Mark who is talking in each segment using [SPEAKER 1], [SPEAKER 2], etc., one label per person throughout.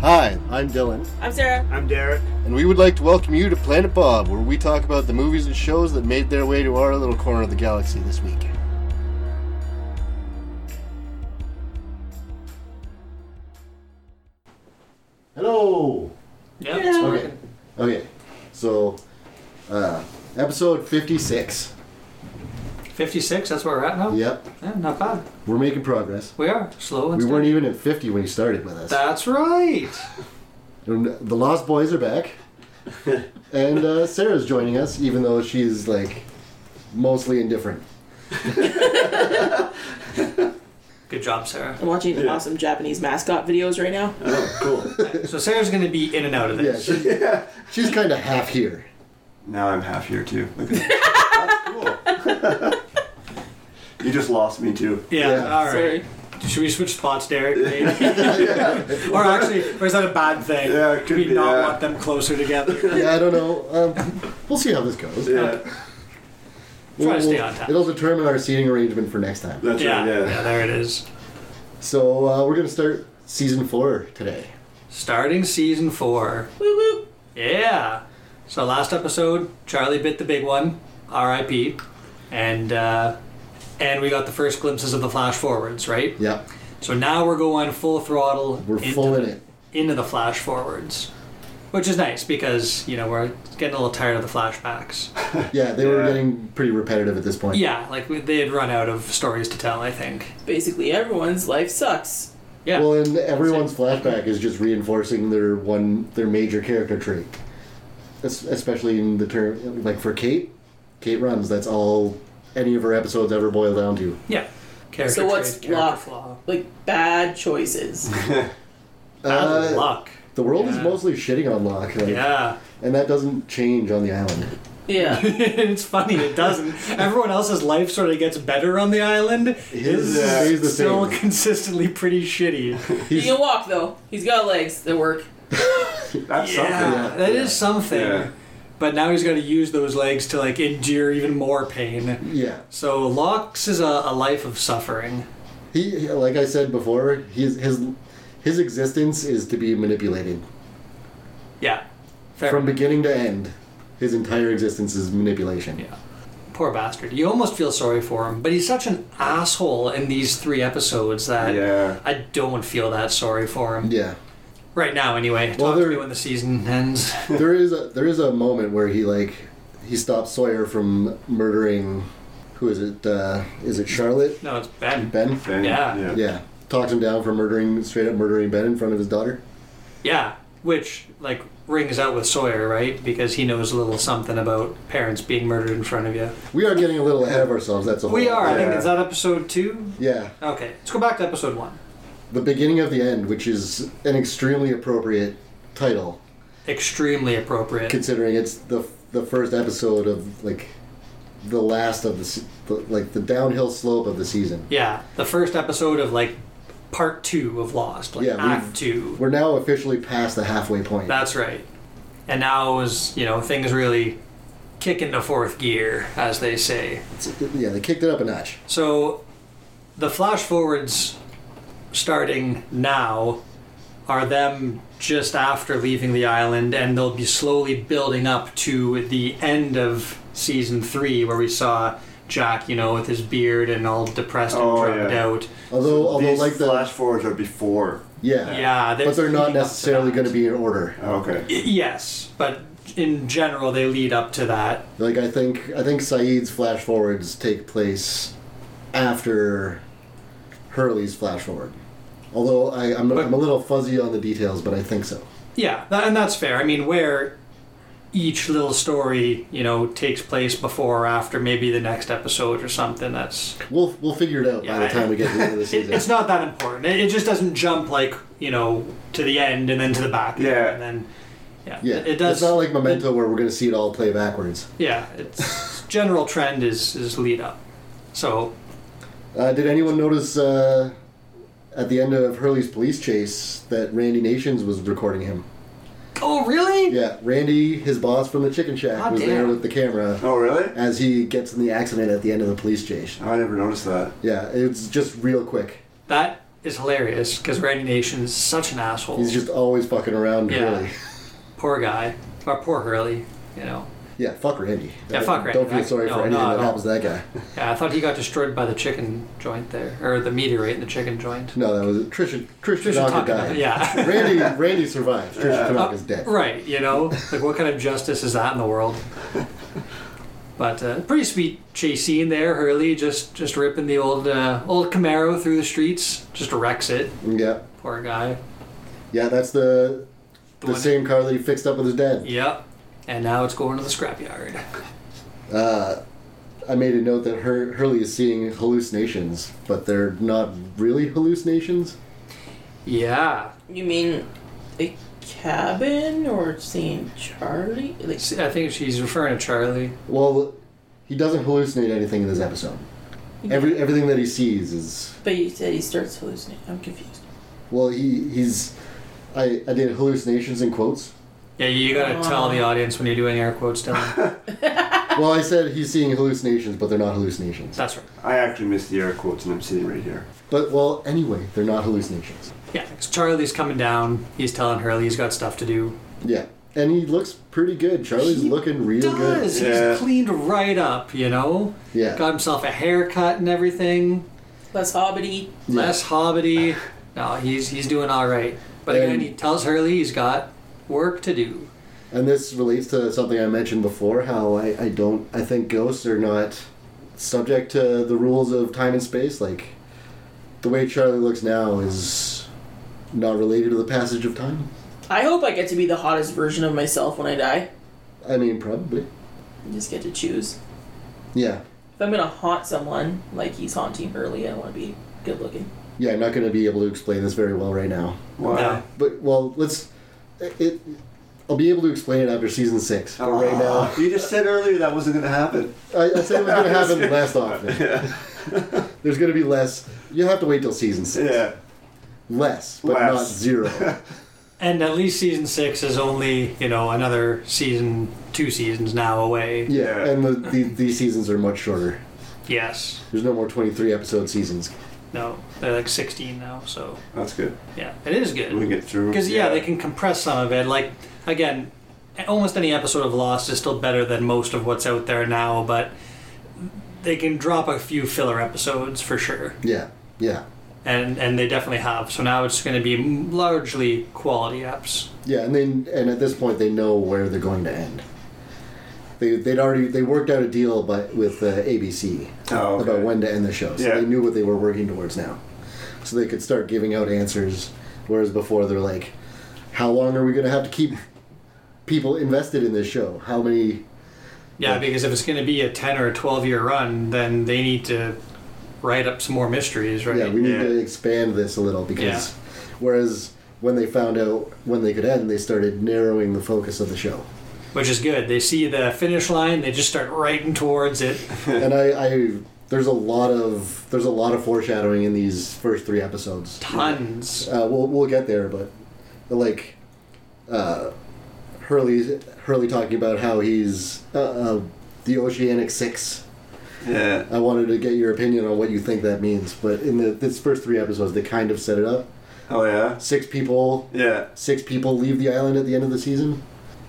[SPEAKER 1] Hi, I'm Dylan,
[SPEAKER 2] I'm Sarah.
[SPEAKER 3] I'm Derek.
[SPEAKER 1] and we would like to welcome you to Planet Bob, where we talk about the movies and shows that made their way to our little corner of the galaxy this week. Hello!
[SPEAKER 2] Yeah.
[SPEAKER 1] Okay, okay, so, uh, episode 56.
[SPEAKER 4] 56, that's where we're at now?
[SPEAKER 1] Yep,
[SPEAKER 4] Yeah, not bad.
[SPEAKER 1] we're making progress.
[SPEAKER 4] We are. Slow and
[SPEAKER 1] We
[SPEAKER 4] steady.
[SPEAKER 1] weren't even at 50 when you started with us.
[SPEAKER 4] That's right.
[SPEAKER 1] And the Lost Boys are back, and uh, Sarah's joining us, even though she's like mostly indifferent.
[SPEAKER 4] Good job, Sarah.
[SPEAKER 2] I'm watching
[SPEAKER 3] Yeah.
[SPEAKER 2] awesome Japanese mascot videos right now.
[SPEAKER 3] Oh, cool.
[SPEAKER 4] So Sarah's going to be in and out of
[SPEAKER 1] Yeah,
[SPEAKER 4] this.
[SPEAKER 1] she's, she's kind of half here.
[SPEAKER 3] now I'm half here too. Look at that. That's cool. you just lost me too.
[SPEAKER 4] Yeah,
[SPEAKER 1] Yeah.
[SPEAKER 4] all right.
[SPEAKER 2] Sorry.
[SPEAKER 4] Should we switch spots, Derek? Maybe? or actually, or is that a bad thing?
[SPEAKER 3] Yeah, it
[SPEAKER 4] Do
[SPEAKER 3] could
[SPEAKER 4] we
[SPEAKER 3] be,
[SPEAKER 4] not
[SPEAKER 3] yeah.
[SPEAKER 4] want them closer together?
[SPEAKER 1] Yeah, I don't know. Um, we'll see how this goes.
[SPEAKER 3] Yeah,
[SPEAKER 4] Try to stay on top.
[SPEAKER 1] It'll determine our seating arrangement for next time.
[SPEAKER 3] that's
[SPEAKER 4] yeah,
[SPEAKER 3] right.
[SPEAKER 4] yeah,
[SPEAKER 3] Yeah.
[SPEAKER 4] there it is.
[SPEAKER 1] So uh, we're gonna start season four today.
[SPEAKER 4] Starting season four.
[SPEAKER 2] Woo woo.
[SPEAKER 4] Yeah. So last episode, Charlie bit the big one, R.I.P. And uh, and we got the first glimpses of the flash forwards, right?
[SPEAKER 1] Yeah,
[SPEAKER 4] So now we're going full throttle.
[SPEAKER 1] We're full in
[SPEAKER 4] the-
[SPEAKER 1] it.
[SPEAKER 4] Into the flash forwards, which is nice because you know we're getting a little tired of the flashbacks.
[SPEAKER 1] yeah, they were
[SPEAKER 3] Yeah.
[SPEAKER 1] getting pretty repetitive at this point.
[SPEAKER 4] yeah, like we, they had run out of stories to tell. I think.
[SPEAKER 2] Basically, everyone's life sucks.
[SPEAKER 4] Yeah.
[SPEAKER 1] Well, and everyone's flashback is just reinforcing their one their major character trait, Es- especially in the term like for Kate. Kate runs. That's all any of her episodes ever boil down to.
[SPEAKER 4] yeah. Character
[SPEAKER 2] So what's
[SPEAKER 4] trait, character
[SPEAKER 2] luck?
[SPEAKER 4] flaw.
[SPEAKER 2] Like bad choices.
[SPEAKER 4] Bad
[SPEAKER 1] Uh,
[SPEAKER 4] luck.
[SPEAKER 1] The world is
[SPEAKER 4] Yeah.
[SPEAKER 1] mostly shitting on Locke, like,
[SPEAKER 4] Yeah,
[SPEAKER 1] and that doesn't change on the island.
[SPEAKER 2] yeah.
[SPEAKER 4] it's funny. It doesn't. Everyone else's life sort of gets better on the island.
[SPEAKER 1] His
[SPEAKER 4] is
[SPEAKER 1] stays the
[SPEAKER 4] still
[SPEAKER 1] same.
[SPEAKER 4] consistently pretty shitty.
[SPEAKER 2] He
[SPEAKER 1] He's,
[SPEAKER 2] can walk though. He's got legs that work.
[SPEAKER 3] That's something.
[SPEAKER 4] Yeah, that is something.
[SPEAKER 3] Yeah.
[SPEAKER 4] But now he's got to use those legs to like endure even more pain.
[SPEAKER 1] yeah,
[SPEAKER 4] So Locke's is a, a life of suffering.
[SPEAKER 1] he he- like I said before, his his his existence is to be manipulated
[SPEAKER 4] Yeah, fair.
[SPEAKER 1] from beginning to end. His entire existence is manipulation.
[SPEAKER 4] yeah, poor bastard. You almost feel sorry for him, but he's such an asshole in these three episodes that
[SPEAKER 3] Yeah.
[SPEAKER 4] I don't feel that sorry for him
[SPEAKER 1] yeah.
[SPEAKER 4] right now. Anyway,
[SPEAKER 1] Well,
[SPEAKER 4] talk to
[SPEAKER 1] they're-
[SPEAKER 4] me when the season ends.
[SPEAKER 1] there is a there is a moment where he like he stops Sawyer from murdering who is it uh, is it Charlotte
[SPEAKER 4] no, it's Ben.
[SPEAKER 1] Ben
[SPEAKER 3] Thing.
[SPEAKER 4] Yeah.
[SPEAKER 3] Yeah.
[SPEAKER 1] yeah talks him down for murdering straight up murdering Ben in front of his daughter
[SPEAKER 4] Yeah, which like rings out with Sawyer, right? Because he knows a little something about parents being murdered in front of you.
[SPEAKER 1] we are getting a little ahead of ourselves that's a whole
[SPEAKER 4] We are. I think
[SPEAKER 3] Yeah.
[SPEAKER 4] is that episode two.
[SPEAKER 1] yeah
[SPEAKER 4] Okay, let's go back to episode one.
[SPEAKER 1] the beginning of the end which is an extremely appropriate title
[SPEAKER 4] Extremely appropriate.
[SPEAKER 1] considering it's the the first episode of like the last of the se- the like the downhill slope of the season
[SPEAKER 4] yeah, the first episode of like part two of Lost, like
[SPEAKER 1] Yeah, we've-
[SPEAKER 4] act two.
[SPEAKER 1] we're now officially past the halfway point
[SPEAKER 4] That's right. And now is you know things really kick into fourth gear, as they say.
[SPEAKER 1] It's- yeah they kicked it up a notch
[SPEAKER 4] So the flash forwards starting now are them just after leaving the island and they'll be slowly building up to the end of season 3 where we saw Jack, you know, with his beard and all depressed and
[SPEAKER 3] Oh,
[SPEAKER 4] drugged
[SPEAKER 3] yeah.
[SPEAKER 4] out.
[SPEAKER 1] although although
[SPEAKER 3] These
[SPEAKER 1] like the
[SPEAKER 3] flash forwards are before.
[SPEAKER 1] Yeah.
[SPEAKER 4] Yeah,
[SPEAKER 1] But they're not
[SPEAKER 4] leading up to
[SPEAKER 1] necessarily
[SPEAKER 4] that.
[SPEAKER 1] going to be in order.
[SPEAKER 3] Oh, okay.
[SPEAKER 4] Y- Yes, but in general they lead up to that.
[SPEAKER 1] Like I think I think Saeed's flash forwards take place after Hurley's flash forward. Although I, I'm,
[SPEAKER 4] But-
[SPEAKER 1] I'm a little fuzzy on the details, but I think so.
[SPEAKER 4] Yeah, that, and that's fair. I mean, where each little story, you know, takes place before or after maybe the next episode or something. That's
[SPEAKER 1] We'll we'll figure it out by the
[SPEAKER 4] Yeah,
[SPEAKER 1] time we get to the end of the
[SPEAKER 4] it,
[SPEAKER 1] season.
[SPEAKER 4] it's not that important. It, it just doesn't jump like you know to the end and then to the back.
[SPEAKER 3] Yeah.
[SPEAKER 4] and then yeah,
[SPEAKER 1] yeah,
[SPEAKER 4] It, it does.
[SPEAKER 1] It's not like Memento where we're going to see it all play backwards.
[SPEAKER 4] yeah, its general trend is is lead up. So
[SPEAKER 1] Uh, did anyone notice uh, at the end of Hurley's police chase that Randy Nations was recording him?
[SPEAKER 4] oh really?
[SPEAKER 1] Yeah, Randy, his boss from the Chicken Shack,
[SPEAKER 4] Hot
[SPEAKER 1] was there
[SPEAKER 4] Oh, damn.
[SPEAKER 1] with the camera
[SPEAKER 3] Oh, really? Oh,
[SPEAKER 1] as he gets in the accident at the end of the police chase.
[SPEAKER 3] I never noticed that.
[SPEAKER 1] Yeah, it's just real quick.
[SPEAKER 4] That is hilarious because Randy Nation is such an asshole.
[SPEAKER 1] He's just always fucking around,
[SPEAKER 4] Yeah.
[SPEAKER 1] really.
[SPEAKER 4] poor guy or poor Hurley. You know,
[SPEAKER 1] Yeah, fuck Randy.
[SPEAKER 4] Yeah, fuck Randy.
[SPEAKER 1] Don't feel sorry
[SPEAKER 4] No,
[SPEAKER 1] for anything
[SPEAKER 4] no, I
[SPEAKER 1] that
[SPEAKER 4] don't.
[SPEAKER 1] happens to that guy.
[SPEAKER 4] yeah, I thought he got destroyed by the chicken joint there, or the meteorite in the chicken joint.
[SPEAKER 1] No, that was it. Trisha. Trisha,
[SPEAKER 4] Trisha
[SPEAKER 1] Tanaka
[SPEAKER 4] Tanaka,
[SPEAKER 1] died.
[SPEAKER 4] yeah.
[SPEAKER 1] Randy. Randy survived. Trisha Tanaka's dead.
[SPEAKER 4] Uh, Right, you know, like what kind of justice is that in the world? But uh, pretty sweet chase scene there. Hurley just just ripping the old uh, old Camaro through the streets, just wrecks it.
[SPEAKER 1] Yeah.
[SPEAKER 4] Poor guy.
[SPEAKER 1] Yeah, that's the
[SPEAKER 4] The
[SPEAKER 1] the
[SPEAKER 4] one-
[SPEAKER 1] same car that he fixed up with his dad.
[SPEAKER 4] Yep. And now it's going to the scrapyard.
[SPEAKER 1] Uh, I made a note that Hur- Hurley is seeing hallucinations, but they're not really hallucinations.
[SPEAKER 4] Yeah,
[SPEAKER 2] You mean a cabin or seeing Charlie? Like,
[SPEAKER 4] See, I think she's referring to Charlie.
[SPEAKER 1] Well, he doesn't hallucinate anything in this episode. Every everything that he sees is
[SPEAKER 2] but you said he starts hallucinating. I'm confused.
[SPEAKER 1] well. He he's I I did hallucinations in quotes.
[SPEAKER 4] Yeah, you gotta tell the audience when you're doing air quotes, Dylan.
[SPEAKER 1] Well, I said he's seeing hallucinations, but they're not hallucinations.
[SPEAKER 4] That's right.
[SPEAKER 3] I actually missed the air quotes and I'm sitting right here.
[SPEAKER 1] But well, anyway, they're not hallucinations.
[SPEAKER 4] Yeah, 'cause Charlie's coming down. He's telling Hurley he's got stuff to do.
[SPEAKER 1] Yeah, and he looks pretty good. Charlie's
[SPEAKER 4] He
[SPEAKER 1] looking real
[SPEAKER 4] does.
[SPEAKER 1] good.
[SPEAKER 3] Yeah.
[SPEAKER 4] He's cleaned right up, you know?
[SPEAKER 1] Yeah.
[SPEAKER 4] Got himself a haircut and everything.
[SPEAKER 2] Less hobbity.
[SPEAKER 1] Yeah.
[SPEAKER 4] Less hobbity. No, he's he's doing all right. But again,
[SPEAKER 1] And-
[SPEAKER 4] he tells Hurley he's got work to do.
[SPEAKER 1] And this relates to something I mentioned before how I, I don't, I think ghosts are not subject to the rules of time and space. Like, the way Charlie looks now is not related to the passage of time.
[SPEAKER 2] I hope I get to be the hottest version of myself when I die.
[SPEAKER 1] I mean, probably.
[SPEAKER 2] I just get to choose.
[SPEAKER 1] Yeah.
[SPEAKER 2] If I'm gonna haunt someone, like he's haunting Hurley, I want to be good looking.
[SPEAKER 1] Yeah, I'm not going to be able to explain this very well right now.
[SPEAKER 3] Why?
[SPEAKER 4] No.
[SPEAKER 1] But, well, let's. It, I'll be able to explain it after season six. But right now,
[SPEAKER 3] You just said earlier that wasn't going to happen.
[SPEAKER 1] I, I said it was going to happen less often.
[SPEAKER 3] Yeah.
[SPEAKER 1] There's going to be less. You'll have to wait till season six.
[SPEAKER 3] Yeah.
[SPEAKER 1] Less, but not
[SPEAKER 3] Less.
[SPEAKER 1] zero.
[SPEAKER 4] And at least season six is only, you know, another season, two seasons now away.
[SPEAKER 1] Yeah,
[SPEAKER 3] Yeah.
[SPEAKER 1] and the, the, these seasons are much shorter.
[SPEAKER 4] Yes.
[SPEAKER 1] There's no more 23 episode seasons.
[SPEAKER 4] No, they're like 16 now, so
[SPEAKER 3] That's good.
[SPEAKER 4] yeah, it is good.
[SPEAKER 3] We can get through.
[SPEAKER 4] Because yeah. they can compress some of it. Like again, almost any episode of Lost is still better than most of what's out there now, but they can drop a few filler episodes for sure,
[SPEAKER 1] Yeah, yeah,
[SPEAKER 4] and and they definitely have. So now it's going to be largely quality apps.
[SPEAKER 1] yeah. And then and at this point, they know where they're going to end. They they'd already they worked out a deal, but with uh, ABC
[SPEAKER 3] Oh, okay.
[SPEAKER 1] about when to end the show. So
[SPEAKER 3] Yeah.
[SPEAKER 1] they knew what they were working towards now, so they could start giving out answers. Whereas before, they're like, "How long are we going to have to keep people invested in this show? How many?"
[SPEAKER 4] Yeah,
[SPEAKER 1] Yeah.
[SPEAKER 4] because if it's going to be a ten or a twelve year run, then they need to write up some more mysteries, right?
[SPEAKER 1] Yeah, we need
[SPEAKER 3] Yeah.
[SPEAKER 1] to expand this a little because whereas when they found out when they could end, they started narrowing the focus of the show.
[SPEAKER 4] Which is good. They see the finish line, they just start writing towards it.
[SPEAKER 1] and I, I there's a lot of there's a lot of foreshadowing in these first three episodes.
[SPEAKER 4] Tons.
[SPEAKER 1] Uh, we'll we'll get there, but like uh, Hurley Hurley talking about how he's uh, uh, the Oceanic Six.
[SPEAKER 3] Yeah.
[SPEAKER 1] I wanted to get your opinion on what you think that means, but in the this first three episodes, they kind of set it up.
[SPEAKER 3] Oh yeah.
[SPEAKER 1] Six people
[SPEAKER 3] Yeah.
[SPEAKER 1] Six people leave the island at the end of the season.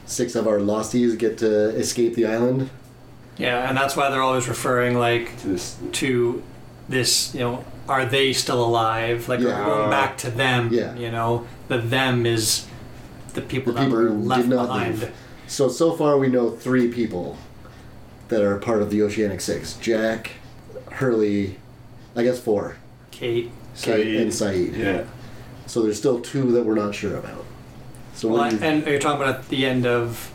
[SPEAKER 1] Six of our losties get to escape the island.
[SPEAKER 4] Yeah, and that's why they're always referring like
[SPEAKER 3] To this.
[SPEAKER 4] to this, you know, are they still alive? Like
[SPEAKER 1] Yeah.
[SPEAKER 4] we're going back to them.
[SPEAKER 1] Yeah.
[SPEAKER 4] You know, the them is the people
[SPEAKER 1] The
[SPEAKER 4] that
[SPEAKER 1] people
[SPEAKER 4] were
[SPEAKER 1] who did
[SPEAKER 4] left
[SPEAKER 1] not
[SPEAKER 4] behind.
[SPEAKER 1] leave. So so far we know three people that are part of the Oceanic Six: Jack, Hurley, I guess four,
[SPEAKER 4] Kate.
[SPEAKER 1] Kate and Saeed.
[SPEAKER 3] Yeah.
[SPEAKER 1] So there's still two that we're not sure about. So
[SPEAKER 4] Well,
[SPEAKER 1] what do you-
[SPEAKER 4] and you're talking about at the end of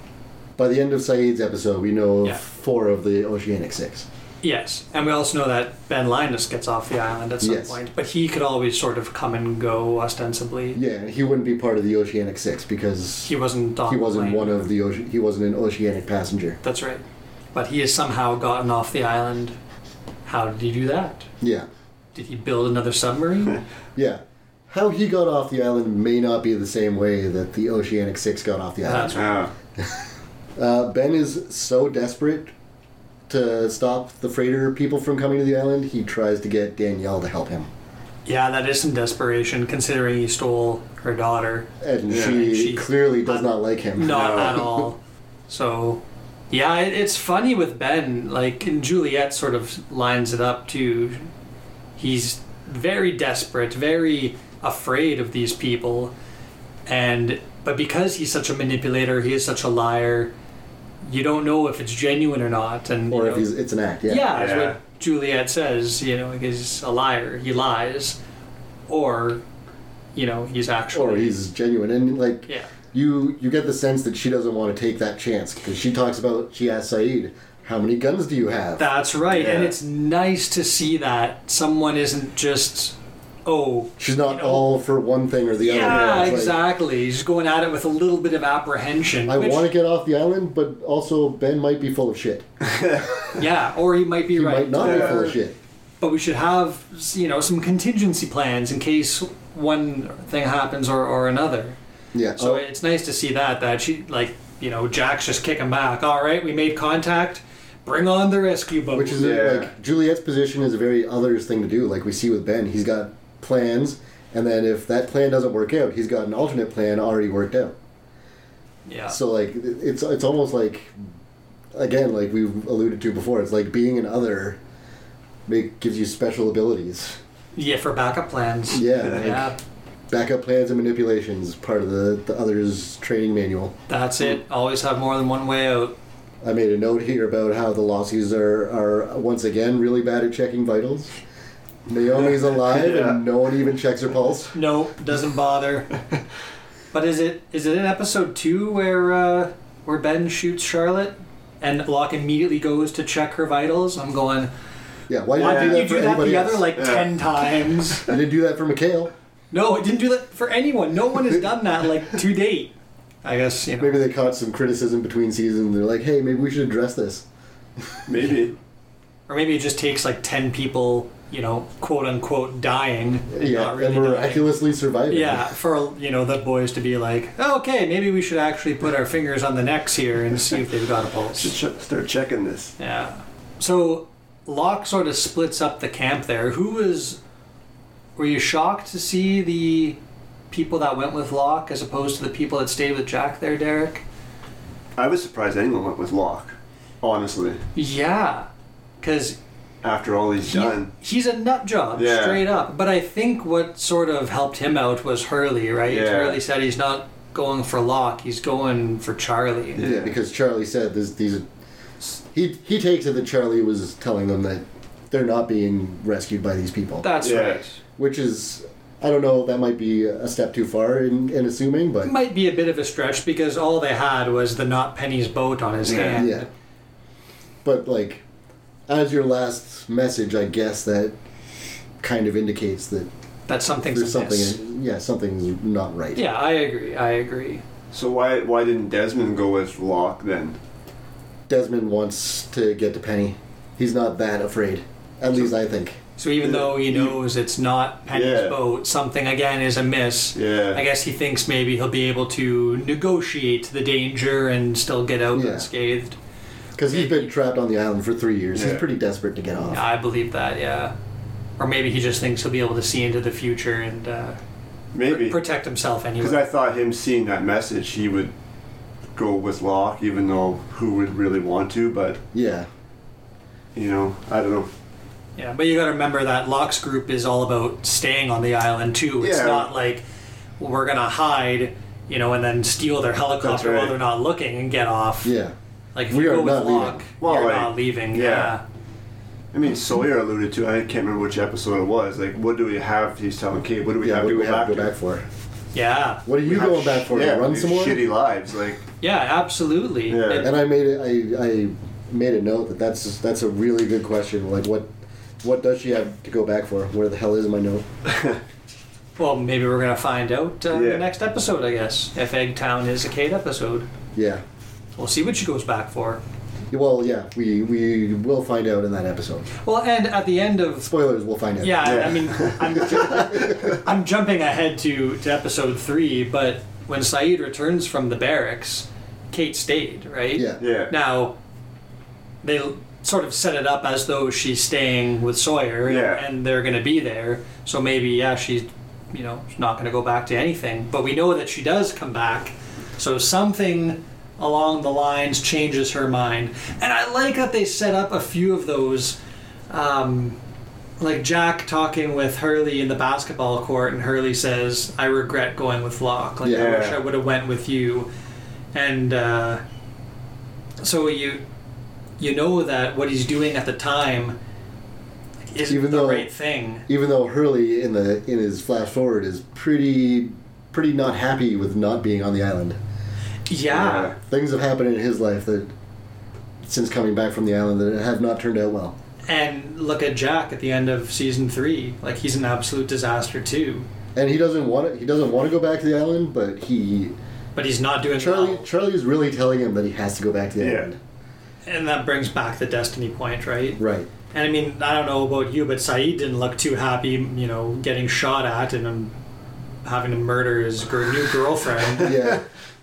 [SPEAKER 1] by the end of Saeed's episode, we know of
[SPEAKER 4] Yeah.
[SPEAKER 1] four of the Oceanic Six.
[SPEAKER 4] yes, and we also know that Ben Linus gets off the island at some
[SPEAKER 1] Yes.
[SPEAKER 4] point, but he could always sort of come and go ostensibly.
[SPEAKER 1] Yeah, he wouldn't be part of the Oceanic Six because
[SPEAKER 4] He wasn't. On
[SPEAKER 1] he
[SPEAKER 4] the
[SPEAKER 1] wasn't
[SPEAKER 4] plane.
[SPEAKER 1] one of the oce- he wasn't an Oceanic passenger.
[SPEAKER 4] That's right, but he has somehow gotten off the island. How did he do that?
[SPEAKER 1] Yeah.
[SPEAKER 4] Did he build another submarine?
[SPEAKER 1] Yeah. How he got off the island may not be the same way that the Oceanic Six got off the
[SPEAKER 4] That's
[SPEAKER 1] island.
[SPEAKER 3] Oh.
[SPEAKER 1] Uh, ben is so desperate to stop the freighter people from coming to the island, he tries to get Danielle to help him.
[SPEAKER 4] Yeah, that is some desperation considering he stole her daughter.
[SPEAKER 1] and
[SPEAKER 3] Yeah,
[SPEAKER 1] she,
[SPEAKER 4] and she-
[SPEAKER 1] clearly does
[SPEAKER 4] I-
[SPEAKER 1] not like him.
[SPEAKER 4] Not
[SPEAKER 3] No.
[SPEAKER 4] at all. So, yeah, it, it's funny with Ben. Like, and Juliet sort of lines it up too. He's very desperate, very afraid of these people, and but because he's such a manipulator, he is such a liar. You don't know if it's genuine or not, and you
[SPEAKER 1] Or if
[SPEAKER 4] know-
[SPEAKER 1] he's, it's an act, yeah.
[SPEAKER 4] yeah, that's
[SPEAKER 3] Yeah.
[SPEAKER 4] what Juliet says. You know, he's a liar. He lies, or you know, he's actually
[SPEAKER 1] Or he's genuine. And, like,
[SPEAKER 4] yeah.
[SPEAKER 1] you you get the sense that she doesn't want to take that chance because she talks about, she asks Saeed, how many guns do you have?
[SPEAKER 4] That's right, and
[SPEAKER 3] Yeah.
[SPEAKER 4] it's nice to see that someone isn't just oh
[SPEAKER 1] She's not
[SPEAKER 4] you know-
[SPEAKER 1] all for one thing or the other.
[SPEAKER 4] yeah
[SPEAKER 1] It's like,
[SPEAKER 4] exactly. She's going at it with a little bit of apprehension.
[SPEAKER 1] I
[SPEAKER 4] which-
[SPEAKER 1] want to get off the island, but also Ben might be full of shit.
[SPEAKER 4] yeah, or he might be
[SPEAKER 1] He
[SPEAKER 4] right.
[SPEAKER 1] might not be
[SPEAKER 3] Yeah.
[SPEAKER 1] full of shit.
[SPEAKER 4] But we should have you know some contingency plans in case one thing happens or, or another.
[SPEAKER 1] Yeah.
[SPEAKER 4] So
[SPEAKER 1] oh,
[SPEAKER 4] it's nice to see that that she like you know Jack's just kicking back. All right, we made contact. Bring on the rescue boat.
[SPEAKER 1] which is
[SPEAKER 3] Yeah.
[SPEAKER 1] like Juliet's position is a very others thing to do. Like we see with Ben, he's got plans, and then if that plan doesn't work out, he's got an alternate plan already worked out.
[SPEAKER 4] yeah,
[SPEAKER 1] So like it's it's almost like again like we've alluded to before. It's like being an other make gives you special abilities.
[SPEAKER 4] yeah for backup plans.
[SPEAKER 1] Yeah. like,
[SPEAKER 4] yeah.
[SPEAKER 1] Backup plans and manipulations part of the the others training manual.
[SPEAKER 4] That's it. Always have more than one way out.
[SPEAKER 1] I made a note here about how the Lossies are, are once again really bad at checking vitals. Naomi's alive
[SPEAKER 3] Yeah.
[SPEAKER 1] and no one even checks her pulse.
[SPEAKER 4] No, doesn't bother. but is it is it in episode two where uh, where Ben shoots Charlotte and Locke immediately goes to check her vitals? I'm going.
[SPEAKER 1] Yeah, why did
[SPEAKER 4] Why
[SPEAKER 1] you do
[SPEAKER 4] didn't
[SPEAKER 1] that
[SPEAKER 4] you
[SPEAKER 1] for
[SPEAKER 4] do that
[SPEAKER 1] anybody
[SPEAKER 4] the
[SPEAKER 1] else?
[SPEAKER 4] other like
[SPEAKER 3] Yeah.
[SPEAKER 4] ten times?
[SPEAKER 1] You didn't do that for Mikhail.
[SPEAKER 4] no, it didn't do that for anyone. No one has done that like to date. I guess you know.
[SPEAKER 1] Maybe they caught some criticism between seasons. They're like, hey, maybe we should address this.
[SPEAKER 3] Maybe.
[SPEAKER 4] or maybe it just takes like 10 people you know quote unquote dying and
[SPEAKER 1] yeah,
[SPEAKER 4] not really
[SPEAKER 1] and
[SPEAKER 4] dying.
[SPEAKER 1] miraculously surviving.
[SPEAKER 4] yeah for you know the boys to be like "Oh, okay maybe we should actually put our fingers on the necks here and see if they've got a
[SPEAKER 3] Should
[SPEAKER 4] pulse
[SPEAKER 3] ch- start checking this.
[SPEAKER 4] yeah so Locke sort of splits up the camp there who was were you shocked to see the people that went with Locke as opposed to the people that stayed with Jack there Derek
[SPEAKER 3] I was surprised anyone went with Locke, honestly,
[SPEAKER 4] yeah because
[SPEAKER 3] after all he's
[SPEAKER 4] He-
[SPEAKER 3] done.
[SPEAKER 4] he's a nut job,
[SPEAKER 3] Yeah.
[SPEAKER 4] straight up. But I think what sort of helped him out was Hurley, right?
[SPEAKER 3] Yeah.
[SPEAKER 4] Hurley said he's not going for Locke, he's going for Charlie.
[SPEAKER 1] Yeah, because Charlie said this, these. He, he takes it that Charlie was telling them that they're not being rescued by these people.
[SPEAKER 4] That's
[SPEAKER 3] Yeah.
[SPEAKER 4] right.
[SPEAKER 1] which is I don't know that might be a step too far in, in assuming, but
[SPEAKER 4] It might be a bit of a stretch because all they had was the not Penny's boat on his
[SPEAKER 3] Yeah.
[SPEAKER 4] hand.
[SPEAKER 1] yeah. But like, as your last message, I guess that kind of indicates that
[SPEAKER 4] That something's
[SPEAKER 1] there's something.
[SPEAKER 4] amiss.
[SPEAKER 1] yeah, something's not right.
[SPEAKER 4] Yeah, I agree. I agree.
[SPEAKER 3] So why why didn't Desmond go with Locke then?
[SPEAKER 1] Desmond wants to get to Penny. He's not that afraid. At least I think.
[SPEAKER 4] So even though he knows it's not Penny's
[SPEAKER 3] Yeah.
[SPEAKER 4] boat, something again is amiss.
[SPEAKER 3] Yeah.
[SPEAKER 4] I guess he thinks maybe he'll be able to negotiate the danger and still get out
[SPEAKER 1] Yeah.
[SPEAKER 4] unscathed.
[SPEAKER 1] Because he's been trapped on the island for three years. He's
[SPEAKER 3] Yeah.
[SPEAKER 1] pretty desperate to get off.
[SPEAKER 4] I believe that, yeah. Or maybe he just thinks he'll be able to see into the future and uh,
[SPEAKER 3] Maybe.
[SPEAKER 4] protect himself
[SPEAKER 3] Because
[SPEAKER 4] anyway.
[SPEAKER 3] I thought him seeing that message, he would go with Locke, even though who would really want to, but,
[SPEAKER 1] Yeah.
[SPEAKER 3] you know, I don't know.
[SPEAKER 4] yeah, but you got to remember that Locke's group is all about staying on the island too. It's
[SPEAKER 3] Yeah.
[SPEAKER 4] not like well, we're gonna hide, you know, and then steal their helicopter while
[SPEAKER 3] right.
[SPEAKER 4] they're not looking and get off.
[SPEAKER 1] Yeah.
[SPEAKER 4] Like if
[SPEAKER 1] We
[SPEAKER 4] you
[SPEAKER 1] are
[SPEAKER 4] go with
[SPEAKER 1] not leaving.
[SPEAKER 4] Locke,
[SPEAKER 3] Well,
[SPEAKER 4] you're
[SPEAKER 3] like,
[SPEAKER 4] not leaving.
[SPEAKER 3] yeah.
[SPEAKER 4] Yeah.
[SPEAKER 3] I mean, Sawyer alluded to, I can't remember which episode it was, like, what do we have, he's telling Kate, what do we
[SPEAKER 1] Yeah.
[SPEAKER 3] have
[SPEAKER 1] What
[SPEAKER 3] to
[SPEAKER 1] do
[SPEAKER 3] go
[SPEAKER 1] we have
[SPEAKER 3] back
[SPEAKER 1] to
[SPEAKER 3] to?
[SPEAKER 1] go back for?
[SPEAKER 4] yeah,
[SPEAKER 1] What are you
[SPEAKER 3] Have
[SPEAKER 1] going back
[SPEAKER 3] sh-
[SPEAKER 1] for?
[SPEAKER 3] yeah,
[SPEAKER 1] Run
[SPEAKER 3] we
[SPEAKER 1] some
[SPEAKER 3] have
[SPEAKER 1] more?
[SPEAKER 3] Shitty lives, like,
[SPEAKER 4] yeah, absolutely.
[SPEAKER 3] Yeah.
[SPEAKER 4] And-
[SPEAKER 1] And I made it. I, I made a note that that's that's a really good question. Like what what does she have to go back for? Where the hell is my note?
[SPEAKER 4] well, maybe we're gonna find out uh,
[SPEAKER 3] Yeah.
[SPEAKER 4] the next episode, I guess. If Eggtown is a Kate episode,
[SPEAKER 1] Yeah.
[SPEAKER 4] we'll see what she goes back for.
[SPEAKER 1] Well, yeah. We we will find out in that episode.
[SPEAKER 4] Well, and at the end of
[SPEAKER 1] Spoilers. We'll find out.
[SPEAKER 4] Yeah, I-
[SPEAKER 3] Yeah.
[SPEAKER 4] I mean, I'm, ju- I'm jumping ahead to, to episode three, but when Saeed returns from the barracks, Kate stayed, right?
[SPEAKER 1] Yeah.
[SPEAKER 3] yeah.
[SPEAKER 4] Now, they sort of set it up as though she's staying with Sawyer and-
[SPEAKER 3] Yeah.
[SPEAKER 4] and they're going to be there. So maybe, yeah, she's, you know, she's not going to go back to anything. But we know that she does come back. So something along the lines changes her mind. And I like that they set up a few of those. Um, like Jack talking with Hurley in the basketball court, and Hurley says, "I regret going with Locke. Like I
[SPEAKER 1] Yeah.
[SPEAKER 4] wish I would have went with you." And uh, so you you know that what he's doing at the time isn't
[SPEAKER 1] Even
[SPEAKER 4] the
[SPEAKER 1] though-
[SPEAKER 4] right thing.
[SPEAKER 1] Even though Hurley in the in his flash forward is pretty pretty not happy with not being on the island.
[SPEAKER 4] Yeah.
[SPEAKER 1] Things have happened in his life that since coming back from the island that have not turned out well.
[SPEAKER 4] And look at Jack at the end of season three. Like he's an absolute disaster too.
[SPEAKER 1] And he doesn't want it. He doesn't want to go back to the island, but he
[SPEAKER 4] But he's not doing
[SPEAKER 1] Charlie
[SPEAKER 4] well.
[SPEAKER 1] Charlie's really telling him that he has to go back to the
[SPEAKER 3] Yeah.
[SPEAKER 1] island.
[SPEAKER 4] And that brings back the destiny point, right?
[SPEAKER 1] Right.
[SPEAKER 4] And I mean, I don't know about you, but Saeed didn't look too happy, you know, getting shot at and um, having to murder his gir- new girlfriend.
[SPEAKER 1] Yeah.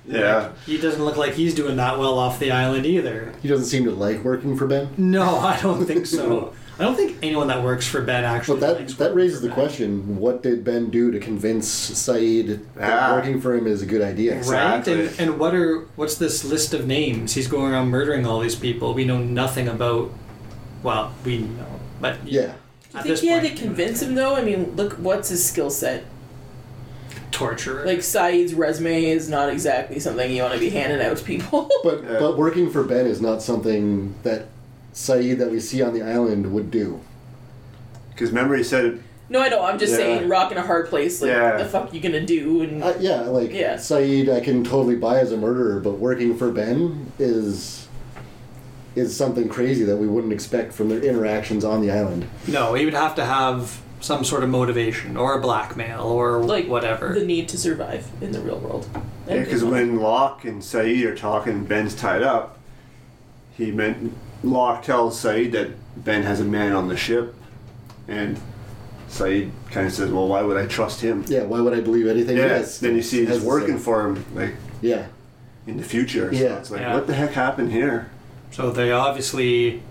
[SPEAKER 3] Yeah.
[SPEAKER 4] he doesn't look like he's doing that well off the island either.
[SPEAKER 1] he doesn't seem to like working for Ben.
[SPEAKER 4] No, I don't think so. I don't think anyone that works for Ben actually.
[SPEAKER 1] But that
[SPEAKER 4] likes
[SPEAKER 1] that
[SPEAKER 4] working
[SPEAKER 1] raises
[SPEAKER 4] for
[SPEAKER 1] the
[SPEAKER 4] Ben.
[SPEAKER 1] question: What did Ben do to convince Saeed that
[SPEAKER 3] Ah.
[SPEAKER 1] working for him is a good idea?
[SPEAKER 4] right?
[SPEAKER 3] Exactly.
[SPEAKER 4] And, and what are what's this list of names? He's going around murdering all these people. We know nothing about. Well, we know, but
[SPEAKER 1] Yeah.
[SPEAKER 2] Do
[SPEAKER 4] At
[SPEAKER 2] you think
[SPEAKER 4] this
[SPEAKER 2] he had
[SPEAKER 4] point-
[SPEAKER 2] to convince him though? I mean, look, what's his skill set?
[SPEAKER 4] torture.
[SPEAKER 2] Like Saeed's resume is not exactly something you want to be handing out to people.
[SPEAKER 1] But
[SPEAKER 3] Yeah.
[SPEAKER 1] but working for Ben is not something that Saeed that we see on the island would do.
[SPEAKER 3] Because remember he said,
[SPEAKER 2] no, I know. I'm just
[SPEAKER 3] Yeah.
[SPEAKER 2] saying, rock in a hard place. Like,
[SPEAKER 3] Yeah.
[SPEAKER 2] what the fuck you gonna do? And
[SPEAKER 1] Uh, yeah, like
[SPEAKER 2] Yeah.
[SPEAKER 1] Saeed, I can totally buy as a murderer, but working for Ben is is something crazy that we wouldn't expect from their interactions on the island.
[SPEAKER 4] no, he would have to have some sort of motivation or blackmail or
[SPEAKER 2] like
[SPEAKER 4] whatever.
[SPEAKER 2] the need to survive in the real world. And-
[SPEAKER 3] because when Locke and Saeed are talking, Ben's tied up. He meant Locke tells Saeed that Ben has a man on the ship, and Saeed kind of says, "Well, why would I trust him?"
[SPEAKER 1] Yeah, why would I believe anything?
[SPEAKER 3] Yeah.
[SPEAKER 1] Yes.
[SPEAKER 3] Then you see he's
[SPEAKER 1] Has the
[SPEAKER 3] working
[SPEAKER 1] same-
[SPEAKER 3] for him, like
[SPEAKER 1] Yeah.
[SPEAKER 3] in the future.
[SPEAKER 1] Yeah.
[SPEAKER 3] So it's like,
[SPEAKER 4] Yeah.
[SPEAKER 3] what the heck happened here?
[SPEAKER 4] So they obviously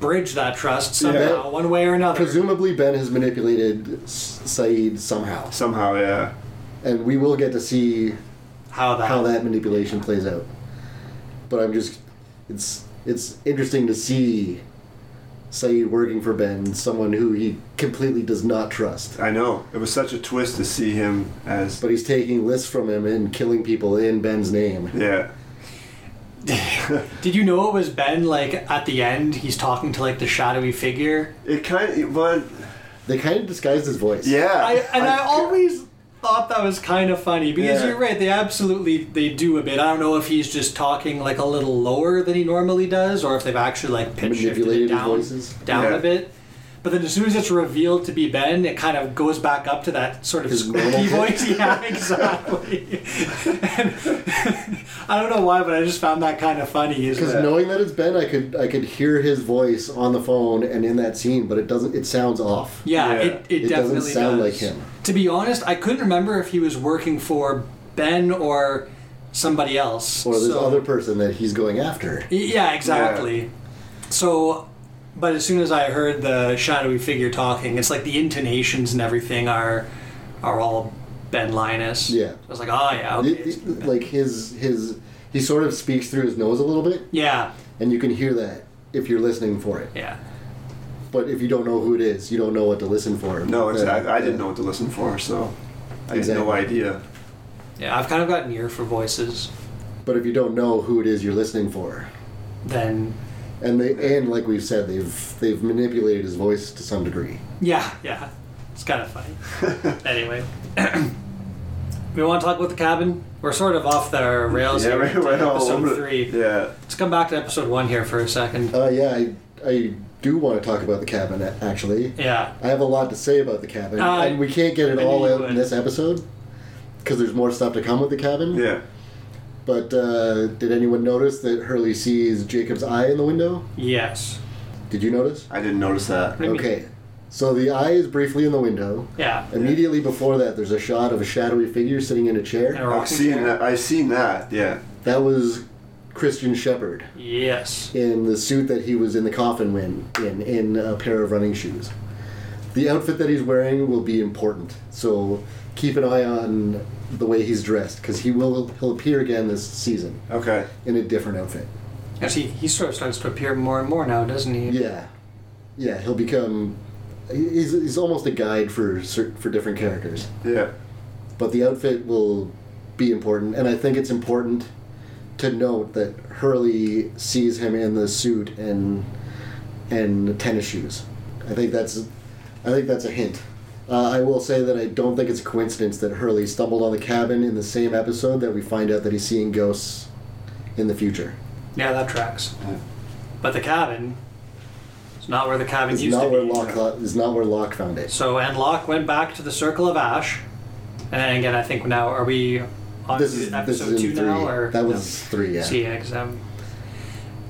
[SPEAKER 4] bridge that trust
[SPEAKER 1] Yeah.
[SPEAKER 4] somehow, one way or another.
[SPEAKER 1] Presumably, Ben has manipulated S- Saeed somehow,
[SPEAKER 3] Somehow, yeah.
[SPEAKER 1] and we will get to see
[SPEAKER 4] how that,
[SPEAKER 1] how that manipulation plays out. But I'm just, it's it's interesting to see Saeed working for Ben, someone who he completely does not trust.
[SPEAKER 3] I know. It was such a twist to see him as.
[SPEAKER 1] But he's taking lists from him and killing people in Ben's name.
[SPEAKER 3] yeah.
[SPEAKER 4] Did you know it was Ben? Like at the end, he's talking to like the shadowy figure.
[SPEAKER 3] It kind of. But.
[SPEAKER 1] They kind of disguised his voice.
[SPEAKER 3] Yeah.
[SPEAKER 4] I, and I, always thought that was kind of funny because
[SPEAKER 3] Yeah.
[SPEAKER 4] you're right. They absolutely they do a bit. I don't know if he's just talking like a little lower than he normally does, or if they've actually like pitch shifted it
[SPEAKER 1] manipulated his
[SPEAKER 4] down
[SPEAKER 1] voices.
[SPEAKER 4] down
[SPEAKER 3] Yeah.
[SPEAKER 4] a bit. But then as soon as it's revealed to be Ben, it kind of goes back up to that sort of
[SPEAKER 1] His normal
[SPEAKER 4] squeaky voice. Yeah, exactly. and I don't know why, but I just found that kind of funny. Is
[SPEAKER 1] Because
[SPEAKER 4] that-
[SPEAKER 1] knowing that it's Ben, I could I could hear his voice on the phone and in that scene, but it doesn't. It sounds off.
[SPEAKER 4] Yeah,
[SPEAKER 3] Yeah.
[SPEAKER 4] It, it,
[SPEAKER 1] It doesn't
[SPEAKER 4] definitely
[SPEAKER 1] sound
[SPEAKER 4] does.
[SPEAKER 1] like him.
[SPEAKER 4] To be honest, I couldn't remember if he was working for Ben or somebody else.
[SPEAKER 1] Or this
[SPEAKER 4] so-
[SPEAKER 1] other person that he's going after.
[SPEAKER 4] Yeah, exactly. So, but as soon as I heard the shadowy figure talking, it's like the intonations and everything are are all Ben Linus.
[SPEAKER 1] Yeah.
[SPEAKER 4] I was like, oh yeah, okay.
[SPEAKER 1] It-
[SPEAKER 4] it's
[SPEAKER 1] it-
[SPEAKER 4] Ben."
[SPEAKER 1] like his his he sort of speaks through his nose a little bit,
[SPEAKER 4] yeah,
[SPEAKER 1] and you can hear that if you're listening for it.
[SPEAKER 4] yeah.
[SPEAKER 1] But if you don't know who it is, you don't know what to listen for.
[SPEAKER 3] No, exactly. I didn't
[SPEAKER 1] Yeah.
[SPEAKER 3] know what to listen for, so I had
[SPEAKER 1] Exactly.
[SPEAKER 3] no idea.
[SPEAKER 4] Yeah, I've kind of got an ear for voices.
[SPEAKER 1] But if you don't know who it is you're listening for,
[SPEAKER 4] Then,
[SPEAKER 1] and they and like we've said, they've they've manipulated his voice to some degree.
[SPEAKER 4] yeah, yeah, it's kind of funny. anyway, we want to talk about the cabin. We're sort of off the rails
[SPEAKER 3] yeah,
[SPEAKER 4] here.
[SPEAKER 3] right,
[SPEAKER 4] to
[SPEAKER 3] right all
[SPEAKER 4] episode
[SPEAKER 3] over-
[SPEAKER 4] three.
[SPEAKER 3] Yeah. Oh.
[SPEAKER 4] Let's come back to episode one here for a second.
[SPEAKER 1] Uh, yeah, I I do want to talk about the cabin a- actually.
[SPEAKER 4] Yeah,
[SPEAKER 1] I have a lot to say about the cabin,
[SPEAKER 4] Uh,
[SPEAKER 1] and we can't get it
[SPEAKER 4] I knew
[SPEAKER 1] all
[SPEAKER 4] you
[SPEAKER 1] out in
[SPEAKER 4] would.
[SPEAKER 1] this episode because there's more stuff to come with the cabin.
[SPEAKER 3] Yeah.
[SPEAKER 1] But uh, did anyone notice that Hurley sees Jacob's eye in the window?
[SPEAKER 4] yes.
[SPEAKER 1] Did you notice?
[SPEAKER 3] I didn't notice that.
[SPEAKER 4] What do you mean?
[SPEAKER 1] Okay. So the eye is briefly in the window.
[SPEAKER 4] Yeah.
[SPEAKER 1] Immediately before that, there's a shot of a shadowy figure sitting in a
[SPEAKER 4] And
[SPEAKER 1] chair.
[SPEAKER 4] a
[SPEAKER 3] I've
[SPEAKER 4] rocking
[SPEAKER 3] seen
[SPEAKER 4] chair.
[SPEAKER 3] that. I've seen that. Yeah.
[SPEAKER 1] That was Christian Shepherd
[SPEAKER 4] Yes.
[SPEAKER 1] in the suit that he was in the coffin when in in a pair of running shoes. The outfit that he's wearing will be important, so keep an eye on the way he's dressed because he will he'll appear again this season
[SPEAKER 3] Okay.
[SPEAKER 1] in a different outfit.
[SPEAKER 4] Actually, he sort of starts to appear more and more now, doesn't he?
[SPEAKER 1] Yeah, yeah, he'll become. He's, he's almost a guide for cer- for different characters.
[SPEAKER 3] Yeah.
[SPEAKER 1] but the outfit will be important and i think it's important to note that hurley sees him in the suit and and tennis shoes i think that's i think that's a hint uh, i will say that i don't think it's a coincidence that hurley stumbled on the cabin in the same episode that we find out that he's seeing ghosts in the future
[SPEAKER 4] Yeah, that tracks.
[SPEAKER 3] Yeah.
[SPEAKER 4] But the cabin is not where the cabin
[SPEAKER 1] it's
[SPEAKER 4] used
[SPEAKER 1] not
[SPEAKER 4] to
[SPEAKER 1] where
[SPEAKER 4] be.
[SPEAKER 1] locke is not where locke found it
[SPEAKER 4] So, and Locke went back to the Circle of Ash. And again, I think now, are we on
[SPEAKER 1] this is
[SPEAKER 4] episode
[SPEAKER 1] this is
[SPEAKER 4] two
[SPEAKER 1] in three
[SPEAKER 4] now? Or,
[SPEAKER 1] that was three yeah
[SPEAKER 4] No. See, yeah, 'cause, um,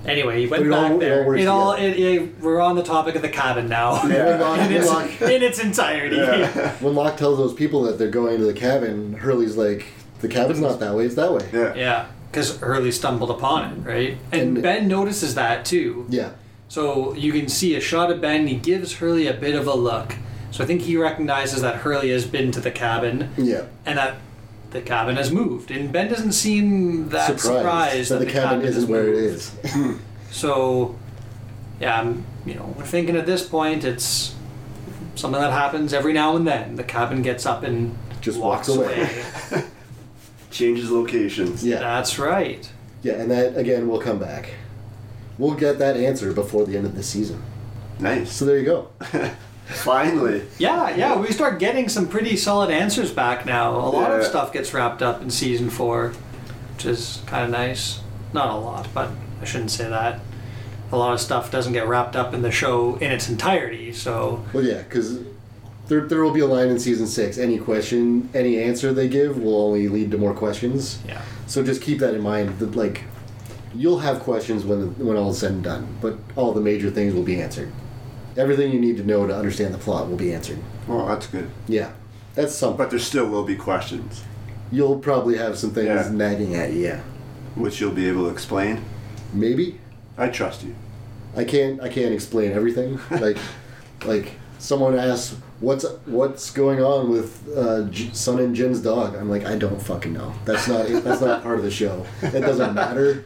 [SPEAKER 4] Anyway, he went
[SPEAKER 1] But it all-
[SPEAKER 4] back
[SPEAKER 1] it all
[SPEAKER 4] there.
[SPEAKER 1] works
[SPEAKER 4] It all,
[SPEAKER 1] together.
[SPEAKER 4] it, it- we're on the topic of the cabin now.
[SPEAKER 1] When
[SPEAKER 3] Yeah.
[SPEAKER 1] Locke-
[SPEAKER 4] in,
[SPEAKER 1] when
[SPEAKER 4] its,
[SPEAKER 1] Locke-
[SPEAKER 4] in its entirety.
[SPEAKER 3] Yeah.
[SPEAKER 1] When Locke tells those people that they're going to the cabin, Hurley's like, "The cabin's not that way; it's that way."
[SPEAKER 3] Yeah.
[SPEAKER 4] Yeah, because Hurley stumbled upon it, right? And,
[SPEAKER 1] And-
[SPEAKER 4] Ben notices that too.
[SPEAKER 1] Yeah.
[SPEAKER 4] So you can see a shot of Ben. He gives Hurley a bit of a look. So I think he recognizes that Hurley has been to the cabin
[SPEAKER 1] Yeah.
[SPEAKER 4] and that the cabin has moved. And Ben doesn't seem that surprised,
[SPEAKER 1] that the cabin, isn't
[SPEAKER 4] has
[SPEAKER 1] where it
[SPEAKER 4] moved.
[SPEAKER 1] is.
[SPEAKER 4] So, yeah, I'm, you know, we're thinking at this point it's something that happens every now and then. The cabin gets up and
[SPEAKER 1] Just walks away.
[SPEAKER 3] Changes locations.
[SPEAKER 1] yeah.
[SPEAKER 4] That's right.
[SPEAKER 1] Yeah, and that again will come back. We'll get that answer before the end of the season.
[SPEAKER 3] Nice.
[SPEAKER 1] So there you go.
[SPEAKER 3] Finally.
[SPEAKER 4] Yeah, yeah, we start getting some pretty solid answers back now. A lot of
[SPEAKER 3] Yeah.
[SPEAKER 4] stuff gets wrapped up in season four, which is kind of nice. Not a lot, but I shouldn't say that. A lot of stuff doesn't get wrapped up in the show in its entirety, so
[SPEAKER 1] Well, yeah, because there there will be a line in season six. Any question, any answer they give will only lead to more questions.
[SPEAKER 4] yeah.
[SPEAKER 1] So just keep that in mind. That like, you'll have questions when when all is said and done, but all the major things will be answered. Everything you need to know to understand the plot will be answered.
[SPEAKER 3] Well, that's good.
[SPEAKER 1] Yeah, that's something.
[SPEAKER 3] But there still will be questions,
[SPEAKER 1] You'll probably have some things
[SPEAKER 3] Yeah.
[SPEAKER 1] nagging at you. Yeah,
[SPEAKER 3] which you'll be able to explain.
[SPEAKER 1] maybe
[SPEAKER 3] I trust you.
[SPEAKER 1] I can't. I can't explain everything. like, like someone asks, "What's what's going on with uh, J- Sun and Jin's dog?" I'm like, I don't fucking know. That's not. it. That's not part of the show. It doesn't matter.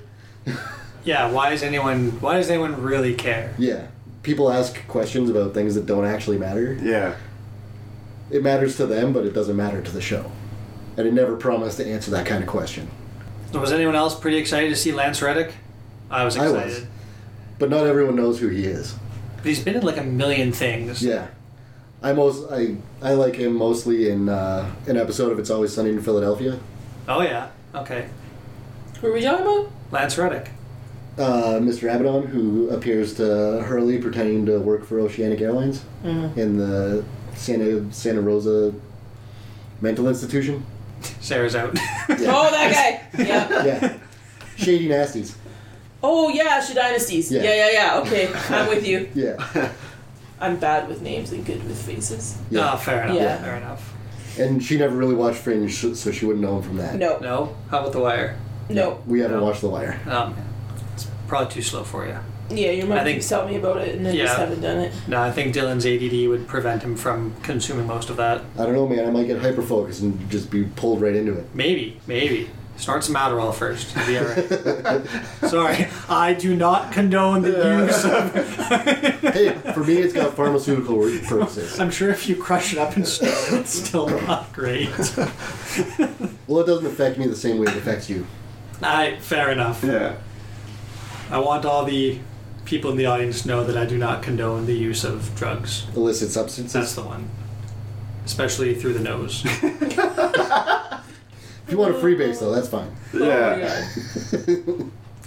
[SPEAKER 4] Yeah, why is anyone why does anyone really care?
[SPEAKER 1] Yeah, people ask questions about things that don't actually matter.
[SPEAKER 3] Yeah.
[SPEAKER 1] It matters to them, but it doesn't matter to the show. And it never promised to answer that kind of question.
[SPEAKER 4] So was anyone else pretty excited to see Lance Reddick? I was
[SPEAKER 1] I was.
[SPEAKER 4] excited.
[SPEAKER 1] But not everyone knows who he is.
[SPEAKER 4] But he's been in like a million things.
[SPEAKER 1] Yeah, I most I I like him mostly in uh, an episode of It's Always Sunny in Philadelphia.
[SPEAKER 4] Oh yeah. Okay.
[SPEAKER 2] Who are we talking about?
[SPEAKER 4] Lance Reddick.
[SPEAKER 1] Uh, Mr. Abaddon, who appears to Hurley pretending to work for Oceanic Airlines in the Santa Santa Rosa mental institution.
[SPEAKER 4] Sarah's out.
[SPEAKER 2] Oh, that guy. Yeah.
[SPEAKER 1] Yeah, shady nasties.
[SPEAKER 2] Oh yeah, Shadynasties.
[SPEAKER 1] Yeah.
[SPEAKER 2] Yeah. yeah, yeah, Okay, I'm with you.
[SPEAKER 1] Yeah.
[SPEAKER 2] I'm bad with names and good with faces.
[SPEAKER 1] Yeah.
[SPEAKER 4] Oh, fair enough.
[SPEAKER 2] Yeah.
[SPEAKER 4] Fair enough.
[SPEAKER 1] And she never really watched Fringe, so so she wouldn't know him from that.
[SPEAKER 2] No, no,
[SPEAKER 4] No? How about The Wire?
[SPEAKER 1] We haven't
[SPEAKER 4] No.
[SPEAKER 1] watched The Wire.
[SPEAKER 4] Um, it's probably too slow for you.
[SPEAKER 2] Yeah, your mom
[SPEAKER 4] I think-
[SPEAKER 2] keeps telling me about it, and I
[SPEAKER 4] Yeah.
[SPEAKER 2] just haven't done it.
[SPEAKER 4] No, I think Dylan's ADD would prevent him from consuming most of that.
[SPEAKER 1] I don't know, man. I might get hyper focused and just be pulled right into it.
[SPEAKER 4] Maybe, maybe. Start some Adderall first. You'll be all right. Sorry, I do not condone the use of.
[SPEAKER 1] Hey, for me, it's got pharmaceutical re- purposes.
[SPEAKER 4] I'm sure if you crush it up in stone, it's still not great.
[SPEAKER 1] Well, it doesn't affect me the same way it affects you.
[SPEAKER 4] I, fair enough.
[SPEAKER 3] Yeah.
[SPEAKER 4] I want all the people in the audience to know that I do not condone the use of drugs.
[SPEAKER 1] Illicit substances.
[SPEAKER 4] That's the one. Especially through the nose.
[SPEAKER 1] if you want a freebase, though, that's fine.
[SPEAKER 2] Oh my
[SPEAKER 3] Yeah.
[SPEAKER 2] god.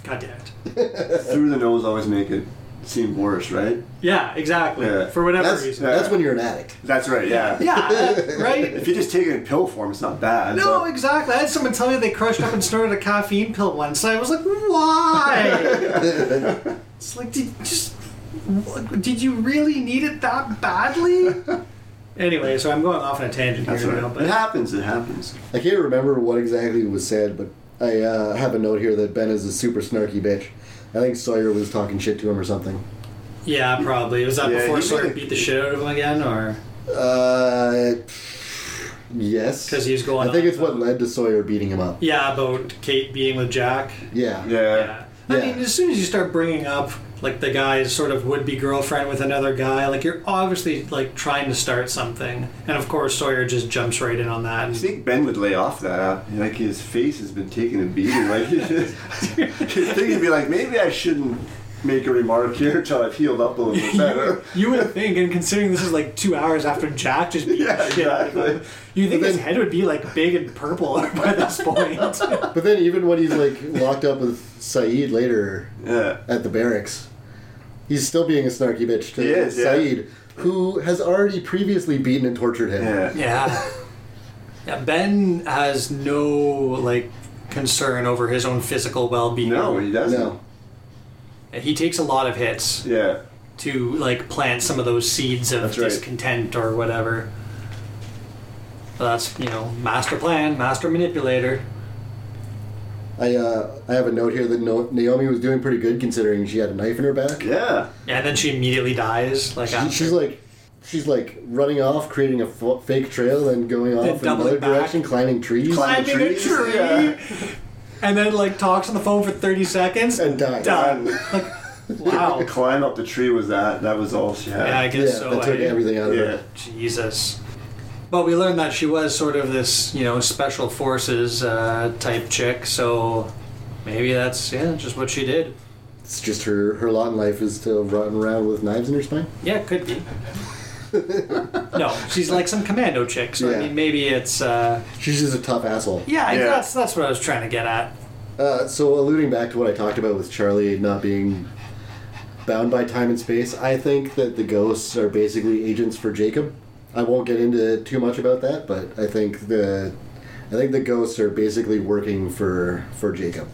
[SPEAKER 4] God damn it.
[SPEAKER 3] Through the nose always make it seem worse, right?
[SPEAKER 4] Yeah, exactly.
[SPEAKER 3] Yeah.
[SPEAKER 4] For whatever
[SPEAKER 1] That's,
[SPEAKER 4] reason.
[SPEAKER 1] that's when you're an addict.
[SPEAKER 3] That's right. Yeah.
[SPEAKER 4] Yeah, that- right?
[SPEAKER 3] If you just take it in pill form, it's not bad.
[SPEAKER 4] No,
[SPEAKER 3] but-
[SPEAKER 4] exactly. I had someone tell me they crushed up and snorted a caffeine pill once, and I was like, why? it's like, did, just, did you really need it that badly? Anyway, so I'm going off on a tangent
[SPEAKER 3] That's
[SPEAKER 4] here
[SPEAKER 3] right.
[SPEAKER 4] now,
[SPEAKER 3] It
[SPEAKER 4] but
[SPEAKER 3] happens. It happens.
[SPEAKER 1] I can't remember what exactly was said, but I uh, have a note here that Ben is a super snarky bitch. I think Sawyer was talking shit to him or something.
[SPEAKER 4] Yeah, probably. Was that
[SPEAKER 3] Yeah,
[SPEAKER 4] before
[SPEAKER 3] he
[SPEAKER 4] Sawyer
[SPEAKER 3] would've-
[SPEAKER 4] beat the shit out of him again, or
[SPEAKER 1] Uh, yes.
[SPEAKER 4] because he's going?
[SPEAKER 1] I think
[SPEAKER 4] on
[SPEAKER 1] it's what
[SPEAKER 4] about-
[SPEAKER 1] led to Sawyer beating him up.
[SPEAKER 4] Yeah, about Kate being with Jack.
[SPEAKER 1] Yeah.
[SPEAKER 3] Yeah.
[SPEAKER 4] Yeah. I
[SPEAKER 1] Yeah.
[SPEAKER 4] mean, as soon as you start bringing up like the guy's sort of would-be girlfriend with another guy, like you're obviously like trying to start something, and of course Sawyer just jumps right in on that.
[SPEAKER 3] I
[SPEAKER 4] And,
[SPEAKER 3] think Ben would lay off that. uh, Like his face has been taking a beating. Like he just, he'd think he'd be like, maybe I shouldn't make a remark here until I've healed up a little bit better.
[SPEAKER 4] you would think, and considering this is like two hours after Jack just beat
[SPEAKER 3] yeah,
[SPEAKER 4] the shit out of him,
[SPEAKER 3] exactly.
[SPEAKER 4] you think
[SPEAKER 1] But
[SPEAKER 4] his
[SPEAKER 1] then-
[SPEAKER 4] head would be like big and purple by this point.
[SPEAKER 1] But then even when he's like locked up with Saeed later
[SPEAKER 3] Yeah.
[SPEAKER 1] at the barracks, he's still being a snarky bitch to
[SPEAKER 3] He is, yeah.
[SPEAKER 1] Saeed, who has already previously beaten and tortured him.
[SPEAKER 3] Yeah.
[SPEAKER 4] yeah. Yeah, Ben has no like concern over his own physical well-being.
[SPEAKER 3] No, he doesn't.
[SPEAKER 1] No.
[SPEAKER 4] He takes a lot of hits.
[SPEAKER 3] Yeah.
[SPEAKER 4] to like plant some of those seeds of
[SPEAKER 3] That's right.
[SPEAKER 4] discontent or whatever. But that's you know master plan, master manipulator.
[SPEAKER 1] I uh, I have a note here that no- Naomi was doing pretty good considering she had a knife in her back.
[SPEAKER 3] Yeah.
[SPEAKER 4] Yeah, and then she immediately dies. Like
[SPEAKER 1] She,
[SPEAKER 4] after.
[SPEAKER 1] she's like she's like running off, creating a f- fake trail, and going off in
[SPEAKER 4] doubling
[SPEAKER 1] another
[SPEAKER 4] back.
[SPEAKER 1] direction, climbing trees,
[SPEAKER 3] Climbing
[SPEAKER 4] climbing a
[SPEAKER 3] trees,
[SPEAKER 4] tree,
[SPEAKER 3] yeah.
[SPEAKER 4] and then like talks on the phone for thirty seconds.
[SPEAKER 1] and dies.
[SPEAKER 4] Done.
[SPEAKER 3] And
[SPEAKER 4] Wow.
[SPEAKER 3] the climb up the tree was that. That was all she
[SPEAKER 4] Yeah, I
[SPEAKER 3] had.
[SPEAKER 1] Yeah,
[SPEAKER 4] guess so.
[SPEAKER 1] that took
[SPEAKER 4] eh?
[SPEAKER 1] everything out of
[SPEAKER 3] Yeah.
[SPEAKER 1] her.
[SPEAKER 4] Jesus. But we learned that she was sort of this, you know, special forces uh, type chick. So maybe that's yeah, just what she did.
[SPEAKER 1] It's just her her lot in life is to run around with knives in her spine.
[SPEAKER 4] Yeah, could be. no, she's like some commando chick. So
[SPEAKER 1] Yeah.
[SPEAKER 4] I mean, maybe it's. Uh,
[SPEAKER 1] She's just a tough asshole.
[SPEAKER 4] yeah,
[SPEAKER 3] Yeah.
[SPEAKER 4] that's that's what I was trying to get at.
[SPEAKER 1] Uh, so alluding back to what I talked about with Charlie not being bound by time and space, I think that the ghosts are basically agents for Jacob. I won't get into too much about that, but I think the I think the ghosts are basically working for for Jacob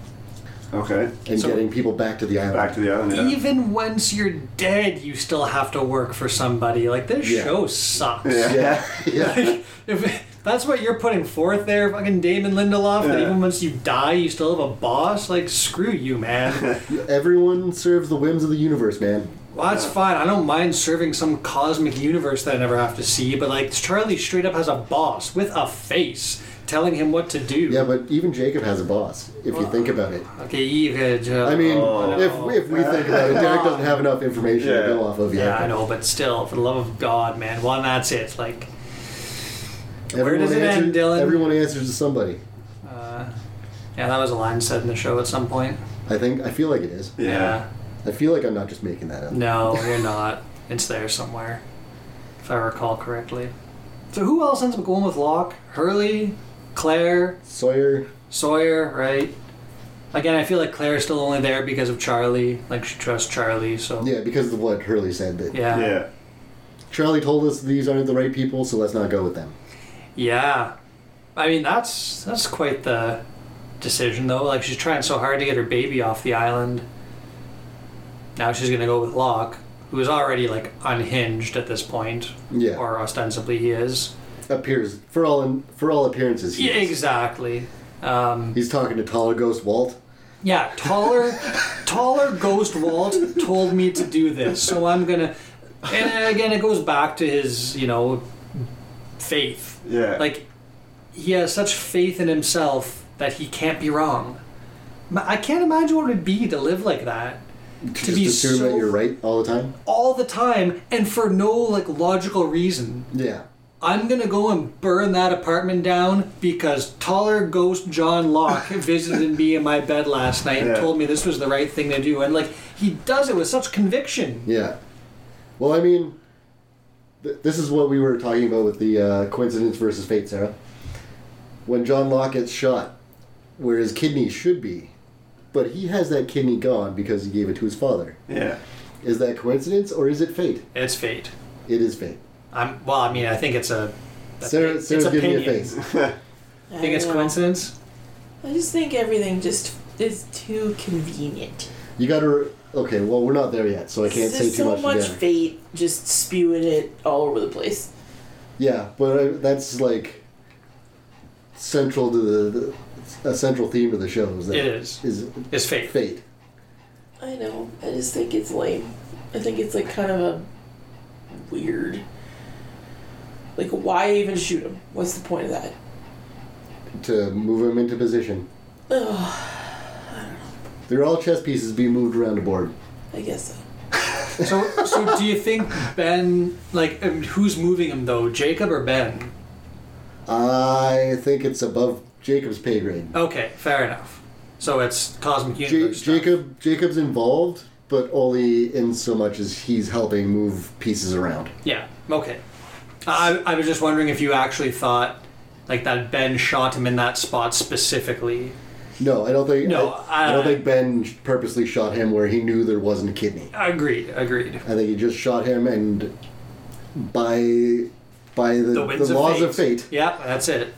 [SPEAKER 3] Okay.
[SPEAKER 1] and
[SPEAKER 4] So-
[SPEAKER 1] getting people back to the island.
[SPEAKER 3] Back to the island. Yeah.
[SPEAKER 4] Even once you're dead, you still have to work for somebody. Like this
[SPEAKER 1] Yeah.
[SPEAKER 4] show sucks.
[SPEAKER 3] Yeah.
[SPEAKER 1] yeah, yeah.
[SPEAKER 4] Like, if that's what you're putting forth there, fucking Damon Lindelof. That
[SPEAKER 3] Yeah.
[SPEAKER 4] even once you die, you still have a boss. Like screw you, man.
[SPEAKER 1] Everyone serves the whims of the universe, man.
[SPEAKER 4] Well, that's fine. I don't mind serving some cosmic universe that I never have to see, but like Charlie straight up has a boss with a face telling him what to do.
[SPEAKER 1] Yeah, but even Jacob has a boss. If you think about it,
[SPEAKER 4] Okay, you could. Uh,
[SPEAKER 1] I mean,
[SPEAKER 3] Oh.
[SPEAKER 1] if if we think about it, Derek doesn't have enough information to
[SPEAKER 3] Yeah.
[SPEAKER 1] go off of yet.
[SPEAKER 4] Oh, yeah, I know, but still, for the love of God, man. Well, and that's it. Like, Where does it
[SPEAKER 1] answers,
[SPEAKER 4] end, Dylan?
[SPEAKER 1] Everyone answers to somebody.
[SPEAKER 4] uh, yeah, that was a line said in the show at some point.
[SPEAKER 1] I think I feel like it is.
[SPEAKER 3] Yeah.
[SPEAKER 1] I feel like I'm not just making that up.
[SPEAKER 4] No, you're not. It's there somewhere, if I recall correctly. So who else ends up going with Locke? Hurley, Claire,
[SPEAKER 1] Sawyer,
[SPEAKER 4] Sawyer, right? Again, I feel like Claire's still only there because of Charlie. Like she trusts Charlie, so
[SPEAKER 1] yeah, because of what Hurley said that
[SPEAKER 4] yeah, yeah.
[SPEAKER 3] Yeah.
[SPEAKER 1] Charlie told us these aren't the right people, so let's not go with them.
[SPEAKER 4] I mean, that's that's quite the decision, though. Like she's trying so hard to get her baby off the island. Now she's gonna go with Locke, who is already like unhinged at this point,
[SPEAKER 1] Yeah,
[SPEAKER 4] or ostensibly he is.
[SPEAKER 1] appears for all in, for all appearances. he
[SPEAKER 4] Yeah,
[SPEAKER 1] is.
[SPEAKER 4] exactly. Um,
[SPEAKER 1] He's talking to taller ghost Walt.
[SPEAKER 4] yeah, taller, taller ghost Walt told me to do this, so I'm gonna. And again, it goes back to his, you know, faith.
[SPEAKER 3] Yeah.
[SPEAKER 4] Like, he has such faith in himself that he can't be wrong. Ma- I can't imagine what it would be to live like that
[SPEAKER 1] To
[SPEAKER 4] be
[SPEAKER 1] just assume that
[SPEAKER 4] so-
[SPEAKER 1] you're right all the time.
[SPEAKER 4] all the time and for no like logical reason.
[SPEAKER 1] Yeah,
[SPEAKER 4] I'm gonna go and burn that apartment down because taller ghost John Locke visited me in my bed last night and
[SPEAKER 3] Yeah.
[SPEAKER 4] told me this was the right thing to do, and like he does it with such conviction.
[SPEAKER 1] yeah. Well, I mean, th- this is what we were talking about with the uh, coincidence versus fate, Sarah. When John Locke gets shot, where his kidney should be, but he has that kidney gone because he gave it to his father.
[SPEAKER 3] Yeah.
[SPEAKER 1] Is that coincidence or is it fate?
[SPEAKER 4] It's fate.
[SPEAKER 1] It is fate.
[SPEAKER 4] I'm well. I mean, I think it's a.
[SPEAKER 1] Sarah,
[SPEAKER 4] it's
[SPEAKER 1] Sarah's giving me a
[SPEAKER 4] opinion.
[SPEAKER 1] face.
[SPEAKER 4] I think it's
[SPEAKER 2] don't know.
[SPEAKER 4] coincidence.
[SPEAKER 2] I just think everything just is too convenient.
[SPEAKER 1] You gotta. re- Okay, well, we're not there yet, so I can't
[SPEAKER 2] There's
[SPEAKER 1] say too
[SPEAKER 2] so
[SPEAKER 1] much. there.
[SPEAKER 2] fate just spewing it all over the place.
[SPEAKER 1] Yeah, but I, that's like central to the, the a central theme of the show. Is that
[SPEAKER 4] It is.
[SPEAKER 1] is
[SPEAKER 4] Is fate.
[SPEAKER 1] fate.
[SPEAKER 2] I know. I just think it's lame. I think it's like kind of a weird. Like, why even shoot him? What's the point of that?
[SPEAKER 1] to move him into position.
[SPEAKER 2] Ugh,
[SPEAKER 1] They're all chess pieces being moved around the board.
[SPEAKER 2] I guess so.
[SPEAKER 4] So, so do you think Ben, like, um, who's moving him though, Jacob or Ben?
[SPEAKER 1] I think it's above Jacob's pay grade.
[SPEAKER 4] Okay, fair enough. So it's cosmic
[SPEAKER 1] Ja-
[SPEAKER 4] universe. stuff.
[SPEAKER 1] Jacob Jacob's involved, but only in so much as he's helping move pieces around.
[SPEAKER 4] Yeah. Okay. I, I was just wondering if you actually thought like that Ben shot him in that spot specifically.
[SPEAKER 1] No, I don't think.
[SPEAKER 4] No, uh,
[SPEAKER 1] I,
[SPEAKER 4] I-
[SPEAKER 1] I don't think Ben purposely shot him where he knew there wasn't a kidney.
[SPEAKER 4] Agreed. Agreed.
[SPEAKER 1] I think he just shot him, and by by the,
[SPEAKER 4] The winds
[SPEAKER 1] the
[SPEAKER 4] of
[SPEAKER 1] laws
[SPEAKER 4] fate.
[SPEAKER 1] of fate,
[SPEAKER 4] Yeah, that's it.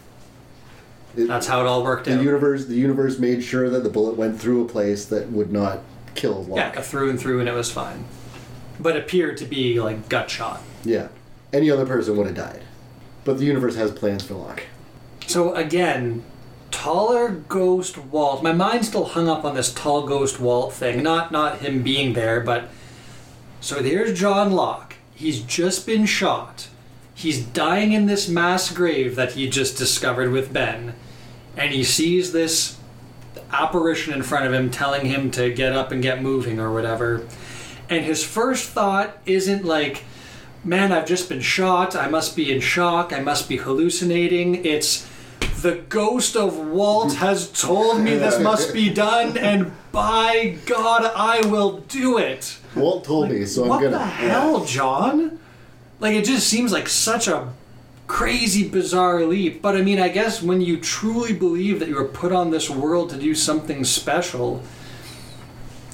[SPEAKER 1] it-
[SPEAKER 4] That's how it all worked
[SPEAKER 1] the
[SPEAKER 4] out.
[SPEAKER 1] universe the universe made sure that the bullet went through a place that would not kill
[SPEAKER 4] yeah,
[SPEAKER 1] Locke.
[SPEAKER 4] got through and through, and it was fine. But appeared to be like gut shot.
[SPEAKER 1] Yeah. Any other person would have died. But the universe has plans for Locke.
[SPEAKER 4] So again, taller ghost Walt. My mind's still hung up on this tall ghost Walt thing. Not not him being there, but so there's John Locke. He's just been shot. He's dying in this mass grave that he just discovered with Ben, and he sees this apparition in front of him telling him to get up and get moving or whatever. And his first thought isn't like, man, I've just been shot. I must be in shock. I must be hallucinating. It's the ghost of Walt has told me this must be done, and by God, I will do it.
[SPEAKER 1] Walt told me, so I'm
[SPEAKER 4] what
[SPEAKER 1] gonna.
[SPEAKER 4] the hell, John? Like, it just seems like such a crazy, bizarre leap. But I mean, I guess when you truly believe that you were put on this world to do something special,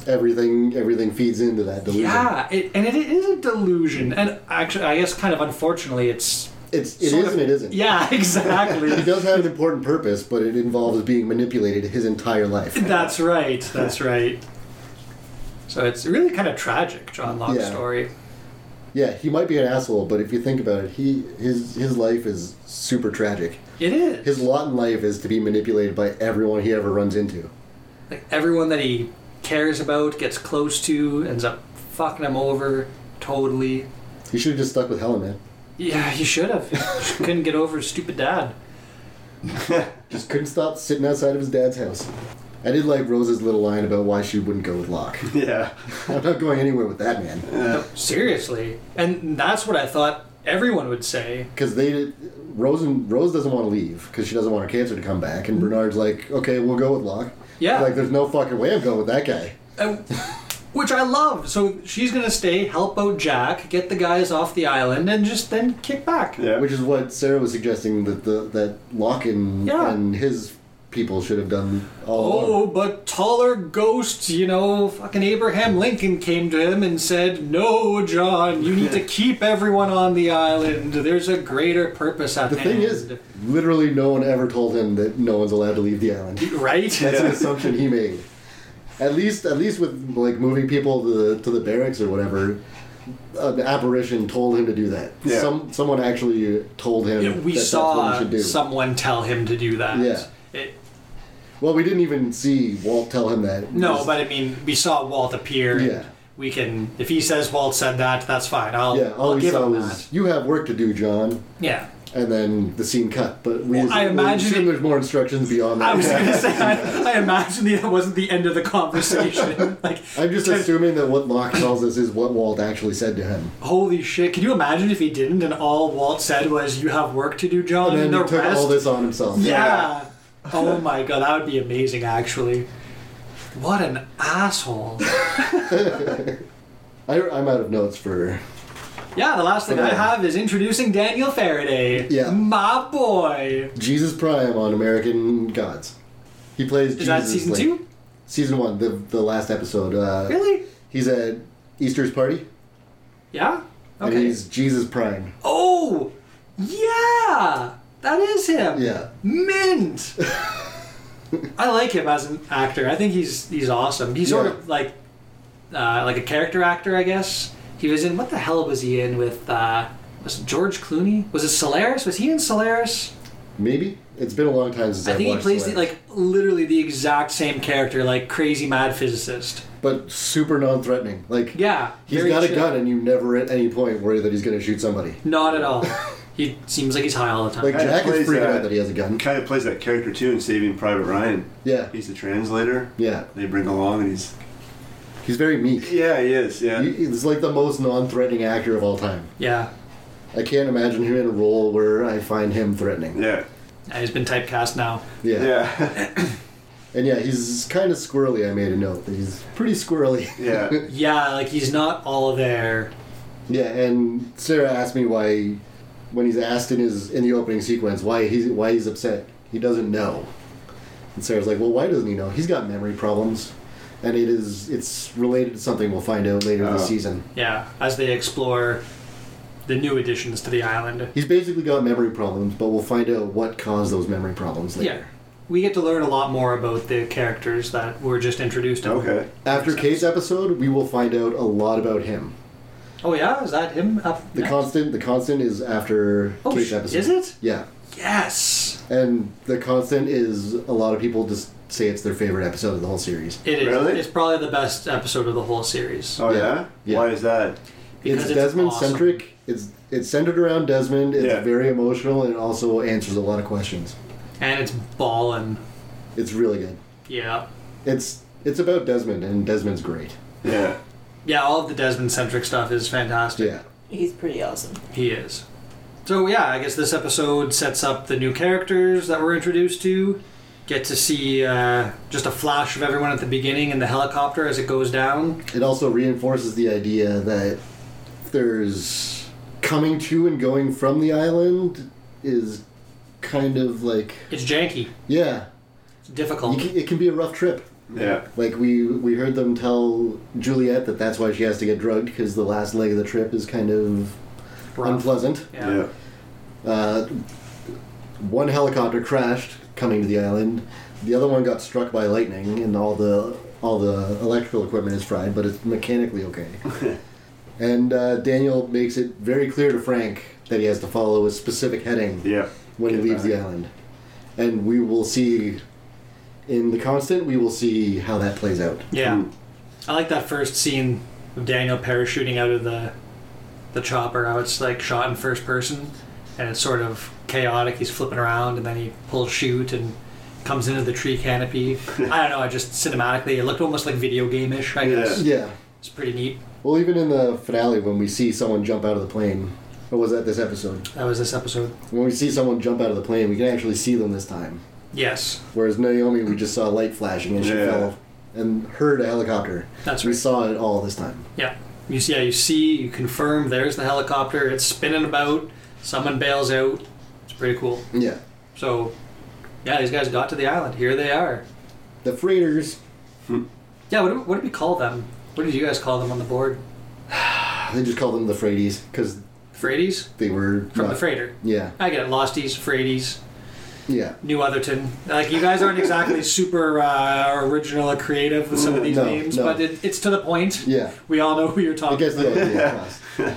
[SPEAKER 1] Everything everything feeds into that delusion.
[SPEAKER 4] yeah, it, and it is a delusion. And actually, I guess, kind of unfortunately, it's
[SPEAKER 1] It's it is
[SPEAKER 4] sort of-
[SPEAKER 1] and it isn't.
[SPEAKER 4] Yeah,
[SPEAKER 1] He
[SPEAKER 4] exactly.
[SPEAKER 1] does have an important purpose, but it involves being manipulated his entire life.
[SPEAKER 4] That's right. That's right. So it's really kind of tragic, John Locke's
[SPEAKER 1] Yeah.
[SPEAKER 4] story.
[SPEAKER 1] Yeah, he might be an asshole, but if you think about it, he his his life is super tragic.
[SPEAKER 4] It is.
[SPEAKER 1] His lot in life is to be manipulated by everyone he ever runs into.
[SPEAKER 4] like everyone that he cares about, gets close to, ends up fucking him over totally.
[SPEAKER 1] He should have just stuck with Helen, man.
[SPEAKER 4] Yeah, he should have. Couldn't get over his stupid dad.
[SPEAKER 1] Just couldn't stop sitting outside of his dad's house. I did like Rose's little line about why she wouldn't go with Locke.
[SPEAKER 3] Yeah.
[SPEAKER 1] I'm not going anywhere with that man.
[SPEAKER 4] No, seriously. And that's what I thought everyone would say.
[SPEAKER 1] because they Rose and Rose doesn't want to leave because she doesn't want her cancer to come back, and Bernard's like, okay, we'll go with Locke.
[SPEAKER 4] Yeah.
[SPEAKER 1] like there's no fucking way I'm going with that guy.
[SPEAKER 4] Uh, which I love. So she's gonna stay, help out Jack, get the guys off the island, and just then kick back.
[SPEAKER 3] Yeah.
[SPEAKER 1] Which is what Sarah was suggesting that the that Locke and
[SPEAKER 4] Yeah.
[SPEAKER 1] and his people should have done all along.
[SPEAKER 4] Oh, but taller ghosts, you know, fucking Abraham Lincoln came to him and said, No, John, you need to keep everyone on the island. There's a greater purpose at
[SPEAKER 1] The thing is,
[SPEAKER 4] hand."
[SPEAKER 1] literally no one ever told him that no one's allowed to leave the island.
[SPEAKER 4] Right?
[SPEAKER 1] That's an
[SPEAKER 3] Yeah.
[SPEAKER 1] assumption he made. At least, at least with like moving people to the, to the barracks or whatever, an apparition told him to do that.
[SPEAKER 3] Yeah.
[SPEAKER 1] Some someone actually told him.
[SPEAKER 4] Yeah,
[SPEAKER 1] that
[SPEAKER 4] we
[SPEAKER 1] that's what he
[SPEAKER 4] saw
[SPEAKER 1] should do.
[SPEAKER 4] someone tell him to do that.
[SPEAKER 1] Yeah.
[SPEAKER 4] It-
[SPEAKER 1] Well, we didn't even see Walt tell him that.
[SPEAKER 4] no,
[SPEAKER 1] Just-
[SPEAKER 4] but I mean, we saw Walt appear. and
[SPEAKER 1] Yeah.
[SPEAKER 4] We can, if he says Walt said that, that's fine. I'll,
[SPEAKER 1] yeah, all
[SPEAKER 4] I'll
[SPEAKER 1] we
[SPEAKER 4] give
[SPEAKER 1] saw
[SPEAKER 4] him
[SPEAKER 1] was
[SPEAKER 4] that.
[SPEAKER 1] you have work to do, John,
[SPEAKER 4] Yeah.
[SPEAKER 1] and then the scene cut. But we,
[SPEAKER 4] I
[SPEAKER 1] we
[SPEAKER 4] imagine
[SPEAKER 1] assume
[SPEAKER 4] it-
[SPEAKER 1] there's more instructions beyond that.
[SPEAKER 4] I was going to say, I, I imagine that wasn't the end of the conversation. like,
[SPEAKER 1] I'm just assuming that what Locke tells us is what Walt actually said to him.
[SPEAKER 4] Holy shit! Can you imagine if he didn't, and all Walt said was, "You have work to do, John."
[SPEAKER 1] And then
[SPEAKER 4] the
[SPEAKER 1] he took
[SPEAKER 4] rest,
[SPEAKER 1] all this on himself.
[SPEAKER 4] yeah. oh my god, that would be amazing. Actually, what an asshole.
[SPEAKER 1] I, I'm out of notes for.
[SPEAKER 4] yeah, the last thing I have is introducing Daniel Faraday.
[SPEAKER 1] Yeah.
[SPEAKER 4] my boy.
[SPEAKER 1] Jesus Prime on American Gods. He plays
[SPEAKER 4] Is
[SPEAKER 1] Jesus.
[SPEAKER 4] that season
[SPEAKER 1] like-
[SPEAKER 4] two?
[SPEAKER 1] Season one, the the last episode. Uh,
[SPEAKER 4] Really?
[SPEAKER 1] He's at Easter's party,
[SPEAKER 4] Yeah.
[SPEAKER 1] and
[SPEAKER 4] Okay.
[SPEAKER 1] he's Jesus Prime.
[SPEAKER 4] Oh, yeah, that is him.
[SPEAKER 1] Yeah.
[SPEAKER 4] Mint. I like him as an actor. I think he's he's awesome. He's sort
[SPEAKER 1] Yeah.
[SPEAKER 4] of like uh, like a character actor, I guess. He was in what the hell was he in with? Uh, was it George Clooney? Was it Solaris? Was he in Solaris?
[SPEAKER 1] Maybe it's been a long time since
[SPEAKER 4] I
[SPEAKER 1] I've
[SPEAKER 4] think he
[SPEAKER 1] watched
[SPEAKER 4] plays the,
[SPEAKER 1] Solaris.
[SPEAKER 4] like literally the exact same character, like crazy mad physicist.
[SPEAKER 1] but super non-threatening. Like
[SPEAKER 4] Yeah,
[SPEAKER 1] he's
[SPEAKER 4] very
[SPEAKER 1] got a
[SPEAKER 4] chill.
[SPEAKER 1] gun, and you never at any point worry that he's going to shoot somebody.
[SPEAKER 4] Not at all. he seems like he's high all the time.
[SPEAKER 1] Like
[SPEAKER 3] Kinda
[SPEAKER 1] Jack is
[SPEAKER 3] plays uh,
[SPEAKER 1] freaking
[SPEAKER 3] that-
[SPEAKER 1] out that he has a gun.
[SPEAKER 3] Kind of plays that character too in Saving Private Ryan.
[SPEAKER 1] Yeah,
[SPEAKER 3] He's the translator.
[SPEAKER 1] yeah.
[SPEAKER 3] They bring along, and he's
[SPEAKER 1] He's very meek.
[SPEAKER 3] yeah, he is. Yeah,
[SPEAKER 1] He- He's like the most non-threatening actor of all time.
[SPEAKER 4] yeah.
[SPEAKER 1] I can't imagine him in a role where I find him threatening.
[SPEAKER 3] yeah,
[SPEAKER 4] Yeah, he's been typecast now.
[SPEAKER 1] Yeah,
[SPEAKER 3] yeah,
[SPEAKER 1] and yeah, he's kind of squirrely. I made a note that he's pretty squirrely.
[SPEAKER 3] yeah.
[SPEAKER 4] Yeah, like he's not all there.
[SPEAKER 1] Yeah, and Sarah asked me why, when he's asked in his in the opening sequence, why he's why he's upset. He doesn't know. And Sarah's like, well, why doesn't he know? He's got memory problems, and it is it's related to something we'll find out later
[SPEAKER 3] Oh.
[SPEAKER 1] this season.
[SPEAKER 4] Yeah, as they explore the new additions to the island.
[SPEAKER 1] He's basically got memory problems, but we'll find out what caused those memory problems
[SPEAKER 4] Yeah.
[SPEAKER 1] later.
[SPEAKER 4] We get to learn a lot more about the characters that were just introduced. to.
[SPEAKER 3] Okay.
[SPEAKER 1] After Kate's episode, we will find out a lot about him.
[SPEAKER 4] Oh yeah, is that him? Up
[SPEAKER 1] The
[SPEAKER 4] next?
[SPEAKER 1] constant, the constant is after
[SPEAKER 4] Oh,
[SPEAKER 1] Kate's
[SPEAKER 4] sh-
[SPEAKER 1] episode.
[SPEAKER 4] is it?
[SPEAKER 1] Yeah,
[SPEAKER 4] Yes,
[SPEAKER 1] and the constant is a lot of people just say it's their favorite episode of the whole series.
[SPEAKER 4] it is.
[SPEAKER 3] Really?
[SPEAKER 4] It's probably the best episode of the whole series
[SPEAKER 3] Oh
[SPEAKER 1] Yeah.
[SPEAKER 3] yeah.
[SPEAKER 1] Yeah.
[SPEAKER 3] Why is that?
[SPEAKER 4] because
[SPEAKER 1] it's Desmond
[SPEAKER 4] awesome.
[SPEAKER 1] centric. It's it's centered around Desmond. It's
[SPEAKER 3] Yeah.
[SPEAKER 1] very emotional and it also answers a lot of questions.
[SPEAKER 4] and it's ballin'.
[SPEAKER 1] It's really good.
[SPEAKER 4] Yeah,
[SPEAKER 1] It's it's about Desmond and Desmond's great.
[SPEAKER 3] Yeah.
[SPEAKER 4] yeah. All of the Desmond centric stuff is fantastic.
[SPEAKER 1] Yeah.
[SPEAKER 2] He's pretty awesome.
[SPEAKER 4] He is. So yeah, I guess this episode sets up the new characters that we're introduced to. Get to see uh, just a flash of everyone at the beginning in the helicopter as it goes down.
[SPEAKER 1] It also reinforces the idea that there's coming to and going from the island is kind of like
[SPEAKER 4] It's janky.
[SPEAKER 1] yeah,
[SPEAKER 4] It's
[SPEAKER 1] you
[SPEAKER 4] difficult.
[SPEAKER 1] can, it can be a rough trip.
[SPEAKER 3] Yeah.
[SPEAKER 1] Like we we heard them tell Juliet that that's why she has to get drugged because the last leg of the trip is kind of
[SPEAKER 4] Rough.
[SPEAKER 1] unpleasant.
[SPEAKER 4] Yeah.
[SPEAKER 3] Yeah.
[SPEAKER 1] Uh, one helicopter crashed coming to the island. The other one got struck by lightning, and all the all the electrical equipment is fried, but it's mechanically okay. and uh, Daniel makes it very clear to Frank that he has to follow a specific heading
[SPEAKER 3] Yeah.
[SPEAKER 1] when he
[SPEAKER 3] Get
[SPEAKER 1] leaves
[SPEAKER 3] back.
[SPEAKER 1] the island. And we will see in the constant. We will see how that plays out.
[SPEAKER 4] Yeah.
[SPEAKER 3] Mm.
[SPEAKER 4] I like that first scene of Daniel parachuting out of the the chopper. How it's like shot in first person, and it's sort of chaotic. He's flipping around, and then he pulls shoot and comes into the tree canopy. I don't know. I just cinematically, it looked almost like video game ish. I
[SPEAKER 3] Yeah.
[SPEAKER 4] guess
[SPEAKER 1] Yeah.
[SPEAKER 4] it's pretty neat.
[SPEAKER 1] Well, even in the finale, when we see someone jump out of the plane, or was that this episode?
[SPEAKER 4] That was this episode.
[SPEAKER 1] When we see someone jump out of the plane, we can actually see them this time.
[SPEAKER 4] Yes,
[SPEAKER 1] Whereas Naomi, we just saw light flashing and she
[SPEAKER 3] Yeah.
[SPEAKER 1] fell and heard a helicopter.
[SPEAKER 4] that's
[SPEAKER 1] we
[SPEAKER 4] right.
[SPEAKER 1] saw it all this time.
[SPEAKER 4] Yeah, you see. Yeah, you see. You confirm. There's the helicopter. It's spinning about. Someone bails out. It's pretty cool.
[SPEAKER 1] Yeah.
[SPEAKER 4] So, yeah, these guys got to the island. Here they are.
[SPEAKER 1] The freighters,
[SPEAKER 4] Yeah, what do, what do we call them? What did you guys call them on the board?
[SPEAKER 1] they just called them the freighties because
[SPEAKER 4] Freighties?
[SPEAKER 1] they were.
[SPEAKER 4] From the
[SPEAKER 1] not-
[SPEAKER 4] freighter.
[SPEAKER 1] Yeah.
[SPEAKER 4] I get it. Losties, Freighties,
[SPEAKER 1] Yeah.
[SPEAKER 4] New Otherton. Like, you guys aren't exactly super uh, original or creative with some of these
[SPEAKER 1] Mm, No,
[SPEAKER 4] names,
[SPEAKER 1] no.
[SPEAKER 4] but it, it's to the point.
[SPEAKER 1] Yeah.
[SPEAKER 4] We all know who you're
[SPEAKER 1] I
[SPEAKER 4] talking
[SPEAKER 1] guess the
[SPEAKER 4] about.
[SPEAKER 1] idea class.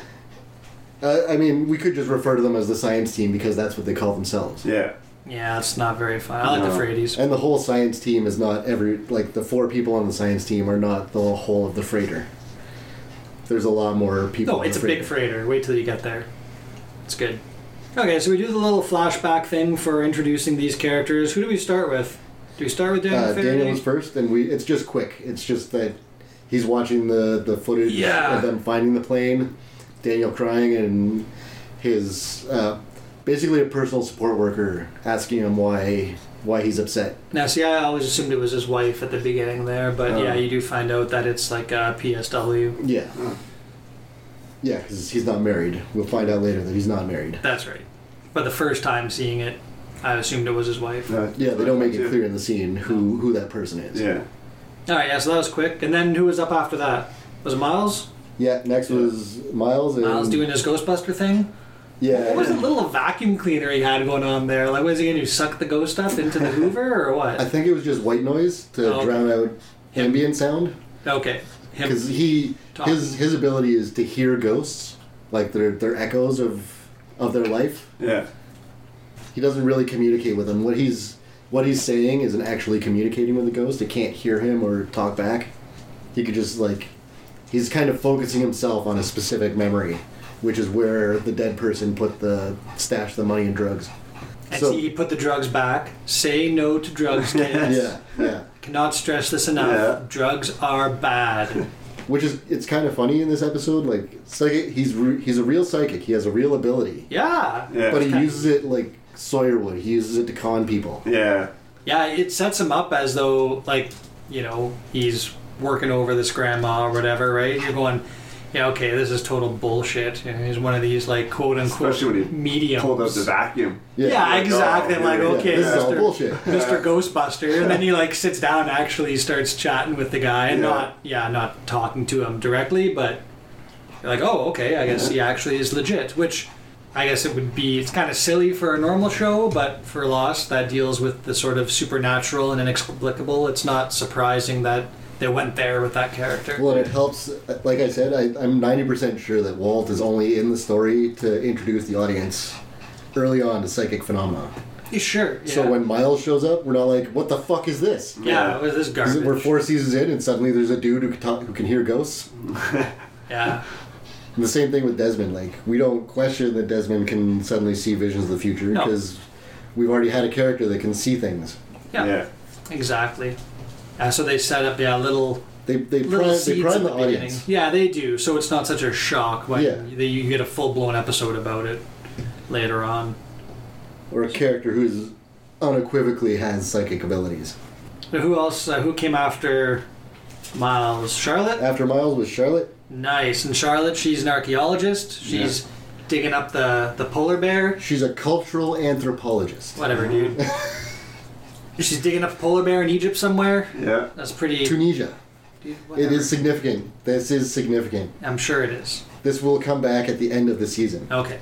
[SPEAKER 1] Uh, I mean, we could just refer to them as the science team because that's what they call themselves.
[SPEAKER 3] Yeah.
[SPEAKER 4] Yeah, it's not very fun. I like
[SPEAKER 3] No.
[SPEAKER 4] the Freighties.
[SPEAKER 1] And the whole science team is not every. Like, the four people on the science team are not the whole of the freighter. There's a lot more people.
[SPEAKER 4] No,
[SPEAKER 1] on
[SPEAKER 4] it's a
[SPEAKER 1] the freighter.
[SPEAKER 4] big freighter. Wait till you get there. It's good. Okay, so we do the little flashback thing for introducing these characters. Who do we start with? Do we start with Daniel
[SPEAKER 1] Uh,
[SPEAKER 4] Faraday?
[SPEAKER 1] Daniel was first, and we. It's just quick. It's just that he's watching the the footage
[SPEAKER 4] Yeah.
[SPEAKER 1] of them finding the plane, Daniel crying, and his uh, basically a personal support worker asking him why why he's upset.
[SPEAKER 4] Now, see, I always assumed it was his wife at the beginning there, but
[SPEAKER 1] Oh.
[SPEAKER 4] yeah, you do find out that it's like uh, a PSW.
[SPEAKER 1] Yeah, yeah, because he's not married. We'll find out later that he's not married.
[SPEAKER 4] That's right. But the first time seeing it, I assumed it was his wife.
[SPEAKER 3] No,
[SPEAKER 1] Yeah, they don't make it clear in the scene who who that person is.
[SPEAKER 3] Yeah.
[SPEAKER 4] All right, yeah, so that was quick. And then who was up after that? Was it Miles?
[SPEAKER 1] Yeah, next was Miles. And,
[SPEAKER 4] Miles doing his Ghostbuster thing?
[SPEAKER 1] Um, Yeah,
[SPEAKER 4] What was the little vacuum cleaner he had going on there? Like, was he going to suck the ghost stuff into the Hoover or
[SPEAKER 1] I
[SPEAKER 4] what?
[SPEAKER 1] think it was just white noise to
[SPEAKER 4] Oh, okay.
[SPEAKER 1] drown out
[SPEAKER 4] Him.
[SPEAKER 1] ambient sound.
[SPEAKER 4] Okay. Him.
[SPEAKER 1] because he
[SPEAKER 4] Talk.
[SPEAKER 1] his his ability is to hear ghosts, like they're they're echoes of of their life.
[SPEAKER 3] Yeah.
[SPEAKER 1] He doesn't really communicate with them. What he's what he's saying isn't actually communicating with the ghost. It can't hear him or talk back. He could just like he's kind of focusing himself on a specific memory, which is where the dead person put the stash the money and drugs.
[SPEAKER 4] And
[SPEAKER 1] So-
[SPEAKER 4] he put the drugs back. Say no to drugs, kids.
[SPEAKER 1] Yeah, yeah.
[SPEAKER 4] Cannot stress this enough.
[SPEAKER 3] Yeah.
[SPEAKER 4] Drugs are bad.
[SPEAKER 1] Which is it's kind of funny in this episode. Like psychic, he's re- he's a real psychic. He has a real ability,
[SPEAKER 4] Yeah.
[SPEAKER 3] Yeah.
[SPEAKER 1] but he
[SPEAKER 4] Okay.
[SPEAKER 1] uses it like Sawyer would. He uses it to con people.
[SPEAKER 3] yeah.
[SPEAKER 4] Yeah, it sets him up as though, like, you know, he's working over this grandma or whatever, right? You're going, yeah, okay, this is total bullshit. And he's one of these, like, quote unquote,
[SPEAKER 3] Especially when he
[SPEAKER 4] mediums.
[SPEAKER 3] Pulled out the vacuum.
[SPEAKER 4] Yeah,
[SPEAKER 3] like,
[SPEAKER 4] exactly.
[SPEAKER 3] oh,
[SPEAKER 4] I'm like,
[SPEAKER 3] yeah,
[SPEAKER 4] okay,
[SPEAKER 1] this is all
[SPEAKER 4] Mr.
[SPEAKER 1] bullshit.
[SPEAKER 4] Mr. Ghostbuster, and then he like sits down. and Actually, starts chatting with the guy, and
[SPEAKER 3] Yeah.
[SPEAKER 4] not yeah, not talking to him directly, but you're like, oh, okay, I guess he actually is legit. Which I guess it would be. It's kind of silly for a normal show, but for Lost, that deals with the sort of supernatural and inexplicable. It's not surprising that they went there with that character.
[SPEAKER 1] Well, and it helps. Like I said, I, I'm 90% sure that Walt is only in the story to introduce the audience early on to psychic phenomena.
[SPEAKER 4] Yeah, sure. Yeah.
[SPEAKER 1] So when Miles shows up, we're not like, what the fuck is this?
[SPEAKER 4] yeah, it was this
[SPEAKER 1] Is
[SPEAKER 4] garbage.
[SPEAKER 1] it- We're four seasons in, and suddenly there's a dude who can, talk, who can hear ghosts.
[SPEAKER 4] yeah.
[SPEAKER 1] And the same thing with Desmond. Like, we don't question that Desmond can suddenly see visions of the future
[SPEAKER 4] No.
[SPEAKER 1] because we've already had a character that can see things.
[SPEAKER 4] yeah, exactly. Yeah, so they set up yeah little
[SPEAKER 1] They, they
[SPEAKER 4] little
[SPEAKER 1] prime, they
[SPEAKER 4] seeds
[SPEAKER 1] prime
[SPEAKER 4] at
[SPEAKER 1] the,
[SPEAKER 4] the beginning.
[SPEAKER 1] audience.
[SPEAKER 4] Yeah, they do. So it's not such a shock when
[SPEAKER 1] Yeah.
[SPEAKER 4] they, you get a full blown episode about it later on.
[SPEAKER 1] Or a character who's unequivocally has psychic abilities.
[SPEAKER 4] So who else? Uh, who came after Miles? Charlotte.
[SPEAKER 1] After Miles was Charlotte.
[SPEAKER 4] Nice. And Charlotte, she's an archaeologist. She's digging up the the polar bear.
[SPEAKER 1] She's a cultural anthropologist.
[SPEAKER 4] Whatever, dude. she's digging up a polar bear in Egypt somewhere.
[SPEAKER 3] Yeah.
[SPEAKER 4] That's pretty.
[SPEAKER 1] Tunisia.
[SPEAKER 4] dude,
[SPEAKER 1] It
[SPEAKER 4] whatever.
[SPEAKER 1] is significant. This is significant.
[SPEAKER 4] I'm sure it is.
[SPEAKER 1] This will come back at the end of the season.
[SPEAKER 4] Okay.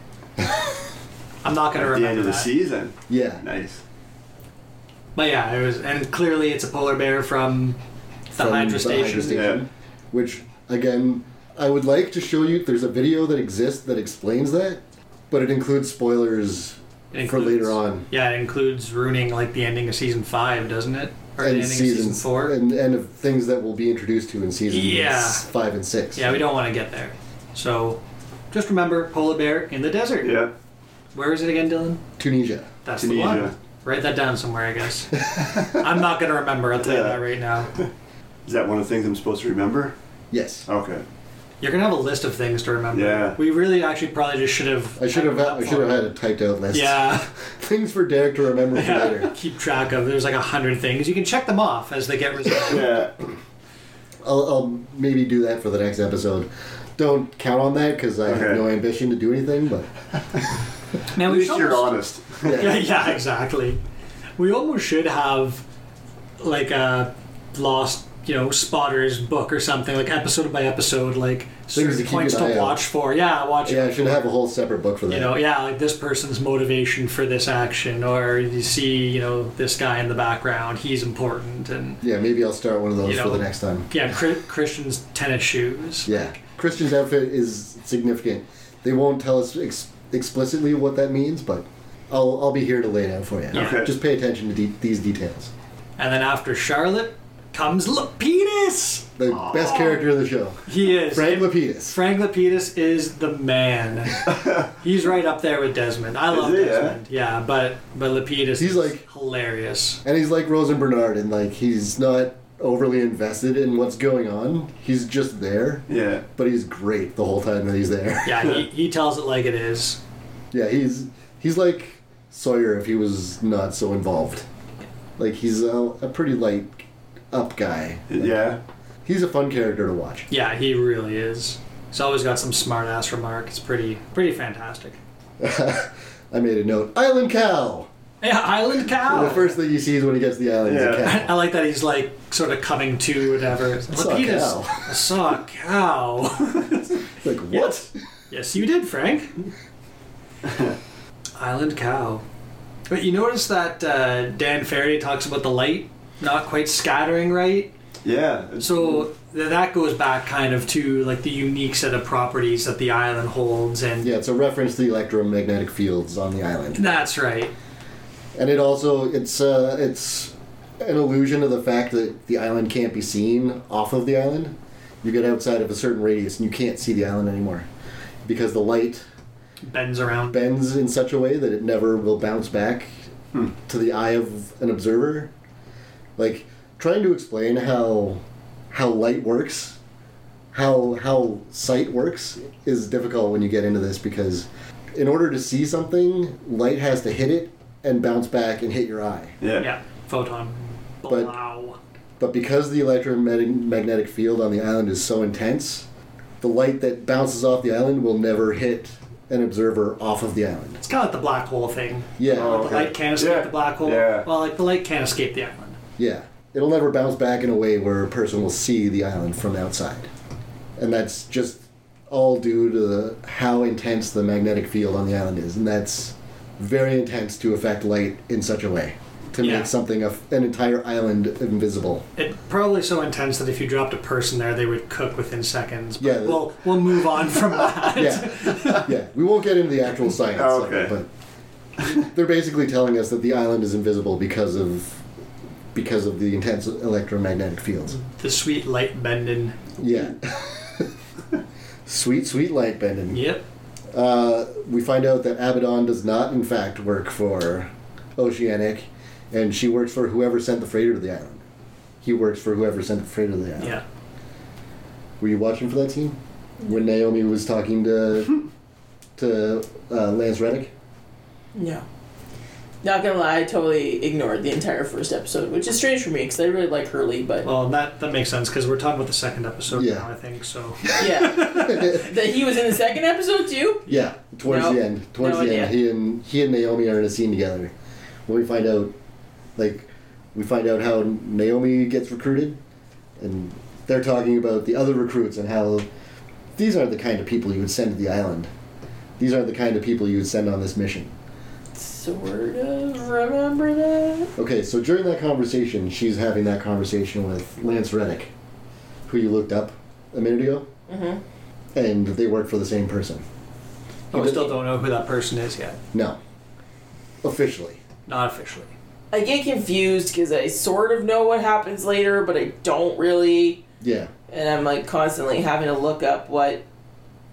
[SPEAKER 4] I'm not gonna
[SPEAKER 3] At
[SPEAKER 4] remember
[SPEAKER 3] the end of the
[SPEAKER 4] that.
[SPEAKER 3] season.
[SPEAKER 1] Yeah.
[SPEAKER 3] Nice.
[SPEAKER 4] But yeah, it was, and clearly it's a polar bear from the
[SPEAKER 1] From
[SPEAKER 4] Hydra
[SPEAKER 1] the
[SPEAKER 4] Station.
[SPEAKER 1] Hydra Station.
[SPEAKER 3] Yeah.
[SPEAKER 1] Which, again, I would like to show you. There's a video that exists that explains that, but it includes spoilers
[SPEAKER 4] It
[SPEAKER 1] for
[SPEAKER 4] includes-
[SPEAKER 1] later on.
[SPEAKER 4] Yeah, it includes ruining like the ending of season five, doesn't it? Or the ending of season four.
[SPEAKER 1] And, and of things that we'll be introduced to in season
[SPEAKER 4] Yeah.
[SPEAKER 1] five and six.
[SPEAKER 4] yeah, we don't want to get there. So just remember polar bear in the desert.
[SPEAKER 3] Yeah.
[SPEAKER 4] Where is it again, Dylan?
[SPEAKER 1] Tunisia.
[SPEAKER 4] That's the
[SPEAKER 3] Tunisia.
[SPEAKER 4] one. Write that down somewhere, I guess. I'm not gonna remember. I'll tell you
[SPEAKER 3] Yeah.
[SPEAKER 4] that right now.
[SPEAKER 3] Is that one of the things I'm supposed to remember?
[SPEAKER 1] Yes.
[SPEAKER 3] Okay.
[SPEAKER 4] You're gonna have a list of things to remember.
[SPEAKER 3] Yeah.
[SPEAKER 4] We really actually probably just should have.
[SPEAKER 1] I should have.
[SPEAKER 4] had
[SPEAKER 1] I should have had a typed out list.
[SPEAKER 4] Yeah.
[SPEAKER 1] Things for Derek to remember for
[SPEAKER 4] yeah.
[SPEAKER 1] later.
[SPEAKER 4] Keep track of. There's like a hundred things. You can check them off as they get resolved.
[SPEAKER 3] Yeah.
[SPEAKER 1] I'll, I'll maybe do that for the next episode. Don't count on that because I have
[SPEAKER 3] Okay.
[SPEAKER 1] no ambition to do anything. But
[SPEAKER 4] Man,
[SPEAKER 3] At
[SPEAKER 4] we
[SPEAKER 3] least
[SPEAKER 4] should
[SPEAKER 3] you're
[SPEAKER 4] almost-
[SPEAKER 3] honest.
[SPEAKER 4] yeah, yeah, exactly. We almost should have like a lost, you know, spotters book or something, like episode by episode, like certain
[SPEAKER 1] to keep
[SPEAKER 4] points
[SPEAKER 1] an
[SPEAKER 4] to
[SPEAKER 1] eye out.
[SPEAKER 4] watch for. Yeah, watch.
[SPEAKER 1] yeah, I should have a whole separate book for that.
[SPEAKER 4] You know, yeah, like this person's motivation for this action, or you see, you know, this guy in the background, he's important, and
[SPEAKER 1] yeah, maybe I'll start one of those
[SPEAKER 4] You
[SPEAKER 1] for
[SPEAKER 4] know.
[SPEAKER 1] the next time.
[SPEAKER 4] yeah, Chri- Christian's tennis shoes.
[SPEAKER 1] Yeah, Christian's outfit is significant. They won't tell us ex- explicitly what that means, but I'll I'll be here to lay it out for you.
[SPEAKER 4] Yeah.
[SPEAKER 3] Okay.
[SPEAKER 1] Just pay attention to de- these details.
[SPEAKER 4] And then after Charlotte comes Lapidus.
[SPEAKER 1] The best character in the show,
[SPEAKER 4] He is
[SPEAKER 1] Frank Lapidus.
[SPEAKER 4] Frank Lapidus is the man. He's right up there with Desmond. I love
[SPEAKER 3] he, yeah?
[SPEAKER 4] Desmond. Yeah? but but Lapidus
[SPEAKER 1] He's
[SPEAKER 4] is
[SPEAKER 1] like-
[SPEAKER 4] hilarious.
[SPEAKER 1] And he's like Rosen Bernard, and like he's not overly invested in what's going on. He's just there,
[SPEAKER 3] Yeah.
[SPEAKER 1] but he's great the whole time that he's there.
[SPEAKER 4] Yeah, he, he tells it like it is.
[SPEAKER 1] Yeah, he's he's like Sawyer if he was not so involved. Like he's a, a pretty light up guy.
[SPEAKER 3] Yeah.
[SPEAKER 1] He's a fun character to watch.
[SPEAKER 4] Yeah, he really is. He's always got some smart ass remark. It's pretty pretty fantastic.
[SPEAKER 1] I made a note. Island cow.
[SPEAKER 4] Yeah, Island Cow.
[SPEAKER 1] The first thing you see is when he gets to the island is a cow.
[SPEAKER 3] Yeah.
[SPEAKER 4] I like that he's like sort of coming to whatever.
[SPEAKER 1] saw a
[SPEAKER 4] Lapidus,
[SPEAKER 1] cow.
[SPEAKER 4] I saw a cow.
[SPEAKER 1] It's like what?
[SPEAKER 4] Yes. Yes, you did, Frank. Island cow. But you notice that uh, Dan Ferry talks about the light not quite scattering right.
[SPEAKER 3] Yeah. It's-
[SPEAKER 4] So
[SPEAKER 1] Mm-hmm.
[SPEAKER 4] th- that goes back kind of to like the unique set of properties that the island holds, and
[SPEAKER 1] Yeah, it's a reference to the electromagnetic fields on the island.
[SPEAKER 4] that's right.
[SPEAKER 1] and it also it's uh, it's an illusion of the fact that the island can't be seen off of the island. You get outside of a certain radius and you can't see the island anymore because the light
[SPEAKER 4] Bends around.
[SPEAKER 1] bends in such a way that it never will bounce back
[SPEAKER 3] Hmm.
[SPEAKER 1] to the eye of an observer. Like trying to explain how how light works, how how sight works is difficult when you get into this because in order to see something, light has to hit it and bounce back and hit your eye.
[SPEAKER 3] Yeah.
[SPEAKER 4] Yeah, photon.
[SPEAKER 1] But-
[SPEAKER 4] Blow.
[SPEAKER 1] But because the electromagnetic field on the island is so intense, the light that bounces off the island will never hit an observer off of the island.
[SPEAKER 4] It's kind of like the black hole thing.
[SPEAKER 1] Yeah.
[SPEAKER 3] Oh,
[SPEAKER 4] The
[SPEAKER 3] okay.
[SPEAKER 4] light can't escape
[SPEAKER 3] Yeah.
[SPEAKER 4] the black hole.
[SPEAKER 3] Yeah.
[SPEAKER 4] Well, like the light can't escape the island.
[SPEAKER 1] Yeah. It'll never bounce back in a way where a person will see the island from outside. And that's just all due to the, how intense the magnetic field on the island is. And that's very intense to affect light in such a way to
[SPEAKER 4] Yeah.
[SPEAKER 1] make something, of an entire island, invisible.
[SPEAKER 4] It probably so intense that if you dropped a person there, they would cook within seconds. But
[SPEAKER 1] Yeah.
[SPEAKER 4] We'll we'll move on from that.
[SPEAKER 1] Yeah. yeah. We won't get into the actual science
[SPEAKER 3] Oh,
[SPEAKER 1] of it,
[SPEAKER 3] okay.
[SPEAKER 1] but they're basically telling us that the island is invisible because of because of the intense electromagnetic fields.
[SPEAKER 4] The sweet light bending.
[SPEAKER 1] Yeah. sweet, sweet light bending.
[SPEAKER 4] Yep.
[SPEAKER 1] Uh, we find out that Abaddon does not, in fact, work for Oceanic, and she works for whoever sent the freighter to the island. He works for whoever sent the freighter to the island.
[SPEAKER 4] Yeah.
[SPEAKER 1] Were you watching for that team? When Naomi was talking to to uh, Lance Reddick?
[SPEAKER 2] No. Not gonna lie, I totally ignored the entire first episode, which is strange for me because I really like Hurley, but
[SPEAKER 4] Well, that that makes sense because we're talking about the second episode
[SPEAKER 1] Yeah.
[SPEAKER 4] now. I think so.
[SPEAKER 2] yeah, that he was in the second episode too.
[SPEAKER 1] Yeah, towards
[SPEAKER 2] No.
[SPEAKER 1] the end. Towards
[SPEAKER 2] No
[SPEAKER 1] the
[SPEAKER 2] idea.
[SPEAKER 1] end, he and he and Naomi are in a scene together. When we find out, like, we find out how Naomi gets recruited, and they're talking about the other recruits and how these aren't the kind of people you would send to the island. These aren't the kind of people you would send on this mission.
[SPEAKER 2] Sort of remember that.
[SPEAKER 1] Okay, so during that conversation, she's having that conversation with Lance Reddick, who you looked up a minute ago,
[SPEAKER 2] Mm-hmm.
[SPEAKER 1] and they work for the same person.
[SPEAKER 4] But we still don't know who that person is yet.
[SPEAKER 1] No, officially.
[SPEAKER 4] Not officially.
[SPEAKER 2] I get confused because I sort of know what happens later, but I don't really,
[SPEAKER 1] Yeah.
[SPEAKER 2] and I'm like constantly having to look up what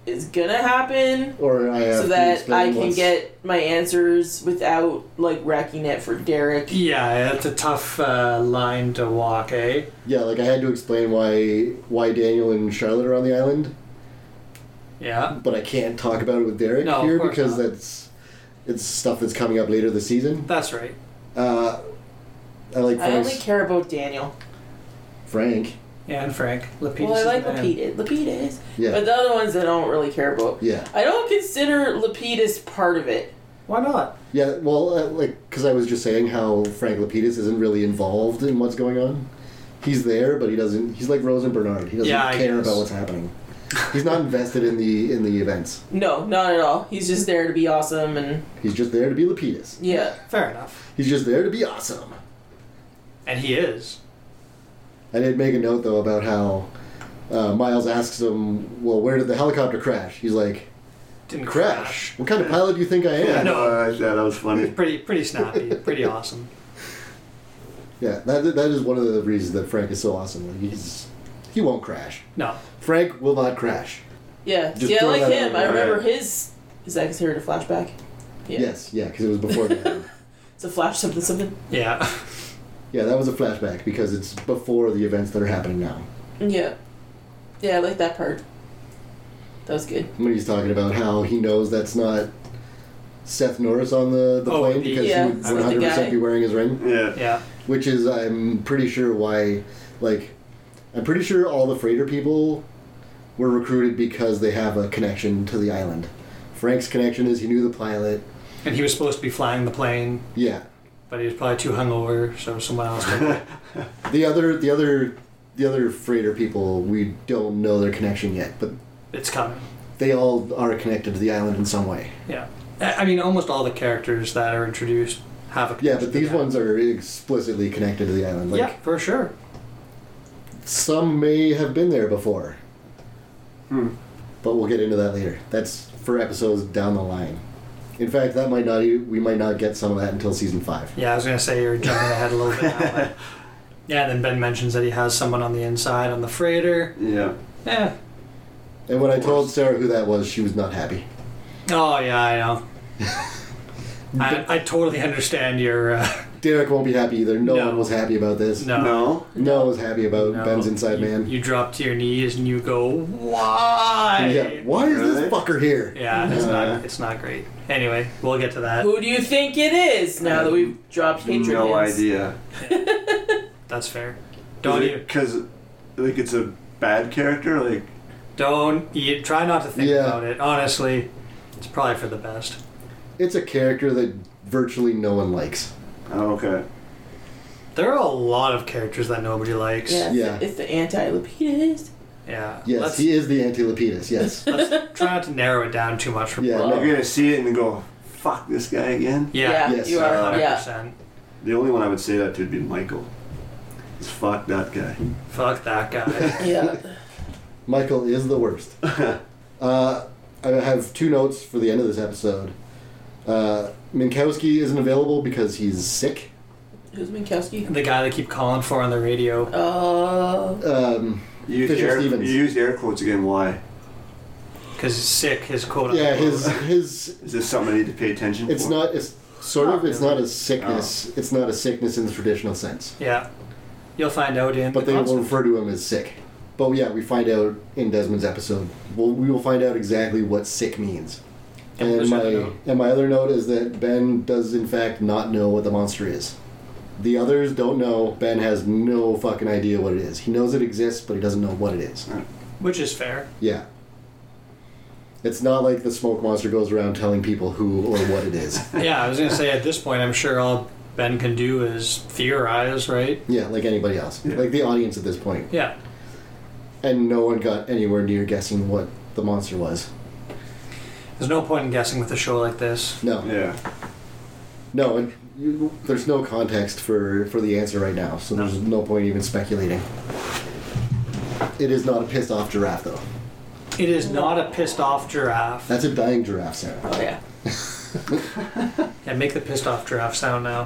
[SPEAKER 2] is gonna happen
[SPEAKER 1] Or I have
[SPEAKER 2] so
[SPEAKER 1] to
[SPEAKER 2] that
[SPEAKER 1] explain
[SPEAKER 2] I can
[SPEAKER 1] what's-
[SPEAKER 2] get my answers without like wrecking it for Derek.
[SPEAKER 4] Yeah, that's a tough uh, line to walk, eh?
[SPEAKER 1] Yeah, like I had to explain why why Daniel and Charlotte are on the island,
[SPEAKER 4] Yeah.
[SPEAKER 1] but I can't talk about it with Derek
[SPEAKER 4] No, of
[SPEAKER 1] here
[SPEAKER 4] course
[SPEAKER 1] because
[SPEAKER 4] not.
[SPEAKER 1] that's it's stuff that's coming up later this season.
[SPEAKER 4] That's right.
[SPEAKER 1] Uh, I like
[SPEAKER 2] I only
[SPEAKER 1] Frank's,
[SPEAKER 2] care about Daniel.
[SPEAKER 1] Frank.
[SPEAKER 4] Yeah, and Frank. Lapidus
[SPEAKER 2] well, I
[SPEAKER 4] is
[SPEAKER 2] like
[SPEAKER 4] the man.
[SPEAKER 2] Lapidus. Lapidus.
[SPEAKER 1] Yeah,
[SPEAKER 2] But the other ones I don't really care about.
[SPEAKER 1] yeah,
[SPEAKER 2] I don't consider Lapidus part of it.
[SPEAKER 4] Why not?
[SPEAKER 1] yeah. Well, uh, like because I was just saying how Frank Lapidus isn't really involved in what's going on. He's there, but he doesn't. He's like Rose and Bernard. He doesn't
[SPEAKER 4] Yeah, I
[SPEAKER 1] care
[SPEAKER 4] guess.
[SPEAKER 1] about what's happening. He's not invested in the in the events.
[SPEAKER 2] No, not at all. He's just there to be awesome and
[SPEAKER 1] He's just there to be Lapidus.
[SPEAKER 2] yeah.
[SPEAKER 4] Fair enough.
[SPEAKER 1] He's just there to be awesome.
[SPEAKER 4] And he is.
[SPEAKER 1] I did make a note though about how uh, Miles asks him, "Well, where did the helicopter crash?" He's like,
[SPEAKER 4] Didn't
[SPEAKER 1] "Crash? What kind of pilot do you think I
[SPEAKER 3] Yeah,
[SPEAKER 1] am?"
[SPEAKER 4] No.
[SPEAKER 3] uh, yeah, that was funny.
[SPEAKER 4] Pretty, pretty snappy. pretty awesome.
[SPEAKER 1] Yeah, that, that is one of the reasons that Frank is so awesome. Like he's he won't crash.
[SPEAKER 4] No.
[SPEAKER 1] Frank will not crash.
[SPEAKER 2] Yeah.
[SPEAKER 1] Just
[SPEAKER 2] See, I
[SPEAKER 1] throw
[SPEAKER 2] like
[SPEAKER 1] that
[SPEAKER 2] him.
[SPEAKER 1] out
[SPEAKER 2] I
[SPEAKER 3] there,
[SPEAKER 2] remember
[SPEAKER 3] right.
[SPEAKER 2] his. Is that considered a flashback? Yeah.
[SPEAKER 1] Yes, yeah, because it was before that.
[SPEAKER 2] It's a flash something something.
[SPEAKER 4] Yeah.
[SPEAKER 1] yeah, that was a flashback because it's before the events that are happening now.
[SPEAKER 2] Yeah. Yeah, I like that part. That was good.
[SPEAKER 1] When he's talking about how he knows that's not Seth Norris on the, the
[SPEAKER 4] Oh,
[SPEAKER 1] plane
[SPEAKER 4] the-
[SPEAKER 1] because
[SPEAKER 2] Yeah,
[SPEAKER 1] he would
[SPEAKER 2] it's not the
[SPEAKER 1] 100
[SPEAKER 2] guy.
[SPEAKER 1] percent be wearing his ring.
[SPEAKER 3] Yeah.
[SPEAKER 4] Yeah.
[SPEAKER 1] which is I'm pretty sure why like I'm pretty sure all the freighter people were recruited because they have a connection to the island. Frank's connection is he knew the pilot.
[SPEAKER 4] And he was supposed to be flying the plane,
[SPEAKER 1] Yeah.
[SPEAKER 4] but he was probably too hungover, so someone else. Did.
[SPEAKER 1] The other the other the other freighter people we don't know their connection yet, but
[SPEAKER 4] It's coming.
[SPEAKER 1] they all are connected to the island in some way.
[SPEAKER 4] Yeah. I I mean, almost all the characters that are introduced have a.
[SPEAKER 1] Yeah,
[SPEAKER 4] connection
[SPEAKER 1] but
[SPEAKER 4] to
[SPEAKER 1] these
[SPEAKER 4] that.
[SPEAKER 1] ones are explicitly connected to the island. Like
[SPEAKER 4] yeah, for sure.
[SPEAKER 1] some may have been there before.
[SPEAKER 3] Hmm.
[SPEAKER 1] But we'll get into that later. That's for episodes down the line. In fact, that might not. e- We might not get some of that until season five.
[SPEAKER 4] Yeah, I was gonna say you're jumping ahead a little bit. Now, but- yeah, and then Ben mentions that he has someone on the inside on the freighter. Eh.
[SPEAKER 3] Yeah.
[SPEAKER 4] Yeah.
[SPEAKER 1] And when I told Sarah who that was, she was not happy.
[SPEAKER 4] Oh yeah, I know. I, I totally understand your. Uh,
[SPEAKER 1] Derek won't be happy either. No,
[SPEAKER 4] No.
[SPEAKER 1] one was happy about this.
[SPEAKER 4] no.
[SPEAKER 3] No.
[SPEAKER 1] No one was happy about
[SPEAKER 4] No.
[SPEAKER 1] Ben's inside
[SPEAKER 4] You-
[SPEAKER 1] man.
[SPEAKER 4] You drop to your knees and you go, why?
[SPEAKER 1] yeah. Why is
[SPEAKER 3] Really?
[SPEAKER 1] this fucker here?
[SPEAKER 4] Yeah, it's
[SPEAKER 3] Uh.
[SPEAKER 4] not. It's not great. Anyway, we'll get to that.
[SPEAKER 2] Who do you think it is? Now that we've dropped hatred.
[SPEAKER 3] No
[SPEAKER 2] hints?
[SPEAKER 3] idea.
[SPEAKER 4] That's fair. Don't e-, eat.
[SPEAKER 3] Because, like, it's a bad character. Like,
[SPEAKER 4] Don't eat. Try not to think
[SPEAKER 1] Yeah.
[SPEAKER 4] about it. Honestly, it's probably for the best.
[SPEAKER 1] It's a character that virtually no one likes.
[SPEAKER 3] oh, okay.
[SPEAKER 4] There are a lot of characters that nobody likes.
[SPEAKER 2] Yeah, it's,
[SPEAKER 1] Yeah.
[SPEAKER 2] The, it's the anti-Lapidus.
[SPEAKER 4] Yeah.
[SPEAKER 1] Yes,
[SPEAKER 4] Let's,
[SPEAKER 1] he is the anti-Lapidus. Yes.
[SPEAKER 4] let's try not to narrow it down too much. From
[SPEAKER 1] Yeah,
[SPEAKER 3] You're
[SPEAKER 1] no.
[SPEAKER 3] gonna see it and go, "Fuck this guy again."
[SPEAKER 4] Yeah.
[SPEAKER 1] Yes.
[SPEAKER 2] you are.
[SPEAKER 3] Uh,
[SPEAKER 2] yeah.
[SPEAKER 4] 100%.
[SPEAKER 3] The only one I would say that to would be Michael. It's fuck that guy.
[SPEAKER 4] Fuck that guy.
[SPEAKER 2] Yeah.
[SPEAKER 1] Michael is the worst. uh, I have two notes for the end of this episode. Uh, Minkowski isn't available because he's sick.
[SPEAKER 2] Who's Minkowski?
[SPEAKER 4] the guy they keep calling for on the radio.
[SPEAKER 2] Uh,
[SPEAKER 1] Um,
[SPEAKER 3] You used,
[SPEAKER 1] Fisher
[SPEAKER 3] air, you
[SPEAKER 1] Stevens.
[SPEAKER 3] used air quotes again. Why?
[SPEAKER 4] Because he's sick, his quote
[SPEAKER 1] yeah,
[SPEAKER 4] unquote.
[SPEAKER 1] his his
[SPEAKER 3] Is this something I need to pay attention
[SPEAKER 1] it's
[SPEAKER 3] for?
[SPEAKER 1] not it's sort of it's not a sickness. It's not a sickness in the traditional sense.
[SPEAKER 4] Yeah. You'll find out in
[SPEAKER 1] But
[SPEAKER 4] the
[SPEAKER 1] they will
[SPEAKER 4] concert.
[SPEAKER 1] refer to him as sick. But yeah, we find out in Desmond's episode. We'll, we will find out exactly what sick means.
[SPEAKER 4] Yeah,
[SPEAKER 1] And
[SPEAKER 4] there's another
[SPEAKER 1] my
[SPEAKER 4] note.
[SPEAKER 1] and my other note is that Ben does in fact not know what the monster is. The others don't know. Ben has no fucking idea what it is. He knows it exists, but he doesn't know what it is.
[SPEAKER 4] Which is fair.
[SPEAKER 1] Yeah. It's not like the smoke monster goes around telling people who or what it is.
[SPEAKER 4] Yeah, I was gonna say at this point, I'm sure all Ben can do is theorize, right?
[SPEAKER 1] yeah, like anybody else.
[SPEAKER 3] Yeah.
[SPEAKER 1] Like the audience at this point.
[SPEAKER 4] Yeah.
[SPEAKER 1] And no one got anywhere near guessing what the monster was.
[SPEAKER 4] There's no point in guessing with a show like this.
[SPEAKER 1] No.
[SPEAKER 3] Yeah.
[SPEAKER 1] No, and you, there's no context for, for the answer right now, so there's no point even speculating. It is not a pissed off giraffe, though.
[SPEAKER 4] It is not a pissed off giraffe.
[SPEAKER 1] That's a dying giraffe, Sarah.
[SPEAKER 2] oh yeah.
[SPEAKER 4] Yeah, make the pissed off giraffe sound now.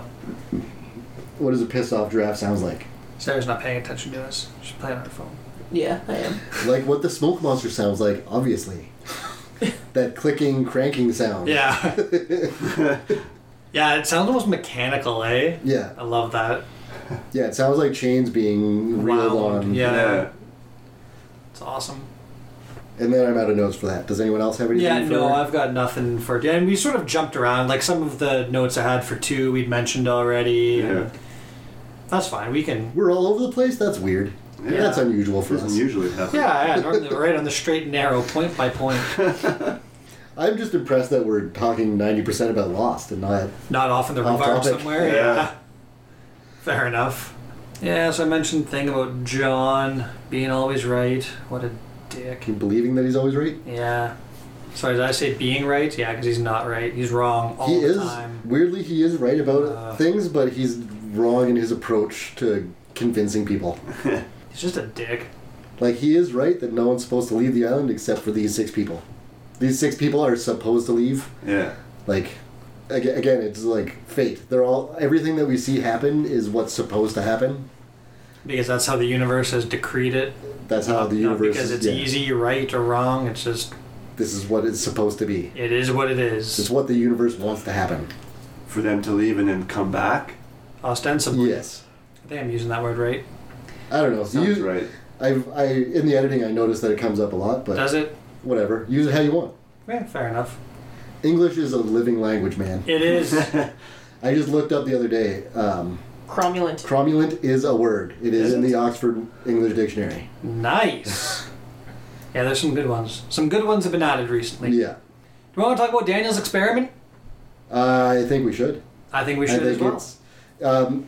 [SPEAKER 1] What does a pissed off giraffe sounds like?
[SPEAKER 4] Sarah's not paying attention to us. She's playing on her phone.
[SPEAKER 2] Yeah, I am.
[SPEAKER 1] Like what the smoke monster sounds like, obviously. that clicking, cranking sound.
[SPEAKER 4] Yeah. yeah, it sounds almost mechanical, eh?
[SPEAKER 1] Yeah.
[SPEAKER 4] I love that.
[SPEAKER 1] Yeah, it sounds like chains being reeled
[SPEAKER 4] Wound,
[SPEAKER 1] on.
[SPEAKER 4] yeah.
[SPEAKER 3] Yeah.
[SPEAKER 4] It's awesome.
[SPEAKER 1] And then I'm out of notes for that. Does anyone else have anything?
[SPEAKER 4] Yeah,
[SPEAKER 1] for
[SPEAKER 4] no, I've got nothing for. Yeah, and we sort of jumped around. Like some of the notes I had for two, we'd mentioned already.
[SPEAKER 3] Yeah.
[SPEAKER 4] That's fine. We can.
[SPEAKER 1] We're all over the place? That's weird.
[SPEAKER 3] Yeah.
[SPEAKER 1] That's unusual for
[SPEAKER 3] Doesn't
[SPEAKER 1] us.
[SPEAKER 3] usually happen.
[SPEAKER 4] Yeah, yeah. Normally, we're right on the straight and narrow, point by point.
[SPEAKER 1] I'm just impressed that we're talking 90% about Lost and not
[SPEAKER 4] Not off in the
[SPEAKER 1] Off
[SPEAKER 4] reverb
[SPEAKER 1] topic.
[SPEAKER 4] somewhere. Yeah.
[SPEAKER 3] Yeah.
[SPEAKER 4] Fair enough. Yeah, so I mentioned the thing about John being always right. What a dick.
[SPEAKER 1] believing that he's always right.
[SPEAKER 4] Yeah. Sorry, did I say being right? Yeah, because he's not right. He's wrong all
[SPEAKER 1] he
[SPEAKER 4] the
[SPEAKER 1] is
[SPEAKER 4] time.
[SPEAKER 1] weirdly he is right about
[SPEAKER 4] Uh.
[SPEAKER 1] things, but he's wrong in his approach to convincing people.
[SPEAKER 4] He's just a dick.
[SPEAKER 1] Like he is right that no one's supposed to leave the island except for these six people. These six people are supposed to leave.
[SPEAKER 3] Yeah.
[SPEAKER 1] Like aga- again, it's like fate. They're all everything that we see happen is what's supposed to happen.
[SPEAKER 4] Because that's how the universe has decreed it.
[SPEAKER 1] That's how
[SPEAKER 4] Not-
[SPEAKER 1] the universe.
[SPEAKER 4] Not because
[SPEAKER 1] is,
[SPEAKER 4] it's
[SPEAKER 1] yeah.
[SPEAKER 4] easy, right or wrong. It's just
[SPEAKER 1] This is what it's supposed to be.
[SPEAKER 4] it is what it
[SPEAKER 1] This is
[SPEAKER 4] is.
[SPEAKER 1] what the universe wants to happen.
[SPEAKER 3] For them to leave and then come back.
[SPEAKER 4] Ostensibly,
[SPEAKER 1] Yes.
[SPEAKER 4] I think I'm using that word right.
[SPEAKER 1] I don't know.
[SPEAKER 3] Sounds
[SPEAKER 1] Use-
[SPEAKER 3] right.
[SPEAKER 1] I've I in the editing I noticed that it comes up a lot, but
[SPEAKER 4] Does it?
[SPEAKER 1] whatever. Use it how you want.
[SPEAKER 4] Yeah, fair enough.
[SPEAKER 1] English is a living language, man.
[SPEAKER 4] It is.
[SPEAKER 1] I just looked up the other day. Um,
[SPEAKER 2] Cromulent.
[SPEAKER 1] cromulent is a word. It is
[SPEAKER 4] Is
[SPEAKER 1] in
[SPEAKER 4] it?
[SPEAKER 1] the Oxford English Dictionary.
[SPEAKER 4] nice. Yeah, there's some good ones. Some good ones have been added recently.
[SPEAKER 1] Yeah,
[SPEAKER 4] Do you want to talk about Daniel's experiment?
[SPEAKER 1] uh, I think we should.
[SPEAKER 4] I think we
[SPEAKER 1] I
[SPEAKER 4] should
[SPEAKER 1] think
[SPEAKER 4] as well.
[SPEAKER 1] it's. Um,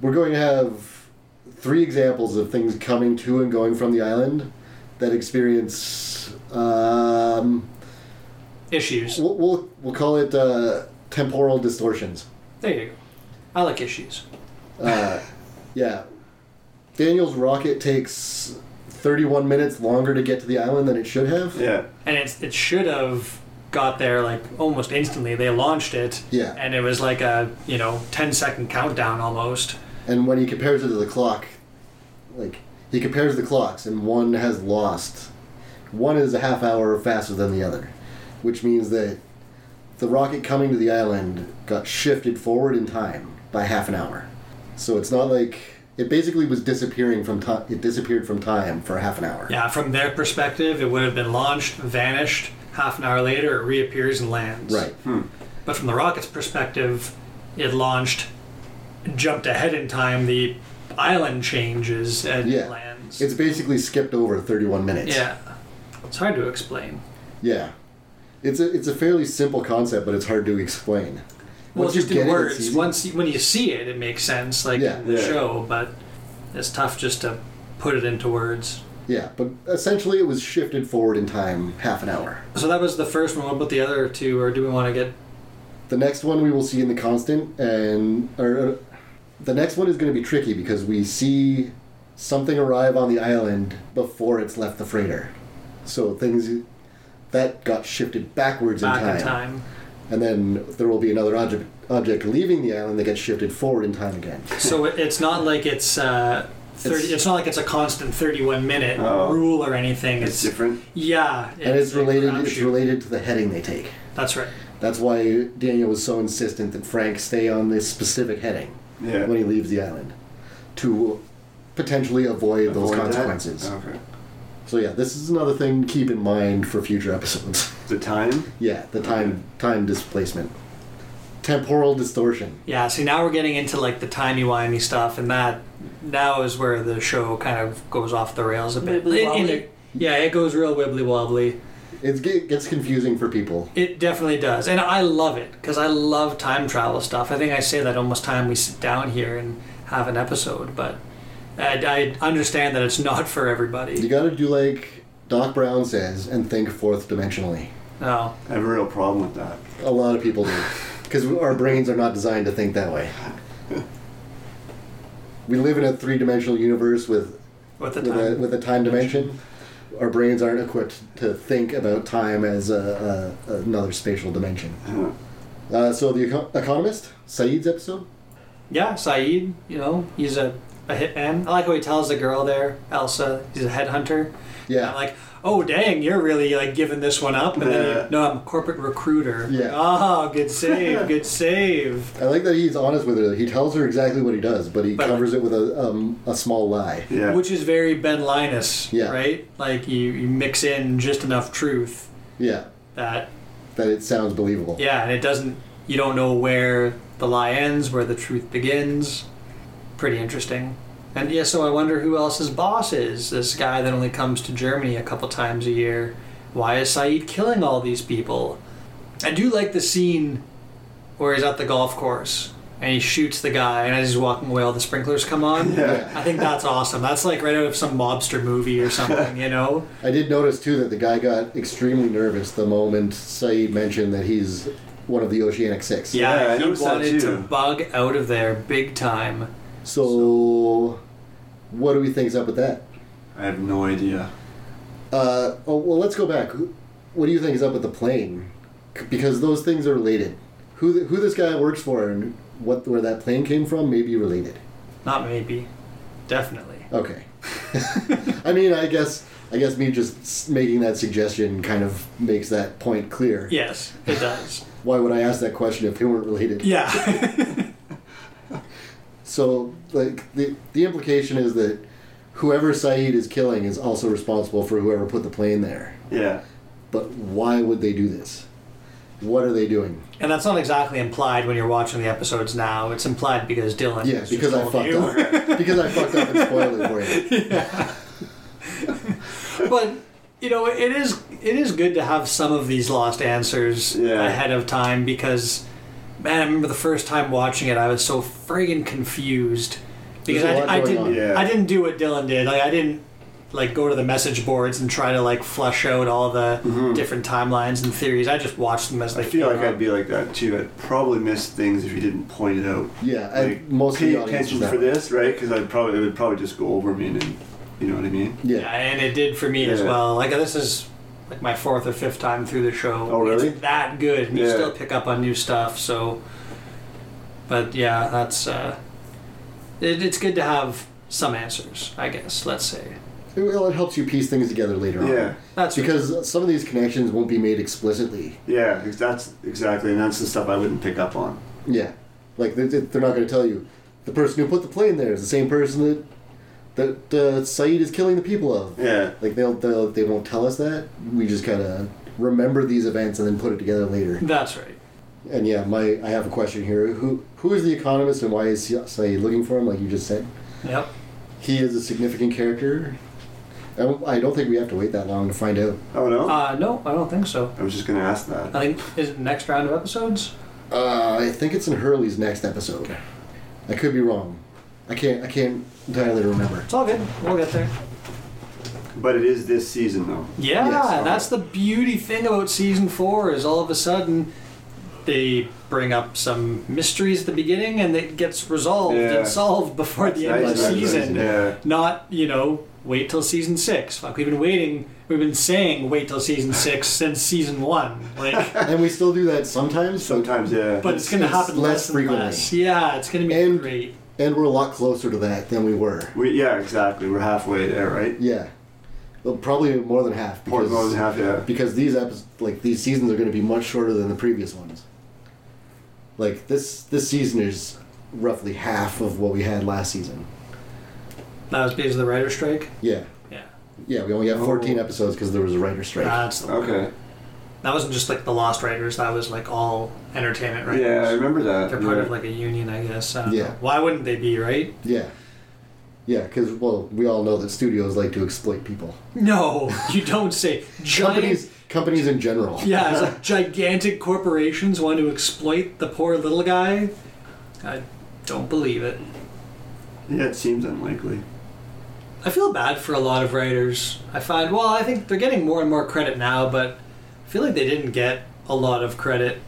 [SPEAKER 1] we're going to have three examples of things coming to and going from the island that experience. Um,
[SPEAKER 4] Issues.
[SPEAKER 1] we'll, we'll we'll call it uh, temporal distortions.
[SPEAKER 4] There you go. I like issues.
[SPEAKER 1] Uh, yeah. Daniel's rocket takes 31 minutes longer to get to the island than it should have.
[SPEAKER 3] Yeah.
[SPEAKER 4] And it's, it should have got there like almost instantly. They launched it.
[SPEAKER 1] Yeah.
[SPEAKER 4] And it was like a, you know, 10 second countdown almost.
[SPEAKER 1] And when he compares it to the clock, like he compares the clocks, and one has lost. One is a half hour faster than the other, which means that the rocket coming to the island got shifted forward in time by half an hour. So it's not like it basically was disappearing from time. It disappeared from time for half an hour.
[SPEAKER 4] Yeah, from their perspective, it would have been launched, vanished. Half an hour later, it reappears and lands.
[SPEAKER 1] Right.
[SPEAKER 4] But from the rocket's perspective, it launched, jumped ahead in time. The island changes and
[SPEAKER 1] Yeah.
[SPEAKER 4] lands.
[SPEAKER 1] It's basically skipped over 31 minutes.
[SPEAKER 4] yeah. It's hard to explain.
[SPEAKER 1] Yeah. It's a it's a fairly simple concept, but it's hard to explain.
[SPEAKER 4] Well,
[SPEAKER 1] Once you
[SPEAKER 4] just
[SPEAKER 1] get
[SPEAKER 4] in
[SPEAKER 1] it, it's
[SPEAKER 4] words.
[SPEAKER 1] easy.
[SPEAKER 4] Once you, when you see it, it makes sense, like
[SPEAKER 1] Yeah.
[SPEAKER 4] in the
[SPEAKER 3] Yeah.
[SPEAKER 4] show. But it's tough just to put it into words.
[SPEAKER 1] Yeah, but essentially it was shifted forward in time half an hour.
[SPEAKER 4] So that was the first one. What about the other two? Or do we want to get?
[SPEAKER 1] The next one we will see in the constant, and or uh, the next one is going to be tricky because we see something arrive on the island before it's left the freighter. So things that got shifted backwards
[SPEAKER 4] Back
[SPEAKER 1] in, time.
[SPEAKER 4] in time.
[SPEAKER 1] and then there will be another object object leaving the island that gets shifted forward in time again.
[SPEAKER 4] So it- it's not like it's uh, thirty. It's,
[SPEAKER 1] It's-
[SPEAKER 4] not like it's a constant thirty-one minute
[SPEAKER 3] Oh.
[SPEAKER 4] rule or anything.
[SPEAKER 3] It's
[SPEAKER 4] It's,
[SPEAKER 3] different.
[SPEAKER 4] yeah,
[SPEAKER 1] And it's
[SPEAKER 4] a
[SPEAKER 1] related. It's
[SPEAKER 4] crapshoot.
[SPEAKER 1] related to the heading they take.
[SPEAKER 4] That's right.
[SPEAKER 1] That's why Daniel was so insistent that Frank stay on this specific heading
[SPEAKER 3] Yeah.
[SPEAKER 1] when he leaves the island to potentially avoid, those
[SPEAKER 3] Avoid that? Oh.
[SPEAKER 1] consequences.
[SPEAKER 3] Okay.
[SPEAKER 1] So yeah, this is another thing to keep in mind for future episodes.
[SPEAKER 3] The time.
[SPEAKER 1] yeah, the time time displacement, temporal distortion.
[SPEAKER 4] Yeah. See, now we're getting into like the timey wimey stuff, and that now is where the show kind of goes off the rails a bit.
[SPEAKER 2] Wibbly
[SPEAKER 4] In- in a-
[SPEAKER 2] wobbly.
[SPEAKER 4] yeah, it goes real wibbly wobbly.
[SPEAKER 1] It's, it gets confusing for people.
[SPEAKER 4] It definitely does, and I love it because I love time travel stuff. I think I say that almost time we sit down here and have an episode, but I, I understand that it's not for
[SPEAKER 1] You
[SPEAKER 4] everybody.
[SPEAKER 1] got to do like Doc Brown says and think fourth dimensionally.
[SPEAKER 4] No.
[SPEAKER 3] I have a real problem with that.
[SPEAKER 1] A lot of people do because our brains are not designed to think that way. We live in a three dimensional universe with
[SPEAKER 4] With the
[SPEAKER 1] with a,
[SPEAKER 4] time.
[SPEAKER 1] with a time dimension. Our brains aren't equipped to think about time as a, a, another spatial dimension.
[SPEAKER 4] Uh-huh.
[SPEAKER 3] Huh.
[SPEAKER 1] Uh, so, The Eco- Economist, Saeed's episode.
[SPEAKER 4] Yeah, Saeed, you know, he's a, a hitman. I like how he tells the girl there, Elsa, he's a headhunter.
[SPEAKER 1] Yeah,
[SPEAKER 4] I'm like, oh, dang, you're really like giving this one up. And then,
[SPEAKER 3] Yeah.
[SPEAKER 4] he, no, I'm a corporate recruiter.
[SPEAKER 1] Yeah.
[SPEAKER 4] Oh, good save, good save.
[SPEAKER 1] I like that he's honest with her. He tells her exactly what he does, but he
[SPEAKER 4] But-
[SPEAKER 1] covers it with a um, a small lie.
[SPEAKER 3] Yeah.
[SPEAKER 4] Which is very Ben Linus,
[SPEAKER 1] Yeah.
[SPEAKER 4] right? Like, you, you mix in just enough truth
[SPEAKER 1] Yeah,
[SPEAKER 4] that,
[SPEAKER 1] that it sounds believable.
[SPEAKER 4] yeah, and it doesn't, you don't know where the lie ends, where the truth begins. Pretty interesting. And yeah, so I wonder who else's boss is. This guy that only comes to Germany a couple times a year. Why is Saeed killing all these people? I do like the scene where he's at the golf course and he shoots the guy, and as he's walking away, all the sprinklers come on.
[SPEAKER 3] Yeah.
[SPEAKER 4] I think that's awesome. That's like right out of some mobster movie or something, you know?
[SPEAKER 1] I did notice too that the guy got extremely nervous the moment Saeed mentioned that he's one of the Oceanic Six.
[SPEAKER 3] Yeah, I
[SPEAKER 4] he
[SPEAKER 3] noticed that
[SPEAKER 4] wanted to
[SPEAKER 3] too.
[SPEAKER 4] bug out of there big time.
[SPEAKER 1] So, what do we think's up with that?
[SPEAKER 3] I have no idea.
[SPEAKER 1] Uh, oh, well, let's go back. Who- What do you think is up with the plane? C- Because those things are related. Who th- who this guy works for and what where that plane came from may be related.
[SPEAKER 4] Not maybe. Definitely.
[SPEAKER 1] Okay. I mean, I guess I guess me just s- making that suggestion kind of makes that point clear.
[SPEAKER 4] Yes, it does.
[SPEAKER 1] Why would I ask that question if they weren't related?
[SPEAKER 4] yeah.
[SPEAKER 1] So, like the the implication is that whoever Saeed is killing is also responsible for whoever put the plane there.
[SPEAKER 3] Yeah.
[SPEAKER 1] But why would they do this? What are they doing?
[SPEAKER 4] and that's not exactly implied when you're watching the episodes now. It's implied because Dylan.
[SPEAKER 1] Yeah,
[SPEAKER 4] has just
[SPEAKER 1] because I
[SPEAKER 4] told
[SPEAKER 1] fucked
[SPEAKER 4] you.
[SPEAKER 1] up. because I fucked up and spoiled it for you.
[SPEAKER 4] but you know it is it is good to have some of these lost answers
[SPEAKER 3] Yeah.
[SPEAKER 4] ahead of time because man i remember the first time watching it i was so friggin' confused because
[SPEAKER 1] There's a
[SPEAKER 4] I,
[SPEAKER 1] lot
[SPEAKER 4] I
[SPEAKER 1] going
[SPEAKER 4] didn't
[SPEAKER 1] on.
[SPEAKER 3] Yeah.
[SPEAKER 4] i didn't do what dylan did like i didn't like go to the message boards and try to like flush out all the different timelines and theories i just watched them as they
[SPEAKER 3] Mm-hmm. I feel
[SPEAKER 4] came
[SPEAKER 1] uh,
[SPEAKER 3] like I'd
[SPEAKER 4] up.
[SPEAKER 3] be like that too. I'd probably miss things if you didn't point it out.
[SPEAKER 1] Yeah,
[SPEAKER 3] Like,
[SPEAKER 1] and most of
[SPEAKER 3] pay
[SPEAKER 1] the audience
[SPEAKER 3] attention
[SPEAKER 1] is that
[SPEAKER 3] for
[SPEAKER 1] way.
[SPEAKER 3] this, right? Because I'd probably it would probably just go over me, and you know what I mean.
[SPEAKER 1] Yeah.
[SPEAKER 4] Yeah, and it did for me as
[SPEAKER 3] Yeah.
[SPEAKER 4] well. Like this is like my fourth or fifth time through the show.
[SPEAKER 3] Oh, really?
[SPEAKER 4] It's that good. And You
[SPEAKER 3] Yeah.
[SPEAKER 4] still pick up on new stuff. So, but yeah, that's uh, it, it's good to have some answers. I guess let's say
[SPEAKER 1] It, well, it helps you piece things together later
[SPEAKER 3] Yeah,
[SPEAKER 1] on.
[SPEAKER 4] that's
[SPEAKER 1] Because some of these connections won't be made explicitly.
[SPEAKER 3] yeah, ex- that's exactly, and that's the stuff I wouldn't pick up on.
[SPEAKER 1] Yeah. Like, they, they- they're not going to tell you. The person who put the plane there is the same person that, that uh, Saeed is killing the people of.
[SPEAKER 3] Yeah,
[SPEAKER 1] Like, they'll, they'll, they won't tell us that. We just kind of remember these events and then put it together later.
[SPEAKER 4] that's right.
[SPEAKER 1] And yeah, my I have a question here. Who Who is the economist and why is Saeed looking for him, like you just said?
[SPEAKER 4] Yep.
[SPEAKER 1] He is a significant character. I don't, I don't think we have to wait that long to find out.
[SPEAKER 3] oh no,
[SPEAKER 4] Uh, no, I don't think so.
[SPEAKER 3] I was just gonna ask that.
[SPEAKER 4] I think is it next round of episodes.
[SPEAKER 1] Uh, I think it's in Hurley's next episode. I could be wrong. I can't. I can't entirely remember.
[SPEAKER 4] It's all good. We'll get there.
[SPEAKER 3] But it is this season though.
[SPEAKER 4] Yeah,
[SPEAKER 1] Yes, all
[SPEAKER 4] that's the beauty thing about season four is all of a sudden they bring up some mysteries at the beginning and it gets resolved
[SPEAKER 3] Yeah.
[SPEAKER 4] and solved before the end
[SPEAKER 3] Nice,
[SPEAKER 4] of
[SPEAKER 1] nice,
[SPEAKER 4] the
[SPEAKER 3] nice,
[SPEAKER 1] nice,
[SPEAKER 4] season.
[SPEAKER 3] Yeah.
[SPEAKER 4] Not, you know, wait till season six. Fuck, we've been waiting. We've been saying wait till season six since season one. Like,
[SPEAKER 1] And we still do that sometimes. so-
[SPEAKER 3] Sometimes, yeah.
[SPEAKER 4] but it's going to
[SPEAKER 1] It's
[SPEAKER 4] happen
[SPEAKER 1] less
[SPEAKER 4] less, and
[SPEAKER 1] frequently.
[SPEAKER 4] less. Yeah, it's going to be
[SPEAKER 1] And-
[SPEAKER 4] great.
[SPEAKER 1] and we're a lot closer to that than we were.
[SPEAKER 3] we, yeah, exactly. We're halfway there, right?
[SPEAKER 1] Yeah. Well, probably more than half.
[SPEAKER 3] More than
[SPEAKER 1] Because,
[SPEAKER 3] half, yeah.
[SPEAKER 1] because these episodes, like these seasons, are going to be much shorter than the previous ones. Like this, this season is roughly half of what we had last season.
[SPEAKER 4] That was because of the writer's strike.
[SPEAKER 1] Yeah.
[SPEAKER 4] Yeah.
[SPEAKER 1] Yeah, we only got 14
[SPEAKER 3] Oh.
[SPEAKER 1] episodes because there was a writer's strike.
[SPEAKER 4] That's the
[SPEAKER 3] Okay.
[SPEAKER 4] That wasn't just like the Lost Writers. That was like all entertainment writers.
[SPEAKER 3] Yeah, I remember that.
[SPEAKER 4] They're part
[SPEAKER 3] yeah.
[SPEAKER 4] of like a union, I guess. I don't
[SPEAKER 1] Yeah.
[SPEAKER 4] know. Why wouldn't they be, right?
[SPEAKER 1] Yeah. Yeah, because, well, we all know that studios like to exploit people.
[SPEAKER 4] No, you don't say. Giant.
[SPEAKER 1] Companies, companies in general.
[SPEAKER 4] Yeah, it's like gigantic corporations want to exploit the poor little guy. I don't believe it.
[SPEAKER 3] yeah, it seems unlikely.
[SPEAKER 4] I feel bad for a lot of writers. I find, well, I think they're getting more and more credit now, but I feel like they didn't get a lot of credit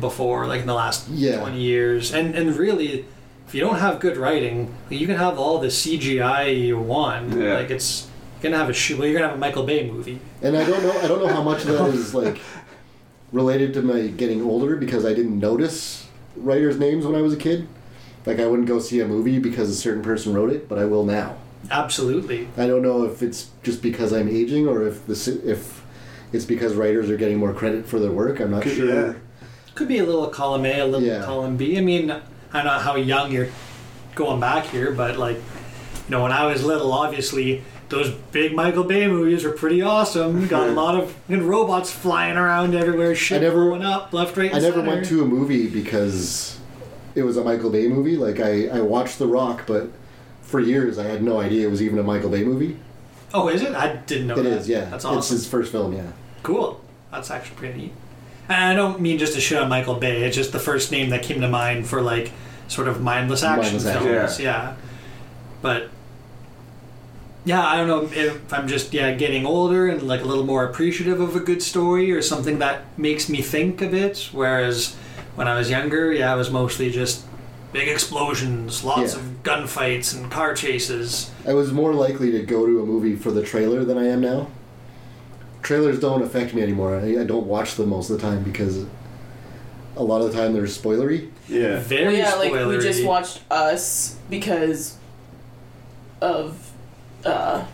[SPEAKER 4] before, like in the last
[SPEAKER 1] Yeah.
[SPEAKER 4] 20 years. And and really, if you don't have good writing, you can have all the CGI you want.
[SPEAKER 3] Yeah.
[SPEAKER 4] Like it's you're gonna have a sh- well, you're gonna have a Michael Bay movie.
[SPEAKER 1] And I don't know, I don't know how much of that is, like, related to my getting older because I didn't notice writers' names when I was a kid. Like, I wouldn't go see a movie because a certain person wrote it, but I will now.
[SPEAKER 4] Absolutely.
[SPEAKER 1] I don't know if it's just because I'm aging or if this, if it's because writers are getting more credit for their work. I'm not
[SPEAKER 3] Could-
[SPEAKER 1] sure.
[SPEAKER 3] yeah.
[SPEAKER 4] Could be a little column A, a little
[SPEAKER 1] Yeah.
[SPEAKER 4] column B. I mean, I don't know how young you're going back here, but like, you know, when I was little, obviously those big Michael Bay movies were pretty awesome. Got a lot of fucking robots flying around everywhere, shit
[SPEAKER 1] I never-
[SPEAKER 4] going up, left, right,
[SPEAKER 1] I
[SPEAKER 4] and
[SPEAKER 1] never
[SPEAKER 4] center.
[SPEAKER 1] went to a movie because it was a Michael Bay movie. Like I, I watched The Rock, but for years I had no idea it was even a Michael Bay movie.
[SPEAKER 4] Oh, is it? I didn't know.
[SPEAKER 1] It
[SPEAKER 4] that.
[SPEAKER 1] is, yeah.
[SPEAKER 4] That's awesome.
[SPEAKER 1] It's his first film, yeah.
[SPEAKER 4] Cool. That's actually pretty neat. And I don't mean just to shit on Michael Bay. It's just the first name that came to mind for like sort of mindless action
[SPEAKER 1] Mindless action.
[SPEAKER 4] films. Yeah. But yeah, I don't know if I'm just yeah getting older and like a little more appreciative of a good story or something that makes me think a bit. Whereas when I was younger, yeah, it was mostly just big explosions, lots
[SPEAKER 1] Yeah.
[SPEAKER 4] of gunfights and car chases.
[SPEAKER 1] I was more likely to go to a movie for the trailer than I am now. Trailers don't affect me anymore. I, I don't watch them most of the time because a lot of the time they're spoilery.
[SPEAKER 3] Yeah.
[SPEAKER 2] Well,
[SPEAKER 4] Very
[SPEAKER 2] yeah, like we just
[SPEAKER 4] spoilery.
[SPEAKER 2] watched Us because of uh,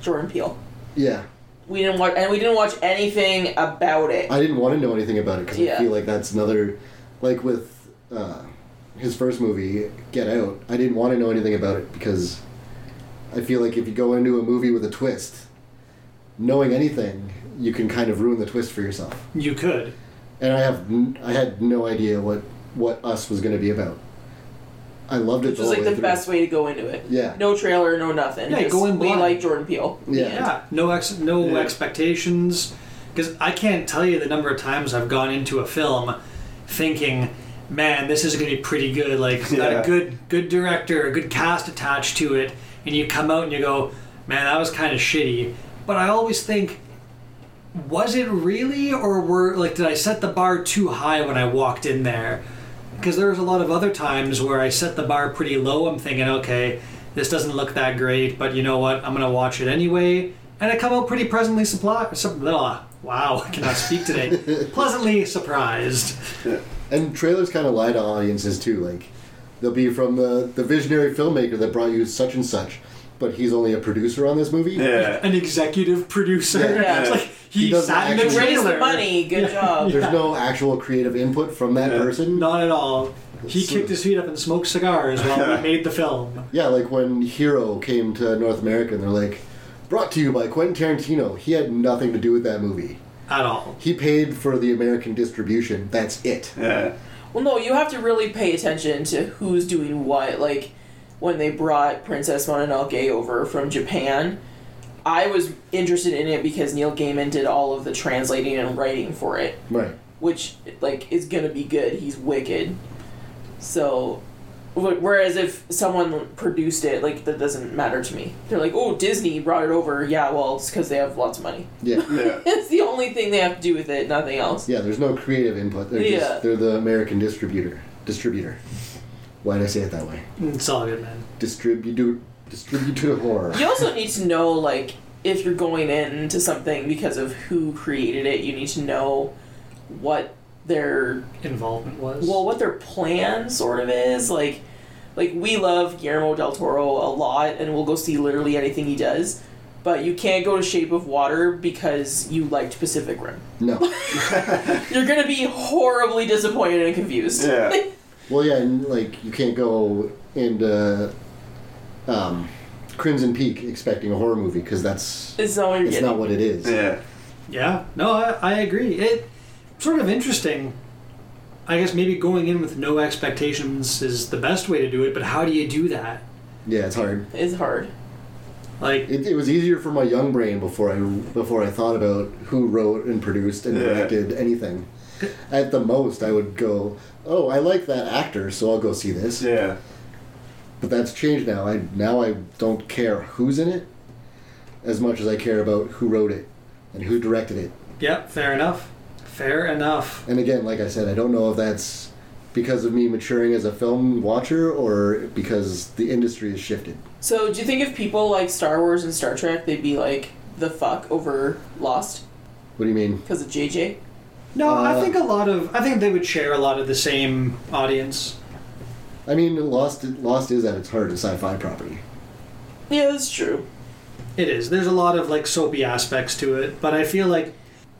[SPEAKER 2] Jordan Peele.
[SPEAKER 1] Yeah.
[SPEAKER 2] We didn't watch, and we didn't watch anything about it.
[SPEAKER 1] I didn't want to know anything about it because I
[SPEAKER 2] Yeah.
[SPEAKER 1] feel like that's another, like with uh, his first movie, Get Out. I didn't want to know anything about it because I feel like if you go into a movie with a twist, knowing anything, you can kind of ruin the twist for yourself.
[SPEAKER 4] You could.
[SPEAKER 1] And I have, n- I had no idea what what Us was going to be about. I loved it.
[SPEAKER 2] which
[SPEAKER 1] the whole
[SPEAKER 2] was like
[SPEAKER 1] way
[SPEAKER 2] the
[SPEAKER 1] through.
[SPEAKER 2] best way to go into it.
[SPEAKER 1] Yeah.
[SPEAKER 2] No trailer, no nothing.
[SPEAKER 4] Yeah,
[SPEAKER 2] Just,
[SPEAKER 4] go in
[SPEAKER 2] we
[SPEAKER 4] blind.
[SPEAKER 2] like Jordan Peele.
[SPEAKER 1] Yeah.
[SPEAKER 4] Yeah, no ex- no
[SPEAKER 3] Yeah.
[SPEAKER 4] expectations. Because I can't tell you the number of times I've gone into a film thinking, "Man, this is going to be pretty good." Like it's got
[SPEAKER 3] Yeah.
[SPEAKER 4] a good good director, a good cast attached to it, and you come out and you go, "Man, that was kind of shitty." But I always think, was it really, or were like did I set the bar too high when I walked in there? because there was a lot of other times where I set the bar pretty low. I'm thinking, okay, this doesn't look that great, but you know what? I'm gonna watch it anyway, and I come out pretty pleasantly surprised. wow, I cannot speak today. pleasantly surprised.
[SPEAKER 1] And trailers kind of lie to audiences too. Like, they'll be from the, the visionary filmmaker that brought you such and such, but he's only a producer on this movie.
[SPEAKER 3] Yeah.
[SPEAKER 4] An executive producer.
[SPEAKER 2] Yeah.
[SPEAKER 4] It's like he,
[SPEAKER 1] He doesn't
[SPEAKER 4] sat in the
[SPEAKER 1] actually-
[SPEAKER 2] Raise
[SPEAKER 4] trailer.
[SPEAKER 2] the money. Good job.
[SPEAKER 1] There's no actual creative input from that
[SPEAKER 3] Yeah.
[SPEAKER 1] person.
[SPEAKER 4] Not at all. He
[SPEAKER 1] So-
[SPEAKER 4] kicked his feet up and smoked cigars while we made the film.
[SPEAKER 1] Yeah, like when Hero came to North America and they're like, brought to you by Quentin Tarantino. He had nothing to do with that movie.
[SPEAKER 4] At all.
[SPEAKER 1] He paid for the American distribution. That's it.
[SPEAKER 3] Yeah.
[SPEAKER 2] Well, no, you have to really pay attention to who's doing what. Like when they brought Princess Mononoke over from Japan, I was interested in it because Neil Gaiman did all of the translating and writing for it,
[SPEAKER 1] Right.
[SPEAKER 2] which like is gonna be good. He's wicked. So, wh- whereas if someone produced it, like that doesn't matter to me. They're like, oh, Disney brought it over. Yeah, well, it's because they have lots of money.
[SPEAKER 1] Yeah.
[SPEAKER 3] Yeah.
[SPEAKER 2] It's the only thing they have to do with it. Nothing else.
[SPEAKER 1] Yeah, there's no creative input. They're
[SPEAKER 2] Yeah.
[SPEAKER 1] just they're the American distributor. Distributor. Why did I say it that way?
[SPEAKER 4] It's all good, man.
[SPEAKER 1] Distributor distributor horror.
[SPEAKER 2] You also need to know, like, if you're going into something because of who created it, you need to know what their
[SPEAKER 4] Involvement was.
[SPEAKER 2] well, what their plan sort of is. Like, like we love Guillermo del Toro a lot, and we'll go see literally anything he does. But you can't go to Shape of Water because you liked Pacific Rim.
[SPEAKER 1] No.
[SPEAKER 2] You're gonna be horribly disappointed and confused.
[SPEAKER 3] Yeah.
[SPEAKER 1] Well, yeah, and like you can't go into um, Crimson Peak expecting a horror movie because that's
[SPEAKER 2] it's not what you're
[SPEAKER 1] it's
[SPEAKER 2] getting.
[SPEAKER 1] not what it is.
[SPEAKER 3] Yeah.
[SPEAKER 4] Yeah, no, I, I agree. It sort of interesting. I guess maybe going in with no expectations is the best way to do it, but how do you do that?
[SPEAKER 1] Yeah, it's hard.
[SPEAKER 2] it's hard.
[SPEAKER 4] Like,
[SPEAKER 1] It, it was easier for my young brain before I before I thought about who wrote and produced and
[SPEAKER 3] Yeah.
[SPEAKER 1] directed anything. At the most, I would go, "Oh, I like that actor, so I'll go see this."
[SPEAKER 3] Yeah.
[SPEAKER 1] But that's changed now. I now I don't care who's in it as much as I care about who wrote it and who directed it.
[SPEAKER 4] yeah, fair enough. Fair enough.
[SPEAKER 1] And again, like I said, I don't know if that's because of me maturing as a film watcher or because the industry has shifted.
[SPEAKER 2] So, do you think if people like Star Wars and Star Trek, they'd be like the fuck over Lost
[SPEAKER 1] What do you mean?
[SPEAKER 2] because of JJ?
[SPEAKER 4] No, I
[SPEAKER 1] Uh,
[SPEAKER 4] think a lot of, I think they would share a lot of the same audience.
[SPEAKER 1] I mean, Lost Lost is at its heart a sci-fi property.
[SPEAKER 2] Yeah, that's true.
[SPEAKER 4] It is. There's a lot of, like, soapy aspects to it, but I feel like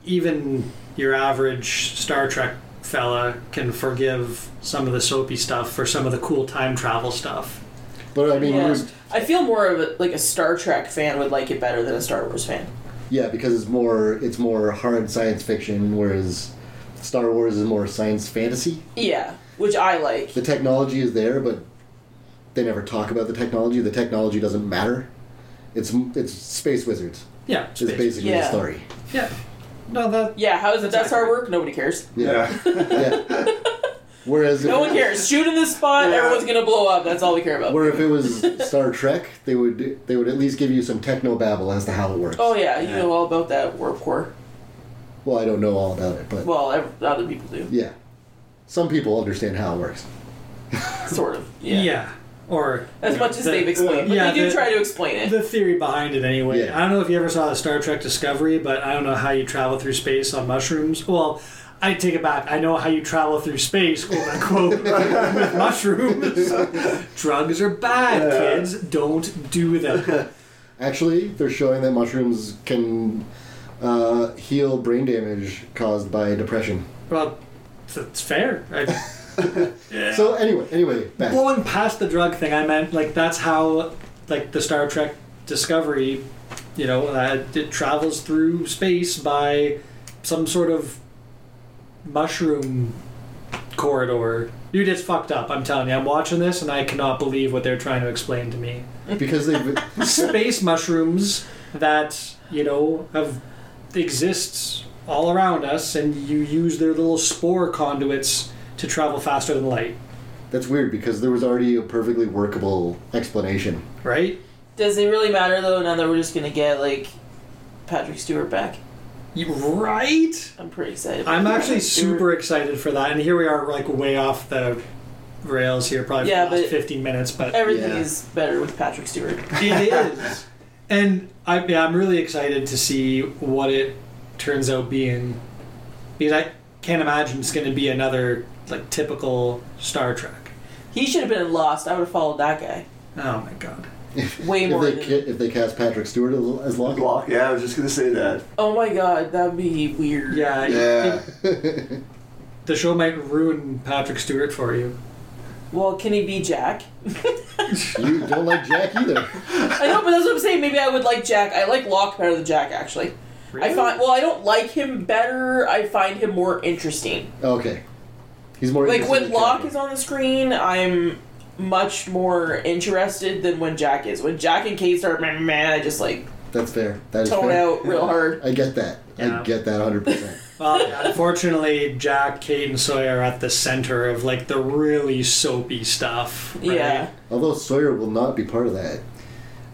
[SPEAKER 4] even your average Star Trek fella can forgive some of the soapy stuff for some of the cool time travel stuff.
[SPEAKER 1] But I mean,
[SPEAKER 2] Yeah.
[SPEAKER 1] yeah,
[SPEAKER 2] I feel more of a, like a Star Trek fan would like it better than a Star Wars fan.
[SPEAKER 1] yeah because it's more it's more hard science fiction, whereas Star Wars is more science fantasy.
[SPEAKER 2] Yeah, which I like.
[SPEAKER 1] The technology is there, but they never talk about the technology. The technology doesn't matter. It's it's space wizards.
[SPEAKER 4] Yeah,
[SPEAKER 1] It's
[SPEAKER 4] space.
[SPEAKER 1] basically
[SPEAKER 2] Yeah.
[SPEAKER 1] the story.
[SPEAKER 4] Yeah. No, that
[SPEAKER 2] Yeah, how is it Death Star
[SPEAKER 4] Exactly.
[SPEAKER 2] work? Nobody cares.
[SPEAKER 3] Yeah.
[SPEAKER 1] yeah. Whereas
[SPEAKER 2] No
[SPEAKER 1] if-
[SPEAKER 2] one cares. Shoot in this spot,
[SPEAKER 3] Yeah.
[SPEAKER 2] everyone's gonna blow up. That's all we care about.
[SPEAKER 1] Where if it was Star Trek, they would they would at least give you some techno babble as to how it works.
[SPEAKER 2] Oh yeah, you know all about that warp core.
[SPEAKER 1] Well, I don't know all about it, but
[SPEAKER 2] Well, ev other people do,
[SPEAKER 1] yeah, some people understand how it works.
[SPEAKER 2] sort of. Yeah.
[SPEAKER 4] yeah. Or
[SPEAKER 2] As much as
[SPEAKER 4] the,
[SPEAKER 2] they've explained, but
[SPEAKER 4] yeah,
[SPEAKER 2] they do
[SPEAKER 4] the-
[SPEAKER 2] try to explain it.
[SPEAKER 4] the theory behind it anyway.
[SPEAKER 1] Yeah.
[SPEAKER 4] I don't know if you ever saw the Star Trek Discovery, but I don't know how you travel through space on mushrooms. Well, I take it back. I know how you travel through space, quote unquote, with mushrooms. Drugs are bad, kids. Don't do them.
[SPEAKER 1] Actually, they're showing that mushrooms can uh, heal brain damage caused by depression.
[SPEAKER 4] Well, that's fair. I,
[SPEAKER 1] So anyway, anyway, back.
[SPEAKER 4] blowing past the drug thing, I meant like that's how like the Star Trek Discovery, you know, uh, it travels through space by some sort of mushroom corridor. Dude, it's fucked up. I'm telling you, I'm watching this and I cannot believe what they're trying to explain to me.
[SPEAKER 1] because they
[SPEAKER 4] Space mushrooms that you know have exists all around us, and you use their little spore conduits to travel faster than light.
[SPEAKER 1] that's weird because there was already a perfectly workable explanation.
[SPEAKER 4] Right?
[SPEAKER 2] Does it really matter though? Now that we're just gonna get like Patrick Stewart back,
[SPEAKER 4] You, right?
[SPEAKER 2] I'm pretty excited.
[SPEAKER 4] I'm actually
[SPEAKER 2] Stewart.
[SPEAKER 4] super excited for that. And here we are, like way off the rails here, probably
[SPEAKER 2] Yeah,
[SPEAKER 4] for the last
[SPEAKER 2] but-
[SPEAKER 4] 15 minutes, but it
[SPEAKER 2] Everything
[SPEAKER 1] Yeah.
[SPEAKER 2] is better with Patrick Stewart.
[SPEAKER 4] is. And I, yeah, I'm really excited to see what it turns out being, because I can't imagine it's going to be another like typical Star Trek.
[SPEAKER 2] He should have been lost. I would have followed that guy
[SPEAKER 4] Oh my god.
[SPEAKER 2] way
[SPEAKER 1] If
[SPEAKER 2] more.
[SPEAKER 1] they
[SPEAKER 2] Than,
[SPEAKER 1] ca- if they cast Patrick Stewart as as Locke,
[SPEAKER 3] Block. Yeah, I was just gonna say that.
[SPEAKER 2] oh my god, that'd be weird.
[SPEAKER 4] Yeah. I-
[SPEAKER 3] Yeah.
[SPEAKER 4] the show might ruin Patrick Stewart for you.
[SPEAKER 2] Well, can he be Jack?
[SPEAKER 1] you don't like Jack either.
[SPEAKER 2] I know, but that's what I'm saying. Maybe I would like Jack. I like Locke better than Jack, actually. I find well, I don't like him better. I find him more interesting.
[SPEAKER 1] Okay, he's more
[SPEAKER 2] Like
[SPEAKER 1] interested
[SPEAKER 2] when
[SPEAKER 1] in
[SPEAKER 2] Locke
[SPEAKER 1] Jack.
[SPEAKER 2] is on the screen, I'm much more interested than when Jack is. When Jack and Kate start, man, man I just like
[SPEAKER 1] That's fair. That is
[SPEAKER 2] tone
[SPEAKER 1] fair.
[SPEAKER 2] out real hard.
[SPEAKER 1] I get that.
[SPEAKER 4] Yeah.
[SPEAKER 1] I get that 100. percent
[SPEAKER 4] Well, yeah, unfortunately, Jack, Kate, and Sawyer are at the center of like the really soapy stuff. right?
[SPEAKER 2] Yeah,
[SPEAKER 1] Although Sawyer will not be part of that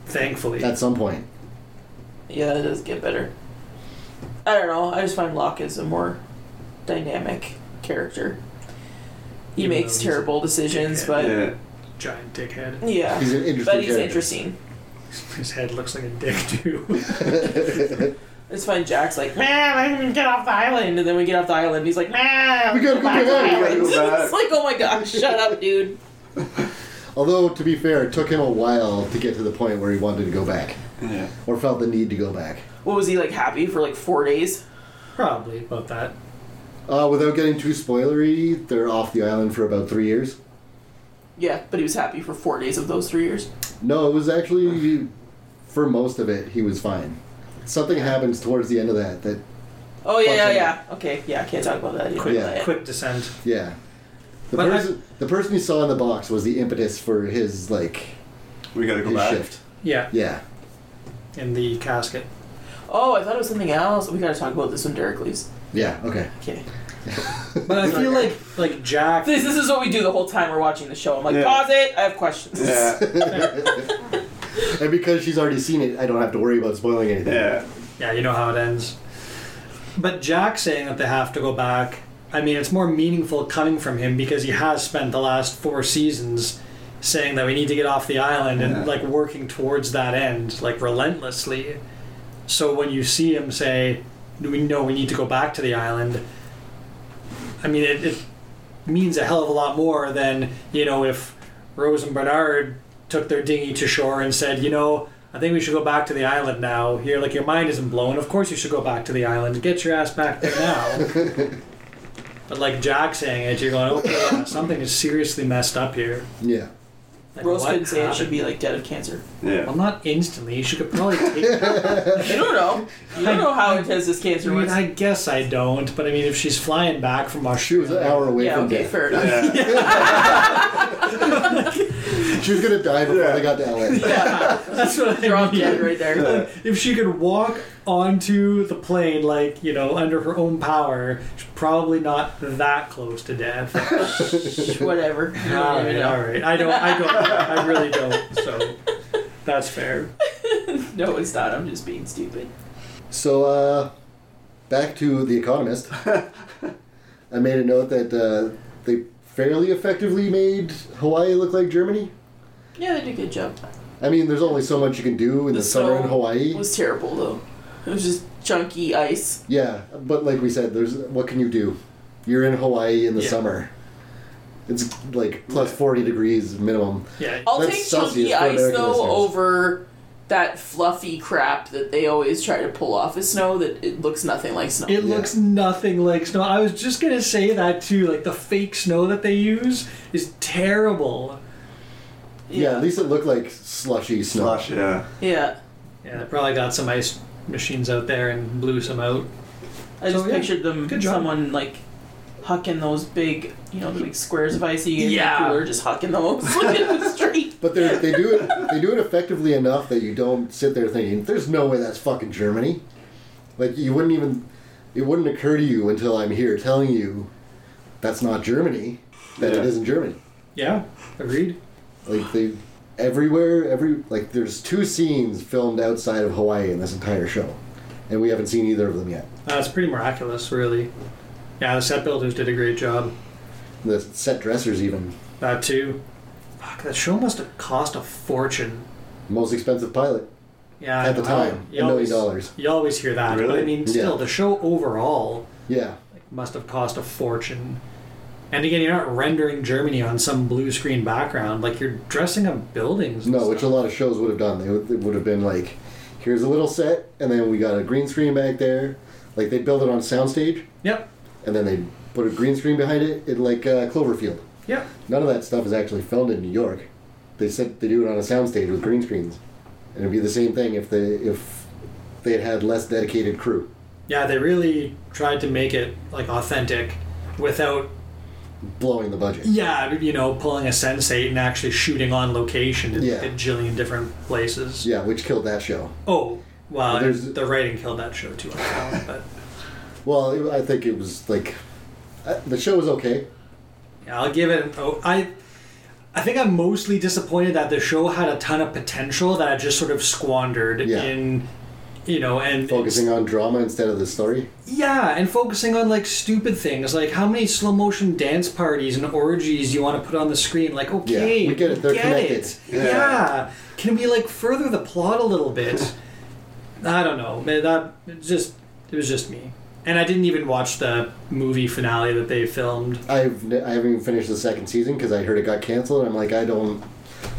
[SPEAKER 4] Thankfully.
[SPEAKER 1] at some point.
[SPEAKER 2] yeah, it does get better. I don't know. I just find Locke is a more dynamic character. He
[SPEAKER 4] Even though
[SPEAKER 2] makes
[SPEAKER 4] he's a
[SPEAKER 2] terrible decisions,
[SPEAKER 4] dickhead.
[SPEAKER 2] but yeah,
[SPEAKER 3] Yeah.
[SPEAKER 4] Giant dickhead.
[SPEAKER 1] He's an interesting.
[SPEAKER 2] but he's
[SPEAKER 1] character.
[SPEAKER 2] interesting.
[SPEAKER 4] His head looks like a dick too.
[SPEAKER 2] It's fine. Jack's like, man, get off the island, and then we get off the island. He's like, man,
[SPEAKER 1] We gotta go
[SPEAKER 2] back to
[SPEAKER 1] back,
[SPEAKER 2] the
[SPEAKER 1] we
[SPEAKER 3] gotta go
[SPEAKER 2] island."
[SPEAKER 3] back.
[SPEAKER 2] It's like, oh my gosh, shut up, dude.
[SPEAKER 1] Although to be fair, it took him a while to get to the point where he wanted to go back
[SPEAKER 3] Yeah.
[SPEAKER 1] or felt the need to go back.
[SPEAKER 2] What was he like happy for like four days?
[SPEAKER 4] Probably about that.
[SPEAKER 1] Uh, without getting too spoilery, they're off the island for about three years.
[SPEAKER 2] Yeah, but he was happy for four days of those three years.
[SPEAKER 1] No, it was actually for most of it he was fine. Something happens towards the end of that that
[SPEAKER 2] Oh yeah, yeah,
[SPEAKER 1] Fucking-
[SPEAKER 2] yeah. Okay, yeah, can't talk about that.
[SPEAKER 4] Quick,
[SPEAKER 1] Yeah.
[SPEAKER 4] quick descent.
[SPEAKER 1] yeah. The
[SPEAKER 4] But I-
[SPEAKER 1] person the person you saw in the box was the impetus for his like
[SPEAKER 3] We gotta go
[SPEAKER 1] his
[SPEAKER 3] back.
[SPEAKER 1] shift.
[SPEAKER 4] Yeah,
[SPEAKER 1] Yeah.
[SPEAKER 4] in the casket.
[SPEAKER 2] Oh, I thought it was something else. We gotta talk about this one, Deracles.
[SPEAKER 1] Yeah, okay.
[SPEAKER 2] Okay,
[SPEAKER 4] But I feel like like Jack.
[SPEAKER 2] this, this is what we do the whole time we're watching the show. I'm like,
[SPEAKER 3] Yeah.
[SPEAKER 2] pause it. I have questions.
[SPEAKER 3] Yeah.
[SPEAKER 1] And because she's already seen it, I don't have to worry about spoiling anything.
[SPEAKER 3] Yeah.
[SPEAKER 4] Yeah, you know how it ends. But Jack saying that they have to go back, I mean, it's more meaningful coming from him because he has spent the last four seasons saying that we need to get off the island
[SPEAKER 3] Yeah.
[SPEAKER 4] and like working towards that end, like relentlessly. So when you see him say, we know we need to go back to the island, I mean, it, it means a hell of a lot more than, you know, if Rose and Bernard took their dinghy to shore and said, you know, I think we should go back to the island now. Here, like your mind isn't blown. Of course, you should go back to the island. Get your ass back there now. but like Jack saying it, you're going, okay, yeah, something is seriously messed up here.
[SPEAKER 1] Yeah.
[SPEAKER 4] Like,
[SPEAKER 2] Rose
[SPEAKER 4] what
[SPEAKER 2] couldn't say it
[SPEAKER 4] happened?
[SPEAKER 2] should be like dead of cancer.
[SPEAKER 3] Yeah.
[SPEAKER 4] Well, not instantly. She could probably take.
[SPEAKER 2] You don't know. You don't know how intense this
[SPEAKER 4] I
[SPEAKER 2] cancer
[SPEAKER 4] mean,
[SPEAKER 2] was.
[SPEAKER 4] I guess I don't. But I mean, if she's flying back from
[SPEAKER 1] She was
[SPEAKER 4] Australia,
[SPEAKER 1] an hour away
[SPEAKER 2] Yeah.
[SPEAKER 1] from
[SPEAKER 2] Okay.
[SPEAKER 1] death.
[SPEAKER 2] Fair enough.
[SPEAKER 3] Yeah.
[SPEAKER 1] She was gonna die before
[SPEAKER 3] Yeah.
[SPEAKER 1] they got to LA.
[SPEAKER 2] Yeah,
[SPEAKER 4] that's what I
[SPEAKER 2] drop
[SPEAKER 4] mean.
[SPEAKER 2] dead right there.
[SPEAKER 4] If she could walk onto the plane, like, you know, under her own power, she's probably not that close to death.
[SPEAKER 2] Whatever. You don't
[SPEAKER 4] All
[SPEAKER 2] even
[SPEAKER 4] right,
[SPEAKER 2] know.
[SPEAKER 4] all right. I don't. I don't. I really don't. So that's fair.
[SPEAKER 2] No, it's not. I'm just being stupid.
[SPEAKER 1] So, uh, back to The Economist. I made a note that uh, they fairly effectively made Hawaii look like Germany.
[SPEAKER 2] Yeah, they did a good job.
[SPEAKER 1] I mean, there's only so much you can do in the,
[SPEAKER 2] The
[SPEAKER 1] summer in
[SPEAKER 2] snow
[SPEAKER 1] Hawaii.
[SPEAKER 2] It was terrible though. It was just chunky ice.
[SPEAKER 1] Yeah, but like we said, there's what can you do? You're in Hawaii in the
[SPEAKER 4] Yeah.
[SPEAKER 1] summer. It's like plus 40 degrees minimum.
[SPEAKER 4] Yeah.
[SPEAKER 2] I'll
[SPEAKER 1] That's
[SPEAKER 2] take
[SPEAKER 1] Celsius
[SPEAKER 2] chunky
[SPEAKER 1] for
[SPEAKER 2] ice
[SPEAKER 1] American
[SPEAKER 2] though
[SPEAKER 1] listeners.
[SPEAKER 2] over that fluffy crap that they always try to pull off as snow that it looks nothing like snow.
[SPEAKER 4] It looks nothing like snow. I was just gonna say that too. Like the fake snow that they use is terrible.
[SPEAKER 1] Yeah, at least it looked like slushy snow.
[SPEAKER 3] Slush. Yeah.
[SPEAKER 2] Yeah.
[SPEAKER 4] Yeah, they probably got some ice machines out there and blew some out.
[SPEAKER 2] I just
[SPEAKER 4] So, yeah,
[SPEAKER 2] pictured them
[SPEAKER 4] good job.
[SPEAKER 2] someone like hucking those big you know, the big squares of ice you get
[SPEAKER 4] Yeah.
[SPEAKER 2] in the cooler, just hucking those looking at the street.
[SPEAKER 1] But they they do it they do it effectively enough that you don't sit there thinking there's no way that's fucking Germany. Like you wouldn't even it wouldn't occur to you until I'm here telling you that's not Germany that
[SPEAKER 3] Yeah.
[SPEAKER 1] it isn't Germany.
[SPEAKER 4] Yeah, agreed.
[SPEAKER 1] Like they everywhere every like there's two scenes filmed outside of Hawaii in this entire show, and we haven't seen either of them yet.
[SPEAKER 4] Uh, it's pretty miraculous, really. Yeah, the set builders did a great job.
[SPEAKER 1] The set dressers even
[SPEAKER 4] That too. Fuck, that show must have cost a fortune.
[SPEAKER 1] most expensive pilot.
[SPEAKER 4] Yeah,
[SPEAKER 1] at the
[SPEAKER 4] I-
[SPEAKER 1] time.
[SPEAKER 4] you
[SPEAKER 1] a million
[SPEAKER 4] always-
[SPEAKER 1] dollars.
[SPEAKER 4] You always hear that, but I
[SPEAKER 3] Really?
[SPEAKER 4] mean, still,
[SPEAKER 1] Yeah.
[SPEAKER 4] the show overall
[SPEAKER 1] Yeah.
[SPEAKER 4] must have cost a fortune. And again, you're not rendering Germany on some blue screen background. Like you're dressing up buildings. and
[SPEAKER 1] No, which a
[SPEAKER 4] stuff.
[SPEAKER 1] lot of shows would have done. They would, it would have been like, here's a little set, and then we got a green screen back there. Like they build it on soundstage,
[SPEAKER 4] Yep.
[SPEAKER 1] and then they put a green screen behind it. It like uh, Cloverfield.
[SPEAKER 4] Yep.
[SPEAKER 1] None of that stuff is actually filmed in New York. They said they do it on a soundstage with green screens, and it'd be the same thing if they if they had had less dedicated crew.
[SPEAKER 4] Yeah, they really tried to make it like authentic, without
[SPEAKER 1] Blowing the budget.
[SPEAKER 4] yeah, you know, pulling a sensate and actually shooting on location in
[SPEAKER 1] Yeah.
[SPEAKER 4] a jillion different places.
[SPEAKER 1] Yeah, which killed that show.
[SPEAKER 4] Oh, well, and
[SPEAKER 1] There's-
[SPEAKER 4] the writing killed that show too. I found, but
[SPEAKER 1] Well, it, I think it was like uh, the show was okay.
[SPEAKER 4] yeah, I'll give it. An, oh, I, I think I'm mostly disappointed that the show had a ton of potential that I just sort of squandered
[SPEAKER 1] Yeah.
[SPEAKER 4] in, you know, and
[SPEAKER 1] Focusing on drama instead of the story.
[SPEAKER 4] Yeah, and focusing on like stupid things, like how many slow motion dance parties and orgies you want to put on the screen. Like, okay,
[SPEAKER 1] Yeah, we get it, they're
[SPEAKER 4] get
[SPEAKER 1] connected.
[SPEAKER 4] it. Yeah.
[SPEAKER 3] Yeah.
[SPEAKER 4] can we like further the plot a little bit? I don't know. man, That it just it was just me, and I didn't even watch the movie finale that they filmed.
[SPEAKER 1] I've n- I haven't even finished the second season because I heard it got canceled. And I'm like, I don't.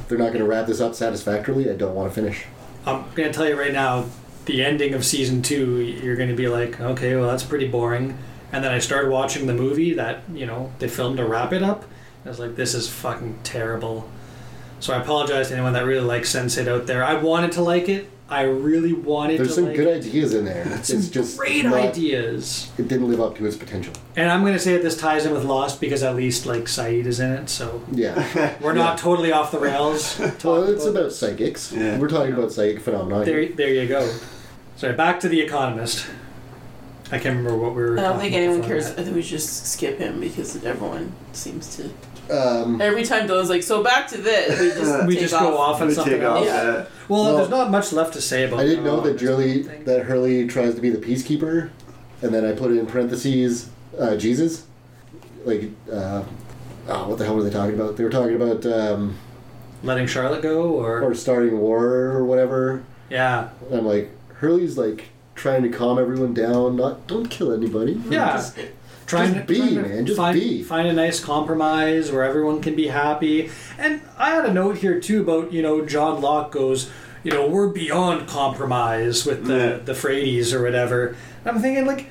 [SPEAKER 1] They're not going to wrap this up satisfactorily. I don't want to finish.
[SPEAKER 4] I'm gonna tell you right now, the ending of season two, you're gonna be like, okay, well that's pretty boring. And then I started watching the movie that you know they filmed to wrap it up. I was like, this is fucking terrible. So I apologize to anyone that really likes Sense8 out there. I wanted to like it. I really wanted
[SPEAKER 1] There's
[SPEAKER 4] to
[SPEAKER 1] some
[SPEAKER 4] like
[SPEAKER 1] good
[SPEAKER 4] it.
[SPEAKER 1] ideas in there. It's
[SPEAKER 4] Some
[SPEAKER 1] just
[SPEAKER 4] great
[SPEAKER 1] not-
[SPEAKER 4] ideas.
[SPEAKER 1] It didn't live up to its potential.
[SPEAKER 4] And I'm gonna say that this ties in with Lost because at least like Saeed is in it, so
[SPEAKER 1] Yeah.
[SPEAKER 4] we're not totally off the rails.
[SPEAKER 1] well, it's about psychics.
[SPEAKER 3] Yeah.
[SPEAKER 1] We're talking about psychic phenomena.
[SPEAKER 4] There, there you go. Sorry, back to The Economist. I can't remember what we were.
[SPEAKER 2] I don't
[SPEAKER 4] talking
[SPEAKER 2] think
[SPEAKER 4] about
[SPEAKER 2] anyone
[SPEAKER 4] before
[SPEAKER 2] cares. I
[SPEAKER 4] that.
[SPEAKER 2] think we should just skip him because everyone seems to.
[SPEAKER 1] Um,
[SPEAKER 2] Every time Dylan's like, so back to this, we just
[SPEAKER 4] We
[SPEAKER 2] take
[SPEAKER 4] just
[SPEAKER 2] off.
[SPEAKER 4] go off on
[SPEAKER 3] We
[SPEAKER 4] something
[SPEAKER 3] take off
[SPEAKER 4] else.
[SPEAKER 2] Yeah.
[SPEAKER 3] that.
[SPEAKER 4] Well,
[SPEAKER 1] Well,
[SPEAKER 4] there's not much left to say about.
[SPEAKER 1] I didn't know that
[SPEAKER 4] that
[SPEAKER 1] Hurley that Hurley tries to be the peacekeeper, and then I put in parentheses uh, Jesus. Like, uh, oh, what the hell were they talking about? They were talking about um,
[SPEAKER 4] letting Charlotte go, or,
[SPEAKER 1] or starting war or whatever.
[SPEAKER 4] yeah,
[SPEAKER 1] I'm like, Hurley's like trying to calm everyone down, not don't kill anybody.
[SPEAKER 4] Yeah.
[SPEAKER 1] Just-
[SPEAKER 4] trying
[SPEAKER 1] just
[SPEAKER 4] to
[SPEAKER 1] be,
[SPEAKER 4] trying to
[SPEAKER 1] man, just
[SPEAKER 4] find,
[SPEAKER 1] be.
[SPEAKER 4] find a nice compromise where everyone can be happy. And I had a note here too about you know John Locke goes, you know, we're beyond compromise with the
[SPEAKER 3] Yeah.
[SPEAKER 4] the Frades or whatever. I'm thinking like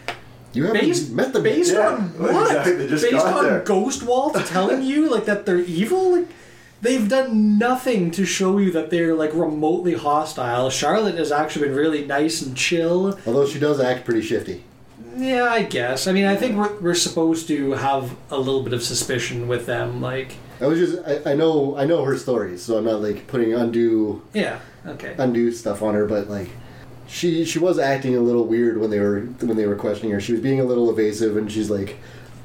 [SPEAKER 1] you haven't
[SPEAKER 4] based
[SPEAKER 1] met the
[SPEAKER 4] based
[SPEAKER 3] Yeah,
[SPEAKER 4] on
[SPEAKER 3] well,
[SPEAKER 4] what?
[SPEAKER 3] exactly, they just
[SPEAKER 4] based
[SPEAKER 3] got
[SPEAKER 4] on
[SPEAKER 3] there.
[SPEAKER 4] Ghost Walt telling you like that they're evil? Like they've done nothing to show you that they're like remotely hostile. Charlotte has actually been really nice and chill.
[SPEAKER 1] Although she does act pretty shifty.
[SPEAKER 4] Yeah, I guess. I mean, I think we're, we're supposed to have a little bit of suspicion with them. Like,
[SPEAKER 1] I was just I, I know I know her stories, so I'm not like putting undue
[SPEAKER 4] yeah, okay.
[SPEAKER 1] undue stuff on her, but like she she was acting a little weird when they were when they were questioning her. She was being a little evasive and she's like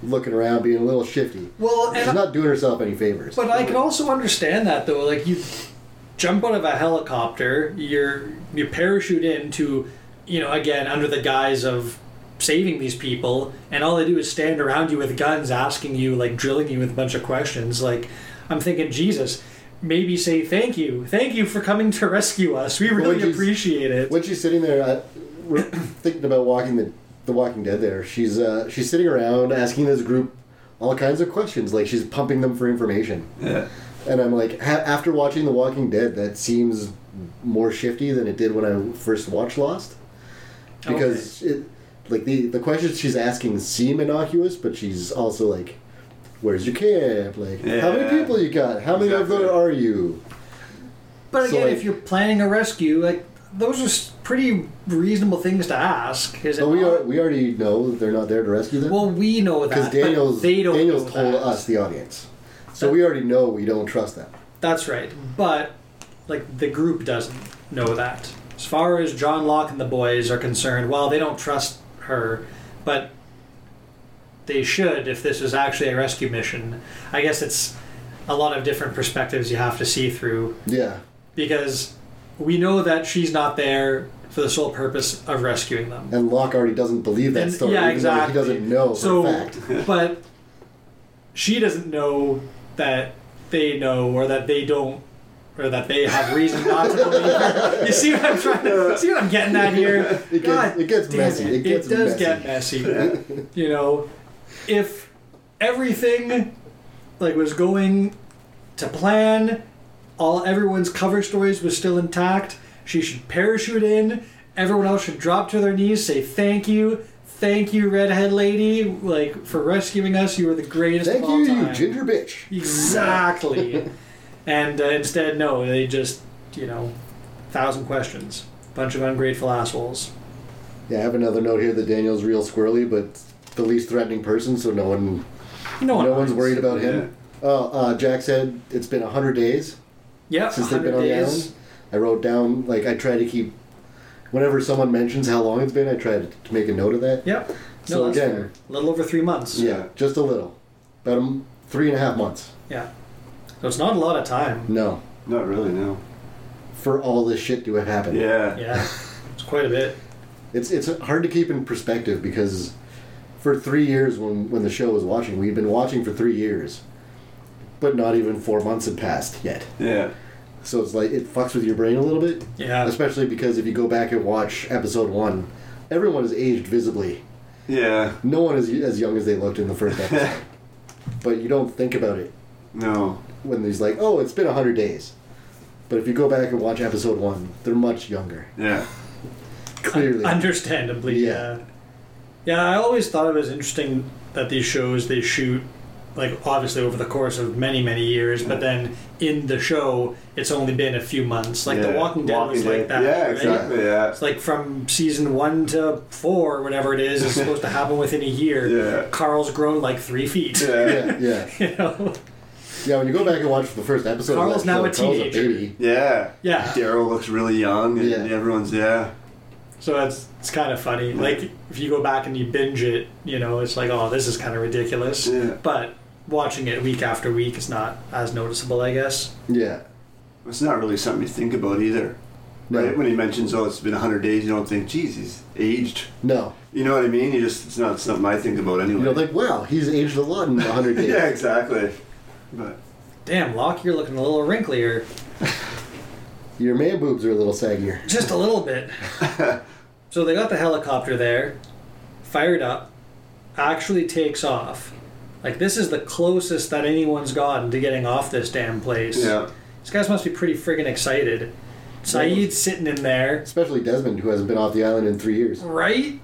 [SPEAKER 1] looking around, being a little shifty.
[SPEAKER 4] Well,
[SPEAKER 1] She's
[SPEAKER 4] and
[SPEAKER 1] not doing herself any favors.
[SPEAKER 4] But I can also understand that though. Like you jump out of a helicopter, you're you parachute in to, you know, again under the guise of saving these people, and all they do is stand around you with guns, asking you like drilling you with a bunch of questions. Like I'm thinking, Jesus, maybe say thank you, thank you for coming to rescue us. We
[SPEAKER 1] Well,
[SPEAKER 4] really
[SPEAKER 1] she's-
[SPEAKER 4] appreciate it.
[SPEAKER 1] when she's sitting there I, we're thinking about walking the the Walking Dead there she's uh, she's sitting around asking this group all kinds of questions like she's pumping them for information
[SPEAKER 3] Yeah.
[SPEAKER 1] and I'm like ha- after watching The Walking Dead that seems more shifty than it did when I first watched Lost because it like the the questions she's asking seem innocuous but she's also like where's your camp like how many
[SPEAKER 3] Yeah.
[SPEAKER 1] people you got how many of
[SPEAKER 3] Exactly.
[SPEAKER 1] them are you
[SPEAKER 4] But
[SPEAKER 1] So,
[SPEAKER 4] again,
[SPEAKER 1] like-
[SPEAKER 4] if you're planning a rescue, like those are s- pretty reasonable things to ask. Is it
[SPEAKER 1] so we
[SPEAKER 4] not?
[SPEAKER 1] are we already know that they're not there to rescue them
[SPEAKER 4] Well, we know that
[SPEAKER 1] Because
[SPEAKER 4] but
[SPEAKER 1] Daniel's
[SPEAKER 4] they don't
[SPEAKER 1] Daniel's
[SPEAKER 4] know
[SPEAKER 1] told
[SPEAKER 4] that.
[SPEAKER 1] us the audience, so we already know we don't trust them.
[SPEAKER 4] That's right, but like the group doesn't know that. As far as John Locke and the boys are concerned, well, they don't trust her, but they should if this was actually a rescue mission. I guess it's a lot of different perspectives you have to see through
[SPEAKER 1] Yeah,
[SPEAKER 4] because we know that she's not there for the sole purpose of rescuing them.
[SPEAKER 1] and Locke already doesn't believe that
[SPEAKER 4] And-
[SPEAKER 1] story.
[SPEAKER 4] yeah,
[SPEAKER 1] even though
[SPEAKER 4] exactly.
[SPEAKER 1] He doesn't know
[SPEAKER 4] so,
[SPEAKER 1] for a fact.
[SPEAKER 4] but she doesn't know that they know or that they don't or that they have reason not to believe. you see what I'm trying to see what I'm getting at here?
[SPEAKER 1] It gets,
[SPEAKER 4] God
[SPEAKER 1] it gets
[SPEAKER 4] damn
[SPEAKER 1] messy. It, gets
[SPEAKER 4] does
[SPEAKER 1] messy.
[SPEAKER 4] get messy. you know, if everything like was going to plan, all everyone's cover stories was still intact. She should parachute in. Everyone else should drop to their knees, say thank you, thank you, redhead lady, like for rescuing us. You were the greatest.
[SPEAKER 1] Thank
[SPEAKER 4] of all
[SPEAKER 1] you, you
[SPEAKER 4] time.
[SPEAKER 1] ginger bitch.
[SPEAKER 4] Exactly. and uh, instead, no, they just, you know, thousand questions. Bunch of ungrateful assholes.
[SPEAKER 1] Yeah, I have another note here that Daniel's real squirrely, but the least threatening person, so no one,
[SPEAKER 4] No,
[SPEAKER 1] no,
[SPEAKER 4] one
[SPEAKER 1] one's
[SPEAKER 4] minds.
[SPEAKER 1] worried about him. Oh, uh, Jack said it's been hundred days
[SPEAKER 4] Yep,
[SPEAKER 1] since they've
[SPEAKER 4] 100
[SPEAKER 1] been on the
[SPEAKER 4] days.
[SPEAKER 1] island. I wrote down like I try to keep. Whenever someone mentions how long it's been, I try to, to make a note of that.
[SPEAKER 4] Yep. No,
[SPEAKER 1] So
[SPEAKER 4] that's
[SPEAKER 1] again-
[SPEAKER 4] fair. a little over three months.
[SPEAKER 1] Yeah, just a little, about a m- three and a half months.
[SPEAKER 4] Yeah. So it's not a lot of time.
[SPEAKER 1] No,
[SPEAKER 3] Not really, no.
[SPEAKER 1] for all this shit to have happened.
[SPEAKER 3] Yeah.
[SPEAKER 4] Yeah, it's quite a bit.
[SPEAKER 1] It's it's hard to keep in perspective because for three years when when the show was watching, we'd been watching for three years, but not even four months had passed yet.
[SPEAKER 3] Yeah.
[SPEAKER 1] So it's like it fucks with your brain a little bit,
[SPEAKER 4] Yeah.
[SPEAKER 1] especially because if you go back and watch episode one, everyone is aged visibly.
[SPEAKER 3] Yeah.
[SPEAKER 1] No one is as young as they looked in the first episode, but you don't think about it
[SPEAKER 3] No.
[SPEAKER 1] when there's like, oh, it's been hundred days. But if you go back and watch episode one, they're much younger.
[SPEAKER 3] Yeah.
[SPEAKER 1] Clearly,
[SPEAKER 4] Understandably,
[SPEAKER 1] Yeah.
[SPEAKER 4] yeah. Yeah, I always thought it was interesting that these shows they shoot like obviously over the course of many many years, but then in the show it's only been a few months. Like
[SPEAKER 3] Yeah.
[SPEAKER 4] The Walking Dead was like that.
[SPEAKER 3] Yeah,
[SPEAKER 4] right?
[SPEAKER 3] exactly. Yeah.
[SPEAKER 4] It's like from season one to four, whatever it is, is supposed to happen within a year.
[SPEAKER 3] Yeah.
[SPEAKER 4] Carl's grown like three feet.
[SPEAKER 3] Yeah.
[SPEAKER 1] yeah, yeah.
[SPEAKER 4] You know?
[SPEAKER 1] Yeah, when you go back and watch the first episode, of
[SPEAKER 4] Carl's
[SPEAKER 1] that
[SPEAKER 4] now
[SPEAKER 1] show,
[SPEAKER 4] a teenager.
[SPEAKER 1] Carl's a baby.
[SPEAKER 3] Yeah.
[SPEAKER 4] Yeah.
[SPEAKER 3] Daryl looks really young, and
[SPEAKER 1] Yeah.
[SPEAKER 3] everyone's yeah.
[SPEAKER 4] So it's it's kind of funny. Like if you go back and you binge it, you know, it's like, oh, this is kind of ridiculous.
[SPEAKER 3] Yeah.
[SPEAKER 4] But watching it week after week is not as noticeable, I guess.
[SPEAKER 1] Yeah,
[SPEAKER 3] It's not really something you think about either.
[SPEAKER 1] no,
[SPEAKER 3] Right? When he mentions, oh, it's been 100 days, you don't think, geez, he's aged.
[SPEAKER 1] no.
[SPEAKER 3] You know what I mean? You just, it's not something I think about anyway.
[SPEAKER 1] You know, like wow, he's aged a lot in hundred days.
[SPEAKER 3] yeah, exactly. But
[SPEAKER 4] Damn, Locke, you're looking a little wrinklier,
[SPEAKER 1] Your man boobs are a little saggier.
[SPEAKER 4] just a little bit. so they got the helicopter there, fired up, actually takes off. Like this is the closest that anyone's gotten to getting off this damn place.
[SPEAKER 3] yeah.
[SPEAKER 4] These guys must be pretty friggin' excited. Saeed's sitting in there.
[SPEAKER 1] Especially Desmond, who hasn't been off the island in three years.
[SPEAKER 4] Right?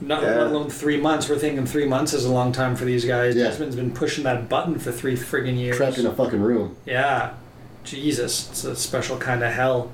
[SPEAKER 4] Not,
[SPEAKER 3] Yeah.
[SPEAKER 4] Let alone three months. We're thinking three months is a long time for these guys.
[SPEAKER 1] Yeah.
[SPEAKER 4] Desmond's been pushing that button for three friggin' years.
[SPEAKER 1] Trapped in a fucking room.
[SPEAKER 4] yeah. Jesus, it's a special kind of hell.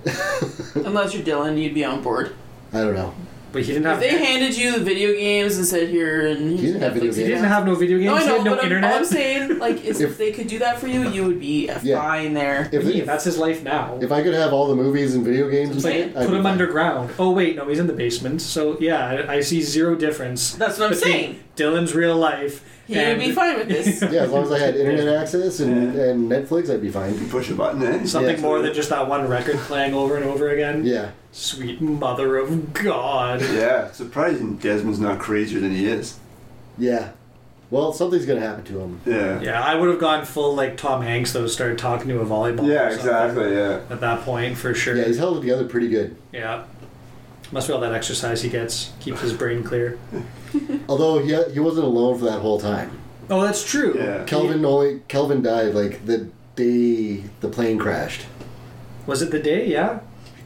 [SPEAKER 2] Unless you're Dylan, you'd be on board.
[SPEAKER 1] I don't know.
[SPEAKER 4] But he didn't
[SPEAKER 2] If
[SPEAKER 4] have.
[SPEAKER 2] they handed you the video games and said here and
[SPEAKER 1] He didn't have video
[SPEAKER 2] Netflix
[SPEAKER 4] he
[SPEAKER 1] games.
[SPEAKER 4] didn't have no video games.
[SPEAKER 2] No, I
[SPEAKER 4] he
[SPEAKER 2] know,
[SPEAKER 4] had no
[SPEAKER 2] but I'm-
[SPEAKER 4] internet.
[SPEAKER 2] all I'm saying like is
[SPEAKER 1] If-
[SPEAKER 2] if they could do that for you, you would be
[SPEAKER 1] Yeah.
[SPEAKER 2] fine there.
[SPEAKER 1] If,
[SPEAKER 4] Hey,
[SPEAKER 1] if,
[SPEAKER 4] that's his life now.
[SPEAKER 1] if I could have all the movies and video games, and
[SPEAKER 4] it's like
[SPEAKER 1] shit, I'd
[SPEAKER 4] put
[SPEAKER 1] be
[SPEAKER 4] him
[SPEAKER 1] fine.
[SPEAKER 4] underground. Oh wait, no, he's in the basement. So yeah, I, I see zero difference.
[SPEAKER 2] That's what I'm
[SPEAKER 4] between
[SPEAKER 2] saying.
[SPEAKER 4] Dylan's real life.
[SPEAKER 2] He would
[SPEAKER 4] and-
[SPEAKER 2] be fine with this.
[SPEAKER 1] Yeah, as long as I had internet access and,
[SPEAKER 3] Yeah.
[SPEAKER 1] and Netflix, I'd be fine.
[SPEAKER 3] Push a button, eh?
[SPEAKER 4] Something
[SPEAKER 1] Yeah.
[SPEAKER 4] more than just that one record playing over and over again.
[SPEAKER 1] Yeah,
[SPEAKER 4] Sweet mother of God.
[SPEAKER 3] Yeah, surprising Desmond's not crazier than he is.
[SPEAKER 1] yeah. Well, something's gonna happen to him.
[SPEAKER 3] Yeah. Yeah,
[SPEAKER 4] Yeah, I would have gone full like Tom Hanks though, started talking to a volleyball. or something
[SPEAKER 3] exactly, yeah.
[SPEAKER 4] At that point, for sure.
[SPEAKER 1] Yeah,
[SPEAKER 4] Yeah.
[SPEAKER 1] he's held it together pretty good.
[SPEAKER 4] Must be all that exercise he gets keeps his brain clear.
[SPEAKER 1] Although he he wasn't alone for that whole time.
[SPEAKER 4] Oh, that's true.
[SPEAKER 3] Yeah.
[SPEAKER 1] Kelvin only Kelvin died like the day the plane crashed
[SPEAKER 4] Was it the day? Yeah.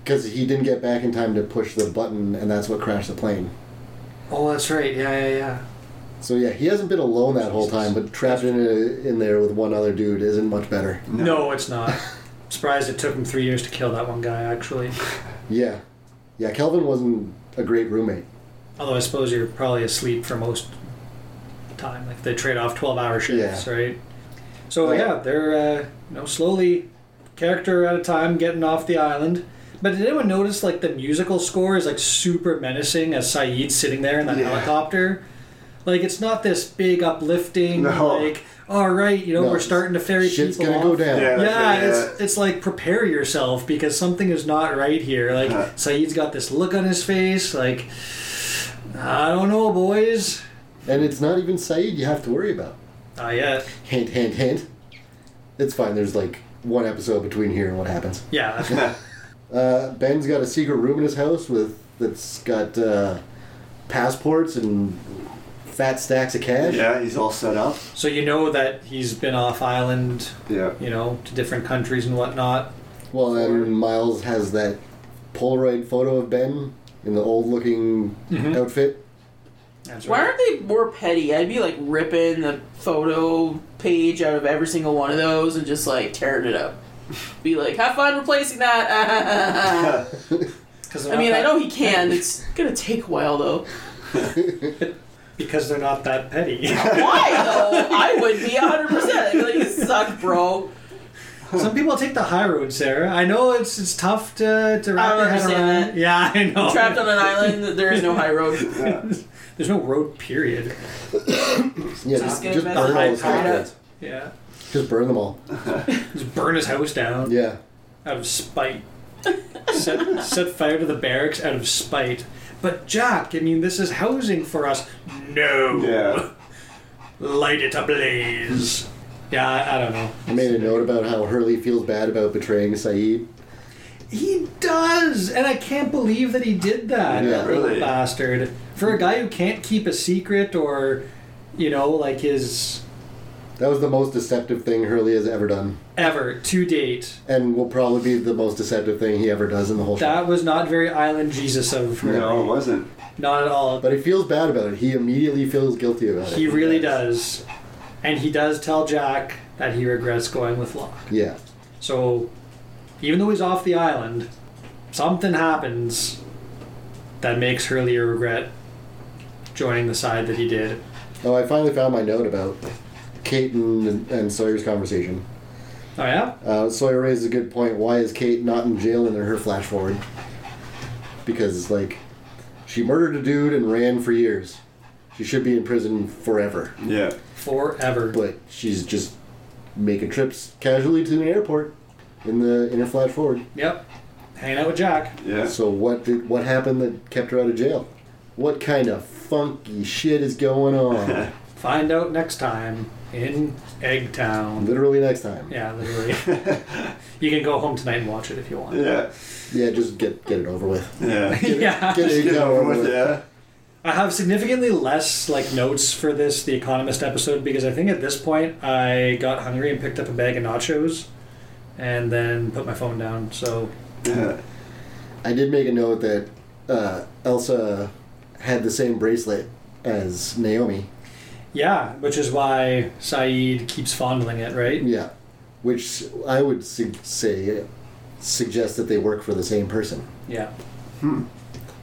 [SPEAKER 1] because he didn't get back in time to push the button, and that's what crashed the plane.
[SPEAKER 4] Oh, that's right. Yeah, yeah, yeah.
[SPEAKER 1] So yeah, he hasn't been alone that whole time, but trapped in a, in there with one other dude isn't much better.
[SPEAKER 4] No, it's not. Surprised it took him three years to kill that one guy. Actually,
[SPEAKER 1] Yeah, yeah. Kelvin wasn't a great roommate.
[SPEAKER 4] although I suppose you're probably asleep for most time. Like they trade off twelve-hour shifts,
[SPEAKER 1] Yeah.
[SPEAKER 4] right? So
[SPEAKER 1] Uh,
[SPEAKER 4] yeah, they're uh, you know slowly, character at a time, getting off the island. But did anyone notice like the musical score is like super menacing as Saeed's sitting there in that
[SPEAKER 3] Yeah.
[SPEAKER 4] helicopter? Like it's not this big uplifting
[SPEAKER 3] No.
[SPEAKER 4] like all right, you know
[SPEAKER 1] No,
[SPEAKER 4] we're starting to ferry
[SPEAKER 1] Shit's
[SPEAKER 4] people
[SPEAKER 1] gonna
[SPEAKER 4] off.
[SPEAKER 1] go down.
[SPEAKER 3] Yeah. uh,
[SPEAKER 4] Yeah,
[SPEAKER 3] that's it,
[SPEAKER 4] it's it's like prepare yourself because something is not right here. Like
[SPEAKER 3] Yeah.
[SPEAKER 4] Saeed's got this look on his face, like I don't know, boys.
[SPEAKER 1] and it's not even Saeed you have to worry about.
[SPEAKER 4] Not yet.
[SPEAKER 1] Hint, hint, hint. It's fine. There's like one episode between here and what happens.
[SPEAKER 4] Yeah, that's-
[SPEAKER 1] Uh, Ben's got a secret room in his house with that's got uh, passports and fat stacks of cash.
[SPEAKER 3] Yeah, he's all set up.
[SPEAKER 4] so you know that he's been off island,
[SPEAKER 3] Yeah.
[SPEAKER 4] you know, to different countries and whatnot.
[SPEAKER 1] Well, then Miles has that Polaroid photo of Ben in the old-looking
[SPEAKER 4] Mhm.
[SPEAKER 1] outfit.
[SPEAKER 4] That's
[SPEAKER 2] Why
[SPEAKER 4] right.
[SPEAKER 2] aren't they more petty? I'd be like ripping the photo page out of every single one of those and just like tearing it up. Be like, have fun replacing that.
[SPEAKER 4] 'Cause they're
[SPEAKER 2] I
[SPEAKER 4] not
[SPEAKER 2] mean, I
[SPEAKER 4] that-
[SPEAKER 2] know he can. It's gonna take a while though.
[SPEAKER 4] because they're not that petty.
[SPEAKER 2] Why though? I would be 100. percent I'd be like, you suck, bro.
[SPEAKER 4] Some people take the high road, Sarah. I know it's it's tough to to wrap
[SPEAKER 2] I don't
[SPEAKER 4] your head
[SPEAKER 2] understand that.
[SPEAKER 4] around. Yeah, I know.
[SPEAKER 2] Trapped on an island. There is no high road.
[SPEAKER 4] There's no road. Period.
[SPEAKER 1] Yeah,
[SPEAKER 2] Just
[SPEAKER 1] just,
[SPEAKER 2] get
[SPEAKER 1] just
[SPEAKER 2] Ben
[SPEAKER 1] burn
[SPEAKER 2] a
[SPEAKER 1] all
[SPEAKER 4] high
[SPEAKER 1] his
[SPEAKER 4] power.
[SPEAKER 1] documents.
[SPEAKER 4] Yeah,
[SPEAKER 1] Just burn them all.
[SPEAKER 4] just burn his house down
[SPEAKER 1] Yeah.
[SPEAKER 4] out of spite. set set fire to the barracks out of spite. But Jack, I mean, this is housing for us. No.
[SPEAKER 3] Yeah.
[SPEAKER 4] Light it ablaze. Yeah, I, I don't know.
[SPEAKER 1] I made a note about how Hurley feels bad about betraying Saeed.
[SPEAKER 4] He does, and I can't believe that he did that.
[SPEAKER 1] Yeah,
[SPEAKER 4] that little
[SPEAKER 3] really.
[SPEAKER 4] bastard. For a guy who can't keep a secret, or you know, like his
[SPEAKER 1] That was the most deceptive thing Hurley has ever done,
[SPEAKER 4] ever to date,
[SPEAKER 1] and will probably be the most deceptive thing he ever does in the whole show.
[SPEAKER 4] that was not very Island Jesus of her.
[SPEAKER 3] No, it wasn't.
[SPEAKER 4] Not at all.
[SPEAKER 1] But he feels bad about it. He immediately feels guilty about it.
[SPEAKER 4] he really does, and he does tell Jack that he regrets going with Locke.
[SPEAKER 1] Yeah.
[SPEAKER 4] So, even though he's off the island, something happens that makes Hurley regret joining the side that he did.
[SPEAKER 1] Oh, I finally found my note about Kate and, and Sawyer's conversation.
[SPEAKER 4] Oh yeah.
[SPEAKER 1] Uh, Sawyer raises a good point. Why is Kate not in jail in her flash forward? Because, like, she murdered a dude and ran for years. She should be in prison forever.
[SPEAKER 3] Yeah.
[SPEAKER 4] Forever.
[SPEAKER 1] But she's just making trips casually to an airport in the in her flash forward.
[SPEAKER 4] Yep. Hanging out with Jack.
[SPEAKER 3] Yeah.
[SPEAKER 1] So what did what happened that kept her out of jail? What kind of funky shit is going on?
[SPEAKER 4] Find out next time in Eggtown.
[SPEAKER 1] Literally next time.
[SPEAKER 4] Yeah, literally. you can go home tonight and watch it if you want.
[SPEAKER 3] Yeah.
[SPEAKER 1] Yeah, just get get it over with.
[SPEAKER 3] Yeah.
[SPEAKER 4] yeah.
[SPEAKER 1] Get it
[SPEAKER 3] Get
[SPEAKER 1] over
[SPEAKER 3] over with,
[SPEAKER 1] with.
[SPEAKER 3] yeah.
[SPEAKER 4] I have significantly less like notes for this The Economist episode because I think at this point I got hungry and picked up a bag of nachos and then put my phone down. So
[SPEAKER 3] Yeah.
[SPEAKER 1] I did make a note that uh, Elsa had the same bracelet as Naomi.
[SPEAKER 4] yeah, which is why Saeed keeps fondling it, right?
[SPEAKER 1] Yeah, which I would su- say suggest that they work for the same person.
[SPEAKER 4] Yeah.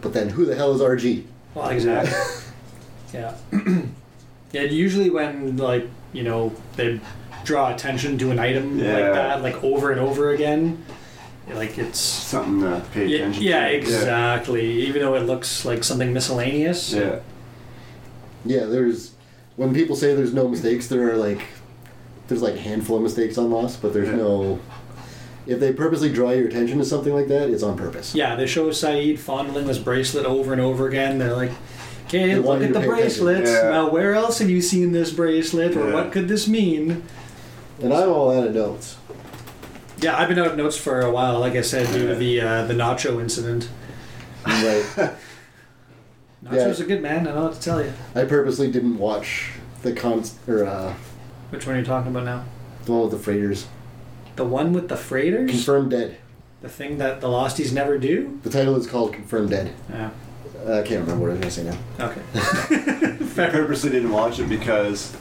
[SPEAKER 1] But then, who the hell is RG?
[SPEAKER 4] Well, exactly. yeah. yeah. Usually, when like you know they draw attention to an item
[SPEAKER 3] Yeah.
[SPEAKER 4] like that, like over and over again, like it's
[SPEAKER 3] Something to pay
[SPEAKER 4] yeah,
[SPEAKER 3] attention
[SPEAKER 4] yeah,
[SPEAKER 3] to.
[SPEAKER 4] exactly. Even though it looks like something miscellaneous,
[SPEAKER 3] Yeah.
[SPEAKER 1] Yeah, there's when people say there's no mistakes, there are like there's like a handful of mistakes on Lost, but there's
[SPEAKER 3] Yeah.
[SPEAKER 1] no. If they purposely draw your attention to something like that, it's on purpose.
[SPEAKER 4] Yeah, they show Saeed fondling this bracelet over and over again. They're like, okay,
[SPEAKER 1] They
[SPEAKER 4] look
[SPEAKER 1] want
[SPEAKER 4] at
[SPEAKER 1] you
[SPEAKER 4] the
[SPEAKER 1] to pay attention."
[SPEAKER 4] bracelets.
[SPEAKER 3] Yeah.
[SPEAKER 4] Now, where else have you seen this bracelet, or
[SPEAKER 3] Yeah.
[SPEAKER 4] what could this mean?
[SPEAKER 1] And I'm all out of notes.
[SPEAKER 4] Yeah, I've been out of notes for a while, like I said, due to the uh, the nacho incident.
[SPEAKER 1] Right.
[SPEAKER 4] Nacho's a good man, I don't know what to tell you.
[SPEAKER 1] I purposely didn't watch the con or uh,
[SPEAKER 4] Which one are you talking about now?
[SPEAKER 1] the one with the freighters.
[SPEAKER 4] The one with the freighters?
[SPEAKER 1] Confirmed dead.
[SPEAKER 4] The thing that the Losties never do?
[SPEAKER 1] The title is called Confirmed Dead.
[SPEAKER 4] Yeah.
[SPEAKER 1] Uh, I can't remember what I was gonna say now.
[SPEAKER 4] Okay.
[SPEAKER 3] I purposely didn't watch it because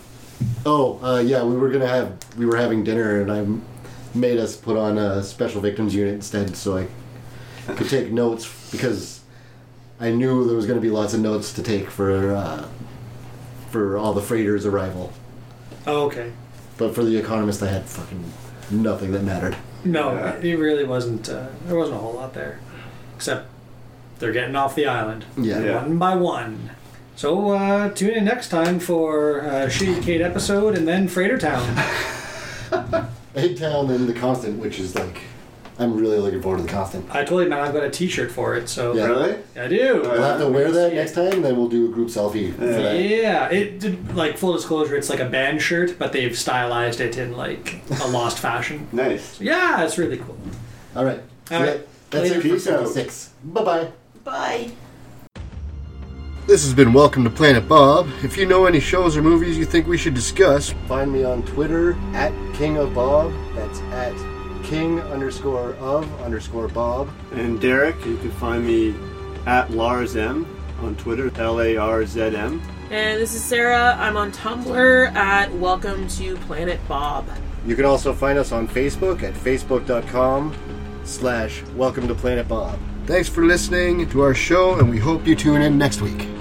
[SPEAKER 1] Oh, uh, yeah, we were gonna have we were having dinner, and I m- made us put on a special victims unit instead, so I could take notes because I knew there was gonna be lots of notes to take for uh, for all the freighters' arrival.
[SPEAKER 4] Oh, okay.
[SPEAKER 1] But for the Economist, I had fucking nothing that mattered.
[SPEAKER 4] No,
[SPEAKER 3] Yeah.
[SPEAKER 4] it really wasn't. Uh, there wasn't a whole lot there, except they're getting off the island
[SPEAKER 1] Yeah,
[SPEAKER 3] Yeah.
[SPEAKER 4] one by one. So uh, tune in next time for uh, Shitty Kate episode and then Freighter Town.
[SPEAKER 1] Eggtown and the Constant, which is like I'm really looking forward to the costume.
[SPEAKER 4] I told you, man, I've got a T-shirt for it, so
[SPEAKER 1] Yeah. Oh,
[SPEAKER 3] Really?
[SPEAKER 4] I do.
[SPEAKER 1] We'll have to wear that
[SPEAKER 4] Yeah.
[SPEAKER 1] next time, and then we'll do a group selfie for that.
[SPEAKER 4] Yeah, it did, like full disclosure, it's like a band shirt, but they've stylized it in like a lost fashion.
[SPEAKER 3] Nice.
[SPEAKER 4] Yeah, it's really cool.
[SPEAKER 1] All right. So
[SPEAKER 4] All right.
[SPEAKER 1] that- That's
[SPEAKER 4] Later.
[SPEAKER 1] it for
[SPEAKER 3] Peace out.
[SPEAKER 1] season six. Bye bye.
[SPEAKER 2] Bye.
[SPEAKER 1] This has been Welcome to Planet Bob. If you know any shows or movies you think we should discuss, find me on Twitter at King of Bob. That's at King underscore of underscore Bob.
[SPEAKER 3] And Derek, you can find me at Lars M on Twitter, L A R Z M.
[SPEAKER 5] And this is Sarah. I'm on Tumblr at Welcome to Planet Bob.
[SPEAKER 1] You can also find us on Facebook at facebook.com slash welcome to Planet Bob. Thanks for listening to our show, and we hope you tune in next week.